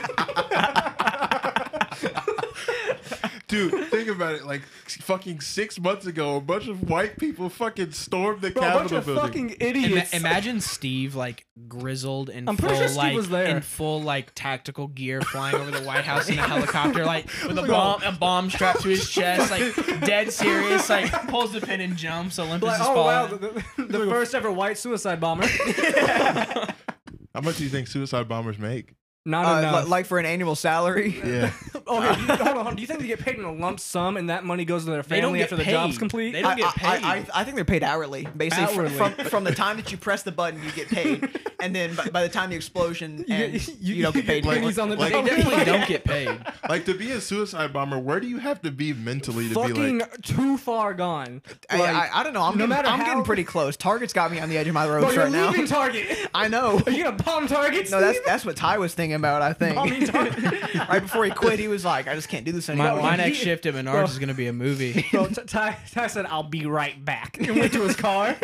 [SPEAKER 1] Dude, think about it. Like fucking six months ago, a bunch of white people fucking stormed the
[SPEAKER 2] Bro, a bunch
[SPEAKER 1] Capitol
[SPEAKER 2] of
[SPEAKER 1] building.
[SPEAKER 2] fucking
[SPEAKER 4] Ima-
[SPEAKER 2] idiots.
[SPEAKER 4] imagine Steve like grizzled and
[SPEAKER 2] I'm
[SPEAKER 4] full
[SPEAKER 2] pretty sure Steve
[SPEAKER 4] like
[SPEAKER 2] was there.
[SPEAKER 4] in full like tactical gear, flying over the White House in a helicopter,
[SPEAKER 2] (laughs)
[SPEAKER 4] like with a
[SPEAKER 2] oh.
[SPEAKER 1] Like,
[SPEAKER 4] bomb a bomb strapped to his chest, like dead serious, like pulls the pin and jumps. Olympus
[SPEAKER 2] Like,
[SPEAKER 4] is
[SPEAKER 2] oh wow,
[SPEAKER 4] falling.
[SPEAKER 2] the, the, the (laughs) first ever white suicide (laughs) bomber.
[SPEAKER 1] How much do you think suicide bombers make?
[SPEAKER 2] Not
[SPEAKER 3] Uh,
[SPEAKER 2] enough.
[SPEAKER 3] li- like for an annual salary.
[SPEAKER 1] Yeah.
[SPEAKER 2] Oh, (laughs) here, you, hold on, hold on. Do you think they get paid in a lump sum and that money goes to their
[SPEAKER 4] They don't
[SPEAKER 2] family
[SPEAKER 4] get
[SPEAKER 2] after the
[SPEAKER 4] paid.
[SPEAKER 2] job's complete?
[SPEAKER 4] They don't-
[SPEAKER 3] I-
[SPEAKER 4] get paid.
[SPEAKER 3] I, I, I think they're paid hourly, basically. fr-
[SPEAKER 2] Hourly.
[SPEAKER 3] From, from the time that you press the button, you get paid, (laughs) and then by, by the time the explosion
[SPEAKER 2] (laughs) You
[SPEAKER 3] ends,
[SPEAKER 2] get-
[SPEAKER 3] you, don't get paid.
[SPEAKER 1] like-
[SPEAKER 2] pennies on the (laughs)
[SPEAKER 1] like-
[SPEAKER 4] They
[SPEAKER 2] dollar.
[SPEAKER 4] definitely don't get paid.
[SPEAKER 1] (laughs) like to be a suicide bomber, where do you have to be mentally to be
[SPEAKER 2] Fucking
[SPEAKER 1] like
[SPEAKER 2] too far gone.
[SPEAKER 3] I,
[SPEAKER 2] Like,
[SPEAKER 3] I, I don't know. I'm,
[SPEAKER 2] no
[SPEAKER 3] getting,
[SPEAKER 2] matter
[SPEAKER 3] I'm getting
[SPEAKER 2] how-
[SPEAKER 3] pretty close. Target's got me on the edge of my
[SPEAKER 2] bro,
[SPEAKER 3] ropes
[SPEAKER 2] you're
[SPEAKER 3] right now.
[SPEAKER 2] leaving Target.
[SPEAKER 3] (laughs)
[SPEAKER 2] (laughs)
[SPEAKER 3] I know.
[SPEAKER 2] Are you gonna bomb Target?
[SPEAKER 3] No, that's
[SPEAKER 2] Steve?
[SPEAKER 3] that's what Ty was thinking about. I think.
[SPEAKER 2] Bombing (laughs) Target.
[SPEAKER 3] right before he quit, he was like, "I just can't do this
[SPEAKER 4] My,
[SPEAKER 3] anymore."
[SPEAKER 4] my
[SPEAKER 2] he-
[SPEAKER 4] next shift at Menards
[SPEAKER 2] bro.
[SPEAKER 4] is gonna be a
[SPEAKER 2] (laughs)
[SPEAKER 4] movie.
[SPEAKER 2] Bro, T- Ty, Ty said, "I'll be right (laughs) back," and went to his car.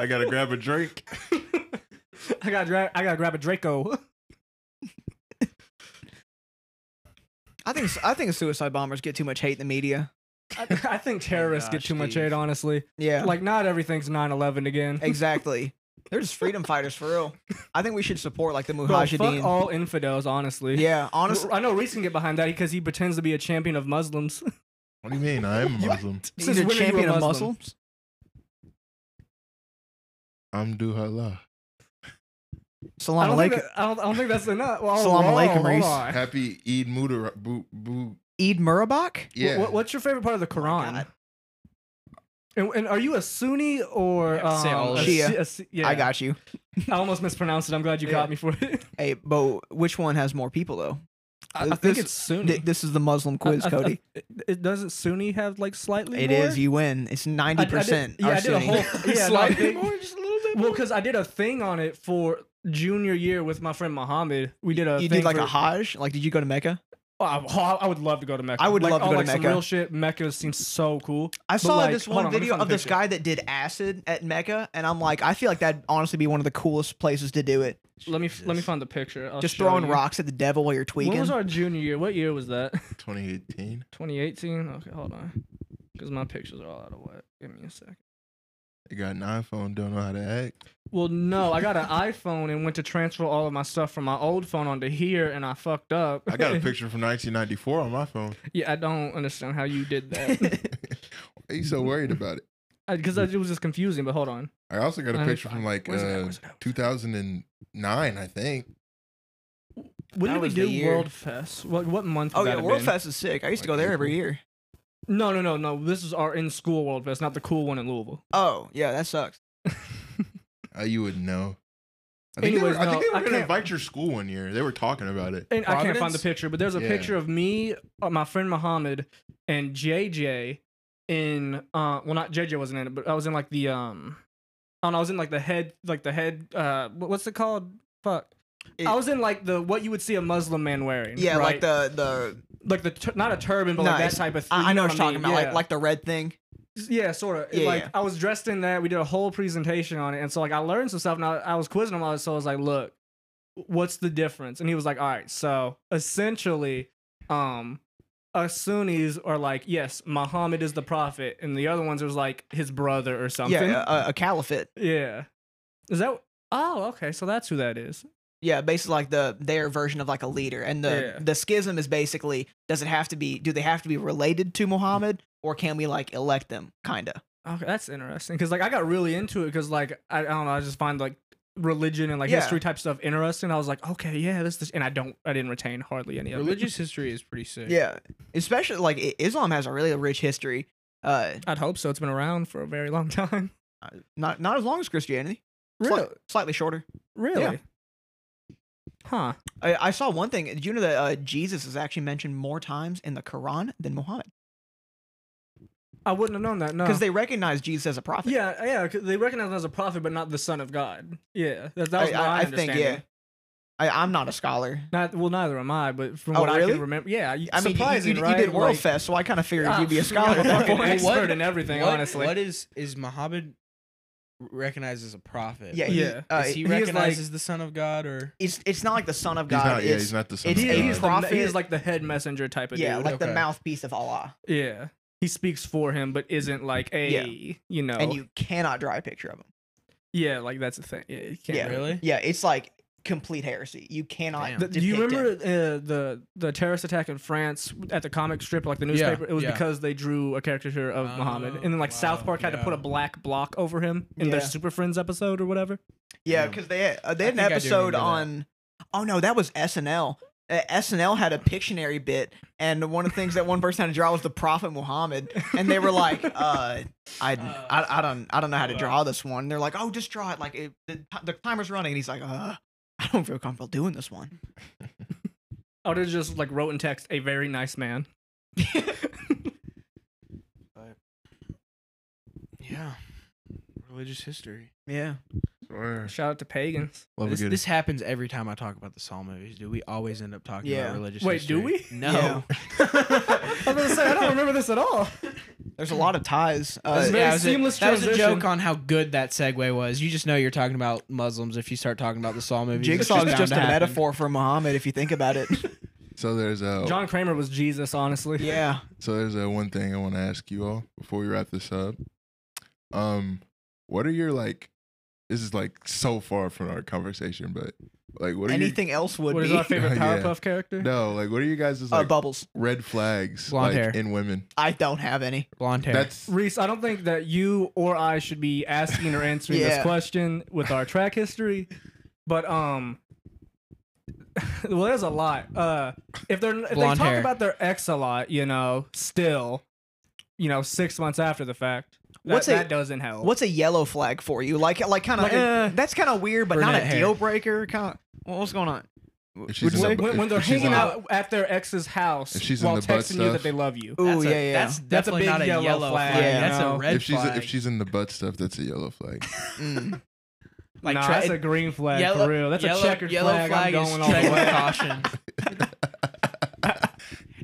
[SPEAKER 1] I gotta grab a drink?
[SPEAKER 2] I gotta, dra- I gotta grab a Draco.
[SPEAKER 3] I think I think suicide bombers get too much hate in the media.
[SPEAKER 2] I, I (laughs) think terrorists get
[SPEAKER 4] gosh,
[SPEAKER 2] too much
[SPEAKER 4] Steve.
[SPEAKER 2] hate, honestly.
[SPEAKER 3] Yeah,
[SPEAKER 2] Like, not everything's 9/11 again.
[SPEAKER 3] exactly. They're just freedom fighters for real. I think we should support like the
[SPEAKER 2] (laughs) Bro, fuck
[SPEAKER 3] Mujahideen.
[SPEAKER 2] all infidels, honestly.
[SPEAKER 3] yeah, honestly,
[SPEAKER 2] I know Reese can get behind that because he pretends to be a champion of Muslims. (laughs)
[SPEAKER 1] What do you mean? I am a Muslim.
[SPEAKER 3] he's
[SPEAKER 2] Since
[SPEAKER 3] a
[SPEAKER 2] when are you a
[SPEAKER 3] champion of
[SPEAKER 2] Muslim?
[SPEAKER 3] Muslims.
[SPEAKER 1] I'm Duhallah.
[SPEAKER 2] I
[SPEAKER 3] Salam
[SPEAKER 2] don't, think
[SPEAKER 3] alaikum.
[SPEAKER 2] that, I, don't, I don't think that's enough. Well,
[SPEAKER 3] Salaam
[SPEAKER 2] whoa,
[SPEAKER 3] alaikum,
[SPEAKER 2] hold
[SPEAKER 3] Reese.
[SPEAKER 2] on. Wh-
[SPEAKER 1] Happy Eid Mubarak. Boo, boo.
[SPEAKER 3] Eid Murabak?
[SPEAKER 1] Yeah.
[SPEAKER 2] wh- what's your favorite part of the Quran?
[SPEAKER 3] Oh God.
[SPEAKER 2] and, and are you a Sunni or
[SPEAKER 4] Yeah, say
[SPEAKER 2] um,
[SPEAKER 4] all
[SPEAKER 2] a
[SPEAKER 3] of
[SPEAKER 2] Si-
[SPEAKER 3] it.
[SPEAKER 2] a Si- yeah. (laughs)
[SPEAKER 3] I got you.
[SPEAKER 2] I almost mispronounced it. I'm glad you
[SPEAKER 3] Yeah.
[SPEAKER 2] caught me for it.
[SPEAKER 3] Hey, but which one has more people though?
[SPEAKER 2] I, I
[SPEAKER 3] Uh, This-
[SPEAKER 2] think it's Sunni.
[SPEAKER 3] Th- this is the Muslim
[SPEAKER 2] I- I-
[SPEAKER 3] quiz,
[SPEAKER 2] I-
[SPEAKER 3] Cody.
[SPEAKER 2] it doesn't Sunni have like slightly.
[SPEAKER 3] It is.
[SPEAKER 2] more?
[SPEAKER 3] You win. It's
[SPEAKER 2] I-
[SPEAKER 3] ninety
[SPEAKER 2] I did-
[SPEAKER 3] percent.
[SPEAKER 2] Yeah, I did
[SPEAKER 3] (laughs)
[SPEAKER 2] a whole yeah, no, I
[SPEAKER 4] Slightly
[SPEAKER 2] think-
[SPEAKER 4] more, just a little bit.
[SPEAKER 2] Well, because I did a thing on it for junior year with my friend Mohammed. We did a.
[SPEAKER 3] You
[SPEAKER 2] thing
[SPEAKER 3] did like
[SPEAKER 2] for,
[SPEAKER 3] a Hajj. Like, did you go to Mecca?
[SPEAKER 2] Oh, I, oh, I would love to go to Mecca.
[SPEAKER 3] I would
[SPEAKER 2] Like,
[SPEAKER 3] love to
[SPEAKER 2] oh,
[SPEAKER 3] go to
[SPEAKER 2] like some
[SPEAKER 3] Mecca.
[SPEAKER 2] real shit. Mecca seems so cool.
[SPEAKER 3] I
[SPEAKER 2] But,
[SPEAKER 3] saw
[SPEAKER 2] like,
[SPEAKER 3] this
[SPEAKER 2] hold
[SPEAKER 3] one
[SPEAKER 2] on, let me
[SPEAKER 3] video
[SPEAKER 2] find the
[SPEAKER 3] of this
[SPEAKER 2] picture.
[SPEAKER 3] guy that did acid at Mecca, and I'm like, I feel like that'd honestly be one of the coolest places to do it.
[SPEAKER 2] Let me let me
[SPEAKER 1] Jesus.
[SPEAKER 2] find the picture. I'll
[SPEAKER 3] Just
[SPEAKER 2] show
[SPEAKER 3] throwing
[SPEAKER 2] you.
[SPEAKER 3] rocks at the devil while you're
[SPEAKER 2] When
[SPEAKER 3] tweaking. (laughs)
[SPEAKER 2] was our junior year? What year was that? (laughs)
[SPEAKER 1] 2018.
[SPEAKER 2] 2018. Okay, hold on, because my pictures are all out of whack. Give me a second.
[SPEAKER 1] They got an iPhone. Don't know how to act.
[SPEAKER 2] Well, no,
[SPEAKER 3] (laughs)
[SPEAKER 2] I got an iPhone and went to transfer all of my stuff from my old phone onto here, and I fucked up.
[SPEAKER 1] I
[SPEAKER 2] (laughs)
[SPEAKER 1] got a picture from 1994 on my phone. (laughs)
[SPEAKER 2] yeah, I don't understand how you
[SPEAKER 3] (laughs)
[SPEAKER 2] did that
[SPEAKER 1] Why are you so worried about it?
[SPEAKER 2] because it was just confusing. But hold on,
[SPEAKER 1] I also got a
[SPEAKER 2] Let me
[SPEAKER 1] picture from
[SPEAKER 2] find-
[SPEAKER 1] like
[SPEAKER 2] where's it at?
[SPEAKER 1] uh,
[SPEAKER 2] Where's it at?
[SPEAKER 1] 2009, I think.
[SPEAKER 2] When
[SPEAKER 3] That
[SPEAKER 2] did we
[SPEAKER 3] was the
[SPEAKER 2] do
[SPEAKER 3] year.
[SPEAKER 2] World Fest? What what month?
[SPEAKER 3] oh
[SPEAKER 2] would
[SPEAKER 3] yeah,
[SPEAKER 2] that have
[SPEAKER 3] World
[SPEAKER 2] been?
[SPEAKER 3] Fest is sick. I used to go there every year.
[SPEAKER 2] No, no, no, no. This is our in school World Fest, not the cool one in Louisville.
[SPEAKER 3] Oh yeah, that sucks.
[SPEAKER 1] Uh, you would know. I think they
[SPEAKER 2] Anyways,
[SPEAKER 1] were, I
[SPEAKER 2] no,
[SPEAKER 1] think they
[SPEAKER 2] I
[SPEAKER 1] were going to
[SPEAKER 2] can't- Oh,
[SPEAKER 1] invite your school one year. They were talking about it.
[SPEAKER 2] And I can't find the
[SPEAKER 4] Providence?
[SPEAKER 2] picture, but there's a
[SPEAKER 1] Yeah.
[SPEAKER 2] picture of me, uh, my friend Muhammad, and JJ in uh well not JJ wasn't in it, but I was in like the um I don't know, I was in like the head like the head uh wh- what's it called? Fuck.
[SPEAKER 3] It-
[SPEAKER 2] I was in like the what you would see a Muslim man wearing.
[SPEAKER 3] Yeah,
[SPEAKER 2] right?
[SPEAKER 3] like the the
[SPEAKER 2] like the tur- not a turban, but like
[SPEAKER 3] Nice.
[SPEAKER 2] that type of thing.
[SPEAKER 3] I, I know what you're
[SPEAKER 2] I
[SPEAKER 3] talking
[SPEAKER 2] mean?
[SPEAKER 3] about.
[SPEAKER 2] Yeah.
[SPEAKER 3] Like like the red thing.
[SPEAKER 2] Yeah, sort of.
[SPEAKER 3] Yeah,
[SPEAKER 2] like
[SPEAKER 3] yeah.
[SPEAKER 2] I was dressed in that. We did a whole presentation on it, and so like I learned some stuff. And I, I was quizzing him on it, so I was like, "Look, what's the difference?" And he was like, "All right, so essentially, um, us Sunnis are like, yes, Muhammad is the prophet, and the other ones was like his brother or something.
[SPEAKER 3] Yeah, uh, a, a caliphate.
[SPEAKER 2] (laughs) Yeah. Is that? Oh, okay. So that's who that is.
[SPEAKER 3] Yeah, basically like the their version of like a leader. And the
[SPEAKER 2] Yeah.
[SPEAKER 3] the schism is basically does it have to be do they have to be related to Muhammad or can we like elect them kinda?
[SPEAKER 2] Okay, Oh, that's interesting. Because like I got really into it because like I, I don't know, I just find like religion and like
[SPEAKER 3] Yeah.
[SPEAKER 2] history type stuff interesting. I was like, okay, yeah, this, this and I don't, I didn't retain hardly any of it.
[SPEAKER 4] Religious history is pretty sick.
[SPEAKER 3] Yeah. Especially like I- Islam has a really rich history. Uh
[SPEAKER 2] I'd hope so. It's been around for a very long (laughs) time.
[SPEAKER 3] not not as long as Christianity. Slight- slightly shorter.
[SPEAKER 2] really?
[SPEAKER 3] Yeah.
[SPEAKER 2] Huh.
[SPEAKER 3] I, I saw one thing. Did you know that uh, Jesus is actually mentioned more times in the Quran than Muhammad?
[SPEAKER 2] I wouldn't have known that. No.
[SPEAKER 3] Because they recognize Jesus as a prophet.
[SPEAKER 2] yeah, yeah. 'cause They recognize him as a prophet, but not the son of God. Yeah, that, that
[SPEAKER 3] I-
[SPEAKER 2] was
[SPEAKER 3] I-
[SPEAKER 2] my
[SPEAKER 3] I think, yeah.
[SPEAKER 2] understanding.
[SPEAKER 3] I, I'm not a scholar.
[SPEAKER 2] Not, well, neither am I. But from
[SPEAKER 3] Oh,
[SPEAKER 2] what I
[SPEAKER 3] really?
[SPEAKER 2] can remember, yeah. you-
[SPEAKER 3] I mean, you- you,
[SPEAKER 2] surprising,
[SPEAKER 3] you
[SPEAKER 2] right?
[SPEAKER 3] did World
[SPEAKER 2] Like,
[SPEAKER 3] Fest, so I kind of figured
[SPEAKER 2] ah,
[SPEAKER 3] you'd be a
[SPEAKER 2] (laughs) yeah,
[SPEAKER 3] scholar at that (laughs)
[SPEAKER 2] fucking
[SPEAKER 3] point.
[SPEAKER 2] expert in everything,
[SPEAKER 4] what-
[SPEAKER 2] honestly.
[SPEAKER 4] What is is Muhammad recognized as a prophet?
[SPEAKER 3] Yeah,
[SPEAKER 4] Is
[SPEAKER 3] he-
[SPEAKER 2] Yeah.
[SPEAKER 3] uh,
[SPEAKER 4] he,
[SPEAKER 2] is
[SPEAKER 4] recognized
[SPEAKER 2] like-
[SPEAKER 4] as the son of God or?
[SPEAKER 3] it's it's not like the son of
[SPEAKER 1] He's
[SPEAKER 3] God.
[SPEAKER 1] not, yeah,
[SPEAKER 3] it's-
[SPEAKER 1] he's not the son of
[SPEAKER 3] it is-
[SPEAKER 2] He
[SPEAKER 1] God.
[SPEAKER 2] is, the,
[SPEAKER 3] prophet.
[SPEAKER 2] he is like the head messenger type of
[SPEAKER 3] yeah,
[SPEAKER 2] dude.
[SPEAKER 3] like the
[SPEAKER 4] okay.
[SPEAKER 3] mouthpiece of Allah,
[SPEAKER 2] yeah, he speaks for him, but isn't like a you know.
[SPEAKER 3] and you cannot draw a picture of him.
[SPEAKER 2] yeah, like that's the thing. Yeah, you can't
[SPEAKER 3] Yeah.
[SPEAKER 4] Really?
[SPEAKER 3] Yeah, it's like complete heresy. You cannot.
[SPEAKER 4] Damn.
[SPEAKER 2] The- do you
[SPEAKER 3] depict
[SPEAKER 2] remember
[SPEAKER 3] Him.
[SPEAKER 2] uh, the the terrorist attack in France at the comic strip, like the newspaper? it was
[SPEAKER 4] yeah.
[SPEAKER 2] because they drew a caricature of Muhammad, and then like
[SPEAKER 4] Oh,
[SPEAKER 2] South
[SPEAKER 4] wow,
[SPEAKER 2] Park had to put
[SPEAKER 4] yeah.
[SPEAKER 2] a black block over him in their
[SPEAKER 3] Yeah.
[SPEAKER 2] Super Friends episode or whatever.
[SPEAKER 3] Yeah,
[SPEAKER 4] Yeah.
[SPEAKER 3] because they had, uh, they
[SPEAKER 4] I
[SPEAKER 3] had an
[SPEAKER 4] think I do
[SPEAKER 3] episode
[SPEAKER 4] remember that.
[SPEAKER 3] on. Oh no, that was SNL. Uh, SNL had a Pictionary bit, and one of the things that one person had to draw was the Prophet Muhammad, and they were like,
[SPEAKER 4] (laughs)
[SPEAKER 3] uh, I,
[SPEAKER 4] Uh,
[SPEAKER 3] I, I don't, I don't know how to draw this one. And they're like, oh, just draw it. Like it, the, ti- the timer's running, and he's like, uh, I don't feel comfortable doing this one.
[SPEAKER 2] I would have just like wrote in text, "A very nice man."
[SPEAKER 4] Yeah. Religious history.
[SPEAKER 3] Yeah,
[SPEAKER 1] Swear.
[SPEAKER 2] Shout out to pagans.
[SPEAKER 1] Love
[SPEAKER 4] This,
[SPEAKER 1] a good
[SPEAKER 4] this happens every time I talk about the Saw movies, dude. We always end up talking
[SPEAKER 3] Yeah.
[SPEAKER 4] about religious
[SPEAKER 2] Wait, do
[SPEAKER 4] history.
[SPEAKER 2] we?
[SPEAKER 4] No.
[SPEAKER 2] (laughs) I was gonna say I don't remember this at all.
[SPEAKER 3] there's a lot of ties. Uh,
[SPEAKER 2] That's very
[SPEAKER 4] that was a-
[SPEAKER 2] seamless
[SPEAKER 4] that was a
[SPEAKER 2] transition.
[SPEAKER 4] joke on how good that segue was. You just know you're talking about Muslims if you start talking about the Saw movies. It's
[SPEAKER 3] Jigsaw is
[SPEAKER 4] bound
[SPEAKER 3] just a
[SPEAKER 4] to happen.
[SPEAKER 3] metaphor for Muhammad, if you think about
[SPEAKER 4] (laughs)
[SPEAKER 3] it.
[SPEAKER 1] So there's a
[SPEAKER 2] John Kramer was Jesus, honestly.
[SPEAKER 3] Oh. yeah,
[SPEAKER 1] so there's a one thing I want to ask you all before we wrap this up. Um, what are your like? This is like so far from our conversation, but like, what are your-
[SPEAKER 3] anything else would
[SPEAKER 2] What is
[SPEAKER 3] be
[SPEAKER 2] our
[SPEAKER 3] (laughs)
[SPEAKER 2] favorite
[SPEAKER 1] Yeah.
[SPEAKER 2] Powerpuff character?
[SPEAKER 1] (laughs) no, like, what are you guys'
[SPEAKER 3] uh,
[SPEAKER 1] like
[SPEAKER 3] bubbles.
[SPEAKER 1] red flags like,
[SPEAKER 4] Blonde hair.
[SPEAKER 1] in women?
[SPEAKER 3] I don't have any.
[SPEAKER 4] Blonde hair.
[SPEAKER 1] That's
[SPEAKER 2] Reese, I don't think that you or I should be asking or answering this
[SPEAKER 3] Yeah.
[SPEAKER 2] question with our track history, but um, (laughs) well, there's a lot. Uh, if they're if they
[SPEAKER 4] Blonde
[SPEAKER 2] talk
[SPEAKER 4] hair.
[SPEAKER 2] about their ex a lot, you know, still, you know, six months after the fact, that,
[SPEAKER 3] What's a-
[SPEAKER 2] that doesn't help.
[SPEAKER 3] What's a yellow flag for you? Like, like kind of.
[SPEAKER 2] Like a-
[SPEAKER 3] that's kind of weird, but not a
[SPEAKER 4] Brunette hair.
[SPEAKER 3] deal breaker. Kind of. what's going on?
[SPEAKER 1] if she's in
[SPEAKER 2] when,
[SPEAKER 1] the-
[SPEAKER 2] when, when
[SPEAKER 1] if
[SPEAKER 2] they're
[SPEAKER 1] she's
[SPEAKER 2] hanging
[SPEAKER 1] in the-
[SPEAKER 2] out at their ex's house
[SPEAKER 1] If she's in
[SPEAKER 2] while
[SPEAKER 1] the butt
[SPEAKER 2] texting you
[SPEAKER 1] stuff.
[SPEAKER 2] that they love you.
[SPEAKER 3] Ooh,
[SPEAKER 4] That's a-
[SPEAKER 3] yeah, yeah.
[SPEAKER 4] That's
[SPEAKER 2] That's a
[SPEAKER 4] definitely
[SPEAKER 2] big
[SPEAKER 4] not a
[SPEAKER 2] yellow
[SPEAKER 4] yellow,
[SPEAKER 2] flag,
[SPEAKER 4] flag.
[SPEAKER 3] you
[SPEAKER 4] That's
[SPEAKER 2] know?
[SPEAKER 4] a red
[SPEAKER 1] if she's
[SPEAKER 4] flag.
[SPEAKER 1] if she's in the butt stuff, that's a yellow flag.
[SPEAKER 3] (laughs) Mm.
[SPEAKER 2] Like
[SPEAKER 4] Like
[SPEAKER 2] nah,
[SPEAKER 4] tra-
[SPEAKER 2] that's a green flag
[SPEAKER 4] Yellow-
[SPEAKER 2] for real. That's
[SPEAKER 4] yellow-
[SPEAKER 2] a checkered
[SPEAKER 4] yellow
[SPEAKER 2] flag. I'm
[SPEAKER 4] flag is
[SPEAKER 2] going all the
[SPEAKER 4] checkered
[SPEAKER 2] way.
[SPEAKER 4] caution.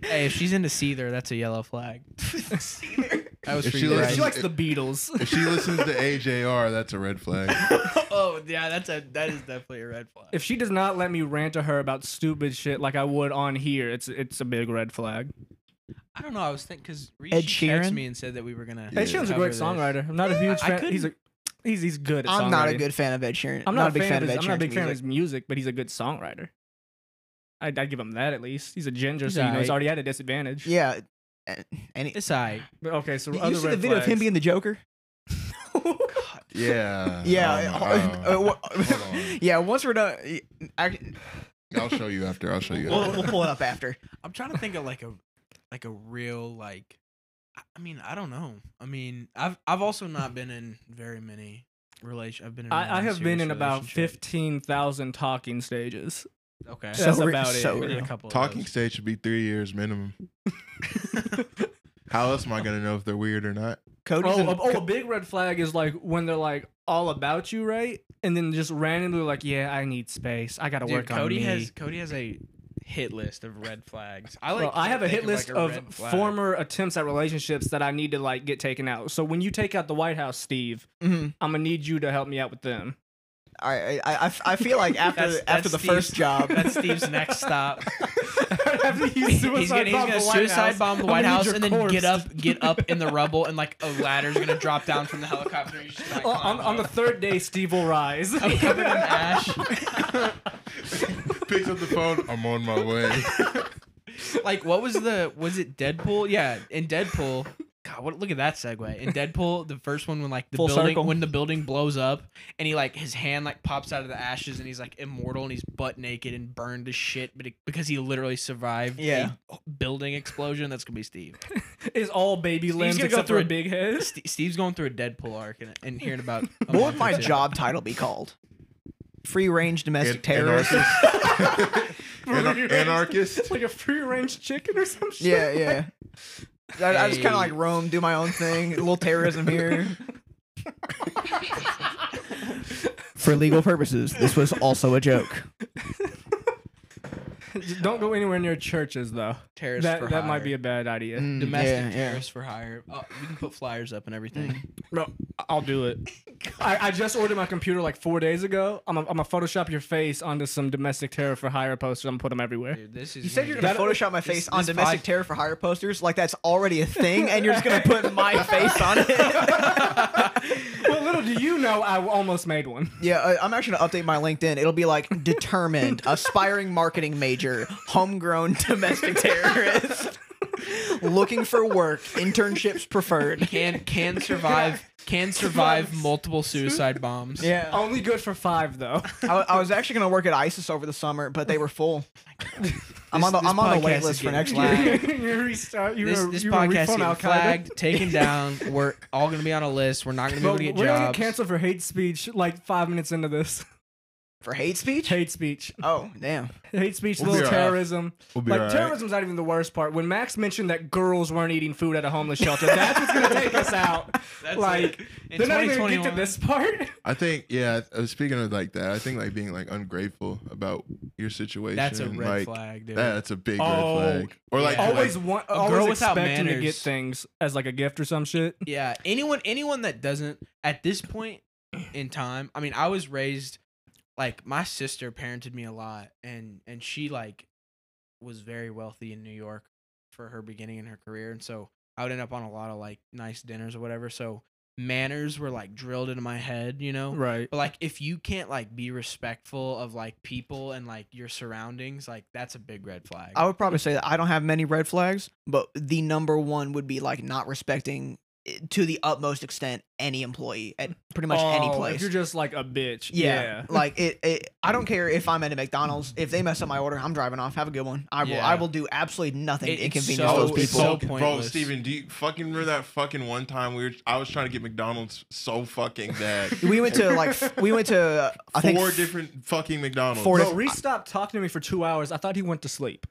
[SPEAKER 1] (laughs)
[SPEAKER 4] hey, if she's into Seether, that's a yellow flag.
[SPEAKER 3] See there?
[SPEAKER 4] That was
[SPEAKER 1] If
[SPEAKER 4] for
[SPEAKER 1] she
[SPEAKER 4] you.
[SPEAKER 1] listens-
[SPEAKER 4] (laughs) right?
[SPEAKER 2] She likes the Beatles.
[SPEAKER 1] If she listens to AJR, that's a red flag.
[SPEAKER 4] oh yeah, that's a that is definitely a red flag.
[SPEAKER 2] If she does not let me rant to her about stupid shit like I would on here, it's it's a big red flag.
[SPEAKER 4] I don't know. I was thinking because
[SPEAKER 3] Ed
[SPEAKER 4] texted
[SPEAKER 3] Sheeran?
[SPEAKER 4] me and said that we were gonna.
[SPEAKER 1] Yeah.
[SPEAKER 2] Ed Sheeran's a
[SPEAKER 4] cover
[SPEAKER 2] great
[SPEAKER 4] this.
[SPEAKER 2] songwriter. I'm not a
[SPEAKER 4] Yeah,
[SPEAKER 2] huge
[SPEAKER 4] I
[SPEAKER 2] fan. He's a, he's he's good. At
[SPEAKER 3] I'm not a
[SPEAKER 2] songwriting.
[SPEAKER 3] good fan of Ed Sheeran.
[SPEAKER 2] I'm not,
[SPEAKER 3] a big fan of
[SPEAKER 2] his,
[SPEAKER 3] Ed Sheeran.
[SPEAKER 2] I'm not a big fan of his music, but he's a good songwriter. I'd, I'd give him that at least. He's a ginger,
[SPEAKER 4] He's
[SPEAKER 2] so you know he's
[SPEAKER 4] aight.
[SPEAKER 2] already at a disadvantage.
[SPEAKER 3] Yeah, and, and he,
[SPEAKER 4] It's I.
[SPEAKER 2] But, okay, so
[SPEAKER 3] you
[SPEAKER 2] other
[SPEAKER 3] see the
[SPEAKER 2] red
[SPEAKER 3] video of him
[SPEAKER 2] flags.
[SPEAKER 3] being
[SPEAKER 1] (laughs)
[SPEAKER 3] the Joker?
[SPEAKER 1] Yeah. um,
[SPEAKER 3] Yeah,
[SPEAKER 1] I don't know.
[SPEAKER 3] uh, uh,
[SPEAKER 1] Oh, Hold on.
[SPEAKER 3] (laughs) yeah. Once we're done, I,
[SPEAKER 1] I'll show you after. I'll show you.
[SPEAKER 3] we'll, we'll
[SPEAKER 1] After.
[SPEAKER 3] pull it up
[SPEAKER 2] (laughs)
[SPEAKER 3] after.
[SPEAKER 2] Oh,
[SPEAKER 4] I'm trying to think of like a like a real like. I- I mean, I don't know. I mean, I've I've also not been in very many relation. I've been. In
[SPEAKER 2] I, I
[SPEAKER 4] one
[SPEAKER 2] have been
[SPEAKER 4] serious
[SPEAKER 2] in about
[SPEAKER 4] relationship.
[SPEAKER 2] fifteen thousand talking stages.
[SPEAKER 4] Okay.
[SPEAKER 3] So
[SPEAKER 2] That's
[SPEAKER 3] re-
[SPEAKER 2] about
[SPEAKER 3] so
[SPEAKER 2] it.
[SPEAKER 4] Been in
[SPEAKER 3] real.
[SPEAKER 4] a couple of
[SPEAKER 1] Talking
[SPEAKER 4] those.
[SPEAKER 1] stage should be three years minimum. How else am I gonna know if they're weird or not?
[SPEAKER 3] Cody's
[SPEAKER 2] Oh,
[SPEAKER 3] in,
[SPEAKER 2] a, oh, a big red flag is like when they're like all about you, right? And then just randomly like, yeah, I need space. I gotta
[SPEAKER 4] Dude,
[SPEAKER 2] work
[SPEAKER 4] Cody
[SPEAKER 2] on me.
[SPEAKER 4] has Cody has a hit list of red flags. I
[SPEAKER 2] Bro,
[SPEAKER 4] like.
[SPEAKER 2] I have a
[SPEAKER 4] can't
[SPEAKER 2] hit
[SPEAKER 4] think
[SPEAKER 2] list
[SPEAKER 4] like, a
[SPEAKER 2] of,
[SPEAKER 4] red flag.
[SPEAKER 2] former attempts at relationships that I need to like get taken out. So when you take out the White House, Steve,
[SPEAKER 3] Mhm.
[SPEAKER 2] I'm gonna need you to help me out with them. (laughs)
[SPEAKER 3] All right, I, I, I feel like after
[SPEAKER 4] That's-
[SPEAKER 3] after
[SPEAKER 4] that's
[SPEAKER 3] the first
[SPEAKER 4] Steve's-
[SPEAKER 2] (laughs)
[SPEAKER 3] job,
[SPEAKER 4] That's Steve's next (laughs) stop.
[SPEAKER 2] After you
[SPEAKER 4] (laughs) he's
[SPEAKER 2] suicide
[SPEAKER 4] gonna, he's
[SPEAKER 2] bomb
[SPEAKER 4] gonna
[SPEAKER 2] the White
[SPEAKER 4] suicide
[SPEAKER 2] House,
[SPEAKER 4] bomb the
[SPEAKER 2] I'm
[SPEAKER 4] White
[SPEAKER 2] gonna need
[SPEAKER 4] House
[SPEAKER 2] your
[SPEAKER 4] and then get
[SPEAKER 2] corpse. (laughs)
[SPEAKER 4] up, get up in the rubble, and like a ladder's gonna drop down from the helicopter. And you just like,
[SPEAKER 2] On, Oh, on- on the third day, Steve will rise.
[SPEAKER 4] (laughs) I'm covered in
[SPEAKER 2] (laughs)
[SPEAKER 4] ash.
[SPEAKER 1] Picks up the phone. I'm on my way.
[SPEAKER 4] like what was the was it Deadpool? Yeah, in Deadpool. God, what, look at that segue. In Deadpool, the first one when like the
[SPEAKER 3] Full
[SPEAKER 4] building
[SPEAKER 3] circle.
[SPEAKER 4] when the building blows up and he like his hand like pops out of the ashes and he's like immortal and he's butt naked and burned to shit, but it, because he literally survived
[SPEAKER 3] Yeah.
[SPEAKER 4] a building explosion, that's gonna be Steve.
[SPEAKER 2] Is all baby limbs
[SPEAKER 4] gonna go
[SPEAKER 2] except
[SPEAKER 4] through
[SPEAKER 2] for a
[SPEAKER 4] a-
[SPEAKER 2] big head. (laughs)
[SPEAKER 4] Ste Steve's going through a Deadpool arc and, and hearing about a
[SPEAKER 3] what
[SPEAKER 4] month
[SPEAKER 3] would
[SPEAKER 4] or
[SPEAKER 3] my
[SPEAKER 4] two.
[SPEAKER 3] job title be called? Free range domestic
[SPEAKER 1] An-
[SPEAKER 3] terrorist.
[SPEAKER 1] anarchist. Anar- anarchist.
[SPEAKER 2] (laughs) like a free range chicken or some
[SPEAKER 3] (laughs)
[SPEAKER 2] shit.
[SPEAKER 3] yeah, yeah. I, I just kind
[SPEAKER 4] Hey.
[SPEAKER 3] of like roam, do my own thing, a little terrorism here. For legal purposes, this was also a joke.
[SPEAKER 2] Just Don't go anywhere near churches though.
[SPEAKER 4] Terrorist
[SPEAKER 2] That
[SPEAKER 4] for
[SPEAKER 2] that might
[SPEAKER 4] hire. Mm.
[SPEAKER 2] be a bad idea.
[SPEAKER 4] domestic
[SPEAKER 3] yeah, yeah.
[SPEAKER 4] terrorist for hire. Oh, you can put flyers up and everything.
[SPEAKER 2] No, I'll
[SPEAKER 4] (laughs)
[SPEAKER 2] do it. I, I just ordered my computer like four days ago. I'm gonna Photoshop your face onto some domestic terror for hire posters. I'm gonna put them everywhere.
[SPEAKER 4] Dude, this is
[SPEAKER 3] You said
[SPEAKER 4] gonna
[SPEAKER 3] you're
[SPEAKER 4] be-
[SPEAKER 3] gonna
[SPEAKER 2] That-
[SPEAKER 3] Photoshop my
[SPEAKER 4] this-
[SPEAKER 3] face on
[SPEAKER 4] this
[SPEAKER 3] domestic
[SPEAKER 4] pod-
[SPEAKER 3] terror for hire posters, like that's already a thing, and you're just gonna put
[SPEAKER 4] (laughs)
[SPEAKER 3] my face on it.
[SPEAKER 2] well, little do you know, I almost
[SPEAKER 4] (laughs)
[SPEAKER 2] made one.
[SPEAKER 3] yeah, uh, I'm actually gonna update my LinkedIn. It'll be like determined, aspiring marketing major, homegrown domestic terrorist, (laughs) looking for work, internships preferred.
[SPEAKER 4] (laughs) can
[SPEAKER 2] (laughs)
[SPEAKER 4] can survive can survive multiple suicide bombs.
[SPEAKER 3] Yeah,
[SPEAKER 2] Only good for
[SPEAKER 4] (laughs)
[SPEAKER 2] five though.
[SPEAKER 3] I, I was actually gonna work at ISIS over the summer, but they were full. I'm on the
[SPEAKER 4] This- this
[SPEAKER 3] I'm on the
[SPEAKER 4] podcast
[SPEAKER 3] wait
[SPEAKER 4] is
[SPEAKER 3] list for
[SPEAKER 4] getting
[SPEAKER 3] next
[SPEAKER 4] flagged.
[SPEAKER 3] year.
[SPEAKER 2] (laughs) you restart. You
[SPEAKER 4] This,
[SPEAKER 2] were,
[SPEAKER 4] this
[SPEAKER 2] you were
[SPEAKER 4] podcast
[SPEAKER 2] reformed
[SPEAKER 4] getting
[SPEAKER 2] Al-Qaeda.
[SPEAKER 4] flagged,
[SPEAKER 2] (laughs)
[SPEAKER 4] taken down. We're all gonna be on a list. We're not gonna be
[SPEAKER 2] Bro,
[SPEAKER 4] able to
[SPEAKER 2] we're
[SPEAKER 4] get
[SPEAKER 2] gonna get
[SPEAKER 4] jobs.
[SPEAKER 2] canceled for hate speech like five minutes into this. (laughs)
[SPEAKER 3] For hate speech?
[SPEAKER 2] Hate speech,
[SPEAKER 3] Oh damn!
[SPEAKER 2] hate speech,
[SPEAKER 1] We'll be
[SPEAKER 2] little
[SPEAKER 1] all right.
[SPEAKER 2] terrorism.
[SPEAKER 1] We'll be
[SPEAKER 2] Like
[SPEAKER 1] alright.
[SPEAKER 2] terrorism's not even the worst part. When Max mentioned that girls weren't eating food at a homeless shelter, that's what's gonna take us out.
[SPEAKER 3] (laughs)
[SPEAKER 2] like
[SPEAKER 4] In
[SPEAKER 2] they're not even gonna get to
[SPEAKER 4] 2021
[SPEAKER 2] this part.
[SPEAKER 1] I think yeah. uh, Speaking of like that, I think like being like ungrateful about your situation.
[SPEAKER 4] That's a red
[SPEAKER 1] like,
[SPEAKER 4] flag, dude.
[SPEAKER 1] That's a big
[SPEAKER 2] Oh,
[SPEAKER 1] red flag. Or (laughs) like
[SPEAKER 4] yeah.
[SPEAKER 2] always
[SPEAKER 1] like,
[SPEAKER 2] want,
[SPEAKER 4] a
[SPEAKER 2] always
[SPEAKER 4] girl without
[SPEAKER 2] expecting to get
[SPEAKER 4] manners.
[SPEAKER 2] things as like a gift or some shit.
[SPEAKER 4] Yeah, anyone anyone that doesn't at this point in time, I mean, I was raised like my sister parented me a lot and and she like was very wealthy in New York for her beginning in her career and so I would end up on a lot of like nice dinners or whatever. So manners were like drilled into my head, you know.
[SPEAKER 2] Right.
[SPEAKER 4] But like if you can't like be respectful of like people and like your surroundings, like that's a big red flag.
[SPEAKER 3] I would probably say that I don't have many red flags, but the number one would be like not respecting eh, to the utmost extent any employee at pretty much any
[SPEAKER 2] Oh,
[SPEAKER 3] place.
[SPEAKER 2] If you're just like a bitch.
[SPEAKER 3] yeah.
[SPEAKER 2] Yeah. (laughs)
[SPEAKER 3] like it, it. I don't care if I'm at a McDonald's. If they mess up my order, I'm driving off. Have a good one. I will.
[SPEAKER 4] Yeah.
[SPEAKER 3] I will do absolutely nothing
[SPEAKER 4] It-
[SPEAKER 3] to
[SPEAKER 4] it's
[SPEAKER 3] inconvenience
[SPEAKER 4] so-
[SPEAKER 3] those
[SPEAKER 4] it's
[SPEAKER 3] people.
[SPEAKER 4] so
[SPEAKER 1] bro,
[SPEAKER 4] pointless.
[SPEAKER 1] Steven, do you fucking remember that fucking one time we were? I was trying to get McDonald's so fucking bad.
[SPEAKER 3] we went to like f- we went to uh, (laughs) I think
[SPEAKER 1] Four
[SPEAKER 3] f-
[SPEAKER 1] different fucking McDonald's.
[SPEAKER 3] Four
[SPEAKER 2] Bro,
[SPEAKER 3] diff-
[SPEAKER 2] Reese stopped talking to me for two hours. I thought he went to
[SPEAKER 3] (laughs)
[SPEAKER 2] sleep.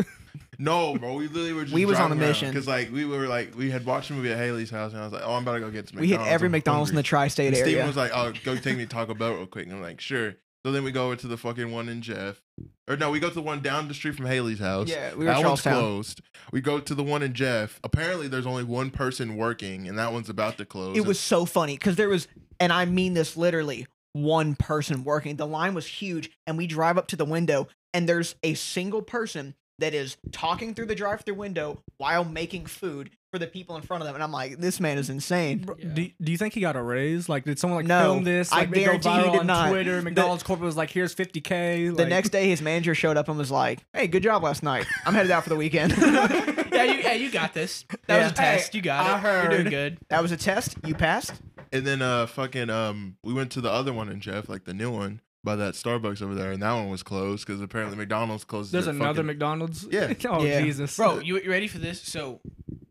[SPEAKER 1] No, bro, we literally were just
[SPEAKER 3] We was on a mission.
[SPEAKER 1] because like we were like we had watched a movie at Haley's house and I was like, oh, I'm about to go get some.
[SPEAKER 3] we hit every McDonald's in the tri-state
[SPEAKER 1] Steven
[SPEAKER 3] area.
[SPEAKER 1] was like, oh, go take me to Taco Bell real quick, and I'm like, sure. So then we go over to the fucking one in Jeff, Or no, we go to the one down the street from Haley's house.
[SPEAKER 3] Yeah, we were
[SPEAKER 1] that one's
[SPEAKER 3] Charlestown.
[SPEAKER 1] closed. We go to the one in Jeff. Apparently, there's only one person working, and that one's about to close.
[SPEAKER 3] It was so funny because there was, and I mean this literally, one person working. The line was huge, and we drive up to the window, and there's a single person that is talking through the drive-through window while making food for the people in front of them. And I'm like, this man is insane.
[SPEAKER 2] Bro,
[SPEAKER 4] Yeah.
[SPEAKER 2] Do, do you think he got a raise? Like, did someone like
[SPEAKER 3] No,
[SPEAKER 2] film this?
[SPEAKER 3] I
[SPEAKER 2] Like, make it
[SPEAKER 3] guarantee he
[SPEAKER 2] go viral
[SPEAKER 3] did
[SPEAKER 2] on
[SPEAKER 3] not.
[SPEAKER 2] Twitter. McDonald's corporate was like, "Here's
[SPEAKER 4] (laughs)
[SPEAKER 2] 50k."
[SPEAKER 3] The
[SPEAKER 2] like-
[SPEAKER 3] next day, his manager showed up and was like, "Hey, good job last night. I'm headed out for the weekend. that
[SPEAKER 4] (laughs)
[SPEAKER 2] (laughs)
[SPEAKER 3] (laughs)
[SPEAKER 4] yeah, you, yeah, you got this. That was
[SPEAKER 3] Yeah.
[SPEAKER 4] a test. You got
[SPEAKER 2] I
[SPEAKER 4] it. You're
[SPEAKER 2] heard.
[SPEAKER 4] doing good.
[SPEAKER 3] was a test. You passed.
[SPEAKER 1] and then uh, fucking um, we went to the other one in Jeff, like the new one by that Starbucks over there, and that one was closed because apparently McDonald's closes.
[SPEAKER 2] there's
[SPEAKER 1] their
[SPEAKER 2] another
[SPEAKER 1] fucking-
[SPEAKER 2] McDonald's.
[SPEAKER 1] Yeah.
[SPEAKER 2] (laughs) oh
[SPEAKER 3] Yeah.
[SPEAKER 2] Jesus,
[SPEAKER 4] Bro, you, you ready for this? So,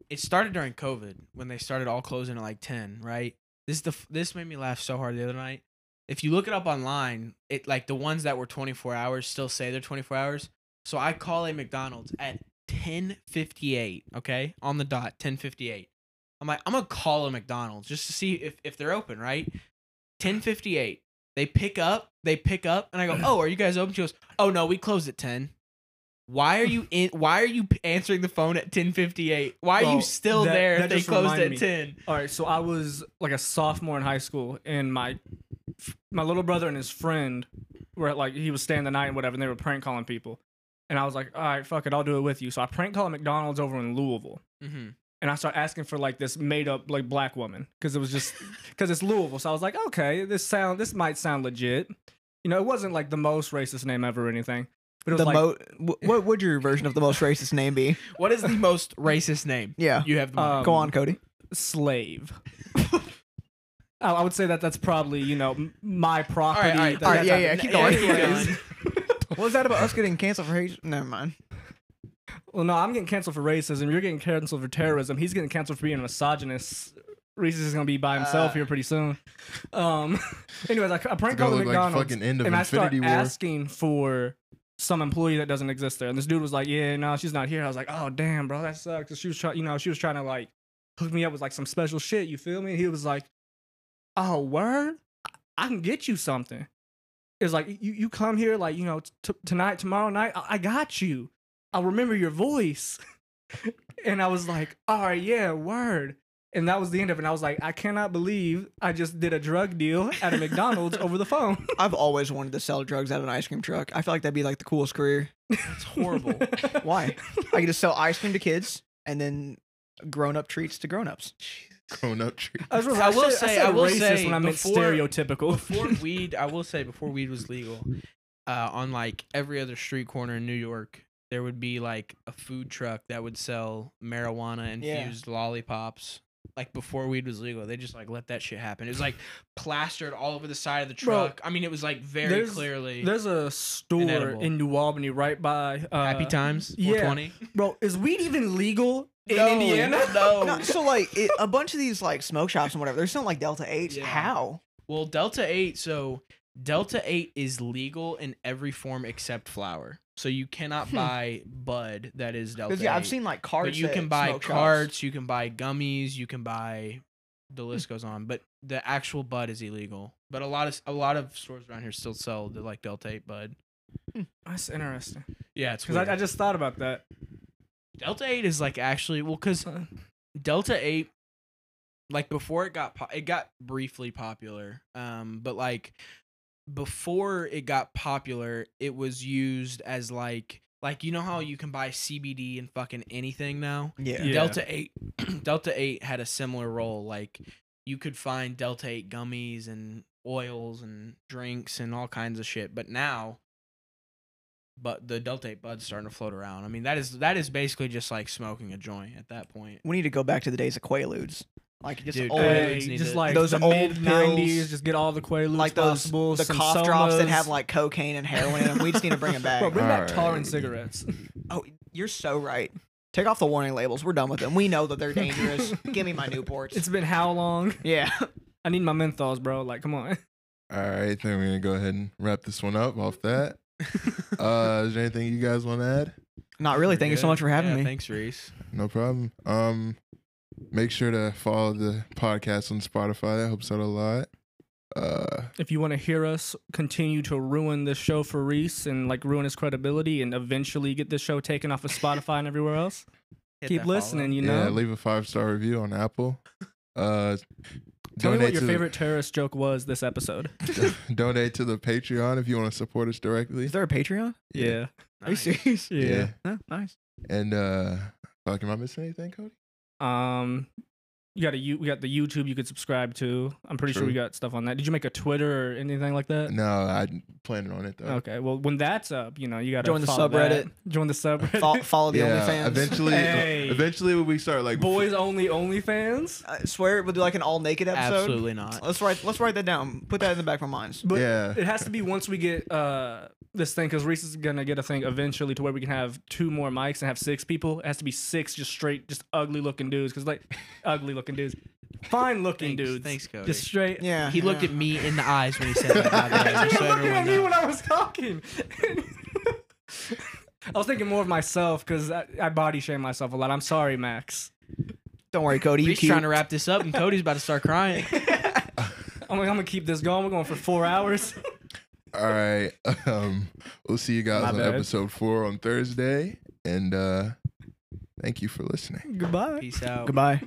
[SPEAKER 4] it started during COVID when they started all closing at like ten, right? This is the f- this made me laugh so hard the other night. If you look it up online, it like the ones that were twenty four hours still say they're twenty four hours. So I call a McDonald's at ten fifty eight, okay, on the dot ten fifty eight. I'm like, I'm gonna call a McDonald's just to see if if they're open, right? Ten fifty eight. They pick up, they pick up, and I go, "Oh, are you guys open?" She goes, "Oh no, we closed at 10. Why are you in? Why are you p- answering the phone at ten fifty eight? Why are
[SPEAKER 2] Well,
[SPEAKER 4] you still
[SPEAKER 2] that-
[SPEAKER 4] there
[SPEAKER 2] that
[SPEAKER 4] if they
[SPEAKER 2] just
[SPEAKER 4] closed
[SPEAKER 2] reminded
[SPEAKER 4] at
[SPEAKER 2] me.
[SPEAKER 4] ten?
[SPEAKER 2] All right, so I was like a sophomore in high school, and my my little brother and his friend were like he was staying the night and whatever, and they were prank calling people, and I was like, all right, fuck it, I'll do it with you. So I prank called McDonald's over in Louisville,
[SPEAKER 4] Mm-hmm.
[SPEAKER 2] and I start asking for like this made up like black woman because it was just because it's Louisville, so I was like, okay, this sound this might sound legit. You know, it wasn't like the most racist name ever or anything, but it was
[SPEAKER 3] The
[SPEAKER 2] like
[SPEAKER 3] mo. wh- What would your version of the most racist name be?
[SPEAKER 4] What is the most racist
[SPEAKER 2] (laughs)
[SPEAKER 4] name?
[SPEAKER 3] Yeah.
[SPEAKER 4] You have the
[SPEAKER 2] Uh,
[SPEAKER 3] Go on,
[SPEAKER 4] (laughs)
[SPEAKER 3] Cody.
[SPEAKER 2] slave. (laughs) I I would say that that's probably you know m- my Uh, property.
[SPEAKER 4] all right,
[SPEAKER 2] that-
[SPEAKER 3] all right,
[SPEAKER 2] that's
[SPEAKER 3] yeah,
[SPEAKER 2] happened.
[SPEAKER 3] yeah, keep going.
[SPEAKER 2] (laughs) Anyways.
[SPEAKER 4] (laughs)
[SPEAKER 3] What was that about us getting canceled for hate? Never mind.
[SPEAKER 2] Well, no, I'm getting canceled for racism. You're getting canceled for terrorism. He's getting canceled for being a misogynist. Reese is gonna be by himself
[SPEAKER 3] Uh.
[SPEAKER 2] here pretty soon. Um, (laughs) anyways, I, I prank
[SPEAKER 1] It's gonna
[SPEAKER 2] called
[SPEAKER 1] look like
[SPEAKER 2] McDonald's
[SPEAKER 1] fucking end of
[SPEAKER 2] and I start
[SPEAKER 1] Infinity War. (laughs)
[SPEAKER 2] asking for some employee that doesn't exist there. And this dude was like, "Yeah, no, she's not here." I was like, "Oh, damn, bro, that sucks." 'Cause She was trying, you know, she was trying to like hook me up with like some special shit. You feel me? And he was like, "Oh, word, I, I can get you something." It was like you you come here like you know t- tonight, tomorrow night. I, I got you. I remember your voice. (laughs) and I was like, all right, yeah, word. And that was the end of it. And I was like, I cannot believe I just did a drug deal
[SPEAKER 1] (laughs)
[SPEAKER 2] at a McDonald's over the phone.
[SPEAKER 3] I've always wanted to sell drugs out of an ice cream truck. I feel like that'd be like the coolest career.
[SPEAKER 4] It's
[SPEAKER 2] (laughs)
[SPEAKER 4] horrible.
[SPEAKER 3] Why? I could just sell ice cream to kids and then grown-up treats to grown-ups.
[SPEAKER 1] grown up tree.
[SPEAKER 2] I, was
[SPEAKER 4] I will
[SPEAKER 2] said-
[SPEAKER 4] say-
[SPEAKER 2] said
[SPEAKER 4] I will
[SPEAKER 2] racist
[SPEAKER 4] say
[SPEAKER 2] when I meant
[SPEAKER 4] before-
[SPEAKER 3] (laughs)
[SPEAKER 2] stereotypical.
[SPEAKER 4] before weed, I will say before weed was legal, uh, on like every other street corner in New York, there would be like a food truck that would sell marijuana
[SPEAKER 3] Yeah.
[SPEAKER 4] infused lollipops. Like before weed was legal, they just like let that shit happen. It was like plastered all over the side of the
[SPEAKER 2] Bro,
[SPEAKER 4] truck. I mean, it was like very
[SPEAKER 2] there's-
[SPEAKER 4] clearly
[SPEAKER 2] There's a store
[SPEAKER 4] Inedible.
[SPEAKER 2] in New Albany right by. Uh,
[SPEAKER 4] happy times.
[SPEAKER 2] yeah.
[SPEAKER 4] 420.
[SPEAKER 2] Bro, is weed even legal in
[SPEAKER 4] No,
[SPEAKER 2] Indiana? (laughs)
[SPEAKER 4] no.
[SPEAKER 3] No, so like it, a bunch of these like smoke shops and whatever, there's something like Delta Eight.
[SPEAKER 4] Yeah.
[SPEAKER 3] How?
[SPEAKER 4] Well, Delta 8, so Delta 8 is legal in every form except flour. So you cannot
[SPEAKER 3] Hmm.
[SPEAKER 4] buy bud that is Delta
[SPEAKER 3] 'Cause, yeah, I've
[SPEAKER 4] 8.
[SPEAKER 3] seen like cards.
[SPEAKER 4] But you
[SPEAKER 3] at
[SPEAKER 4] can buy
[SPEAKER 3] smoke shops.
[SPEAKER 4] carts, you can buy gummies, you can buy the
[SPEAKER 2] Hmm.
[SPEAKER 4] list goes on, but the actual bud is illegal. But a lot of a lot of stores around here still sell the like Delta 8 bud.
[SPEAKER 2] That's interesting.
[SPEAKER 4] Yeah, it's
[SPEAKER 2] Because
[SPEAKER 4] weird.
[SPEAKER 2] I, I just thought about that.
[SPEAKER 4] Delta 8 is like actually well cuz Delta 8 like before it got po- it got briefly popular. Um but like before it got popular, it was used as like like you know how you can buy CBD in fucking anything now?
[SPEAKER 3] Yeah.
[SPEAKER 2] Yeah.
[SPEAKER 4] Delta 8 (clears throat) Delta 8 had a similar role like you could find Delta 8 gummies and oils and drinks and all kinds of shit, but now but the Delta 8 bud's starting to float around. I mean, that is that is basically just like smoking a joint at that point.
[SPEAKER 3] We need to go back to the days of Quaaludes. Like just
[SPEAKER 4] Dude,
[SPEAKER 3] old,
[SPEAKER 4] Quaaludes.
[SPEAKER 2] Hey,
[SPEAKER 4] need
[SPEAKER 2] just
[SPEAKER 4] to-
[SPEAKER 2] like
[SPEAKER 3] Those
[SPEAKER 2] those the
[SPEAKER 3] old
[SPEAKER 2] mid 90s,
[SPEAKER 3] pills.
[SPEAKER 2] just get all the Quaaludes
[SPEAKER 3] like those
[SPEAKER 2] possible,
[SPEAKER 3] the
[SPEAKER 2] some
[SPEAKER 3] cough drops that have
[SPEAKER 2] Somas.
[SPEAKER 3] like cocaine and heroin in them. We just need to
[SPEAKER 4] (laughs)
[SPEAKER 2] (laughs)
[SPEAKER 3] bring them back.
[SPEAKER 2] Bro, bring back tar and
[SPEAKER 1] Alright.
[SPEAKER 2] cigarettes.
[SPEAKER 3] Oh, you're so right. Take off the warning labels. We're done with them. We know that they're
[SPEAKER 4] (laughs)
[SPEAKER 3] dangerous. Give me my Newports.
[SPEAKER 2] It's been how long?
[SPEAKER 3] yeah. (laughs)
[SPEAKER 2] I need my menthols, bro. Like, come on.
[SPEAKER 1] All right, then we're gonna go ahead and wrap this one up off
[SPEAKER 2] (laughs)
[SPEAKER 1] that. Uh, is there anything you guys want to add?
[SPEAKER 3] Not really.
[SPEAKER 4] We're
[SPEAKER 3] Thank you so
[SPEAKER 4] good.
[SPEAKER 3] much for having
[SPEAKER 4] Yeah,
[SPEAKER 3] me. (laughs)
[SPEAKER 4] Thanks, Reese.
[SPEAKER 1] No problem. Um, make sure to follow the podcast on Spotify. That helps out a lot. uh,
[SPEAKER 2] If you want to hear us continue to ruin this show for Reese and like ruin his credibility and eventually get this show taken off of Spotify and
[SPEAKER 3] (laughs)
[SPEAKER 2] everywhere else,
[SPEAKER 4] Hit
[SPEAKER 2] keep
[SPEAKER 4] that follow.
[SPEAKER 2] listening. You know,
[SPEAKER 1] yeah, leave a five star review on Apple. Uh,
[SPEAKER 2] tell me what your
[SPEAKER 1] to the-
[SPEAKER 2] favorite terrorist joke was this episode.
[SPEAKER 1] (laughs) donate to the Patreon if you want to support us directly.
[SPEAKER 3] Is there a
[SPEAKER 4] (laughs)
[SPEAKER 3] Patreon?
[SPEAKER 2] Yeah,
[SPEAKER 3] Are you
[SPEAKER 4] Nice.
[SPEAKER 3] serious?
[SPEAKER 2] (laughs) yeah.
[SPEAKER 3] Huh, nice.
[SPEAKER 1] And uh, fuck, am I missing anything, Cody?
[SPEAKER 2] Um, you got a you we got the YouTube you could subscribe to. I'm pretty sure we
[SPEAKER 1] True.
[SPEAKER 2] got stuff on that. Did you make a Twitter or anything like that?
[SPEAKER 1] No, I planning on it though.
[SPEAKER 2] Uh, Okay, well when that's up, you know you got to
[SPEAKER 3] Join the subreddit.
[SPEAKER 2] Join the subreddit.
[SPEAKER 3] Fo- follow the
[SPEAKER 1] yeah,
[SPEAKER 3] OnlyFans.
[SPEAKER 2] (laughs)
[SPEAKER 1] eventually, uh,
[SPEAKER 2] Hey.
[SPEAKER 1] eventually when we start like
[SPEAKER 2] (laughs) Boys only OnlyFans.
[SPEAKER 3] (laughs) I swear it would do like an all naked episode.
[SPEAKER 4] Absolutely
[SPEAKER 3] (laughs)
[SPEAKER 4] not.
[SPEAKER 3] Let's write. Let's write that down. Put that in the back of our
[SPEAKER 4] (laughs)
[SPEAKER 3] minds.
[SPEAKER 2] But
[SPEAKER 1] Yeah.
[SPEAKER 2] it has to be once we get uh this thing because Reese is gonna get a thing eventually to where we can have two more mics and have six people. It has to be six just straight, just ugly looking dudes
[SPEAKER 3] (laughs)
[SPEAKER 2] because like ugly looking dudes, fine looking
[SPEAKER 4] Thanks-
[SPEAKER 2] dudes,
[SPEAKER 4] thanks, Cody.
[SPEAKER 2] just straight. (laughs)
[SPEAKER 3] Yeah.
[SPEAKER 4] He looked
[SPEAKER 3] yeah.
[SPEAKER 4] at me in the eyes when he said that.
[SPEAKER 3] (laughs)
[SPEAKER 4] by the way,
[SPEAKER 2] you
[SPEAKER 4] just so
[SPEAKER 2] were looking
[SPEAKER 4] everyone
[SPEAKER 2] at me
[SPEAKER 4] knows.
[SPEAKER 2] when I was talking. (laughs) I was thinking more of myself because I, I body shame myself a lot. I'm sorry, Max.
[SPEAKER 3] Don't worry, Cody. You
[SPEAKER 4] He's
[SPEAKER 3] cute.
[SPEAKER 4] trying to wrap this up, and Cody's about to
[SPEAKER 3] (laughs)
[SPEAKER 4] start crying.
[SPEAKER 2] I'm like, I'm gonna keep this going. We're going for four hours.
[SPEAKER 1] (laughs)
[SPEAKER 2] (laughs)
[SPEAKER 1] All right. Um, we'll see you guys
[SPEAKER 2] My
[SPEAKER 1] on
[SPEAKER 2] bad.
[SPEAKER 1] episode four on Thursday, and uh, thank you for listening.
[SPEAKER 2] Goodbye.
[SPEAKER 4] Peace out.
[SPEAKER 3] Goodbye.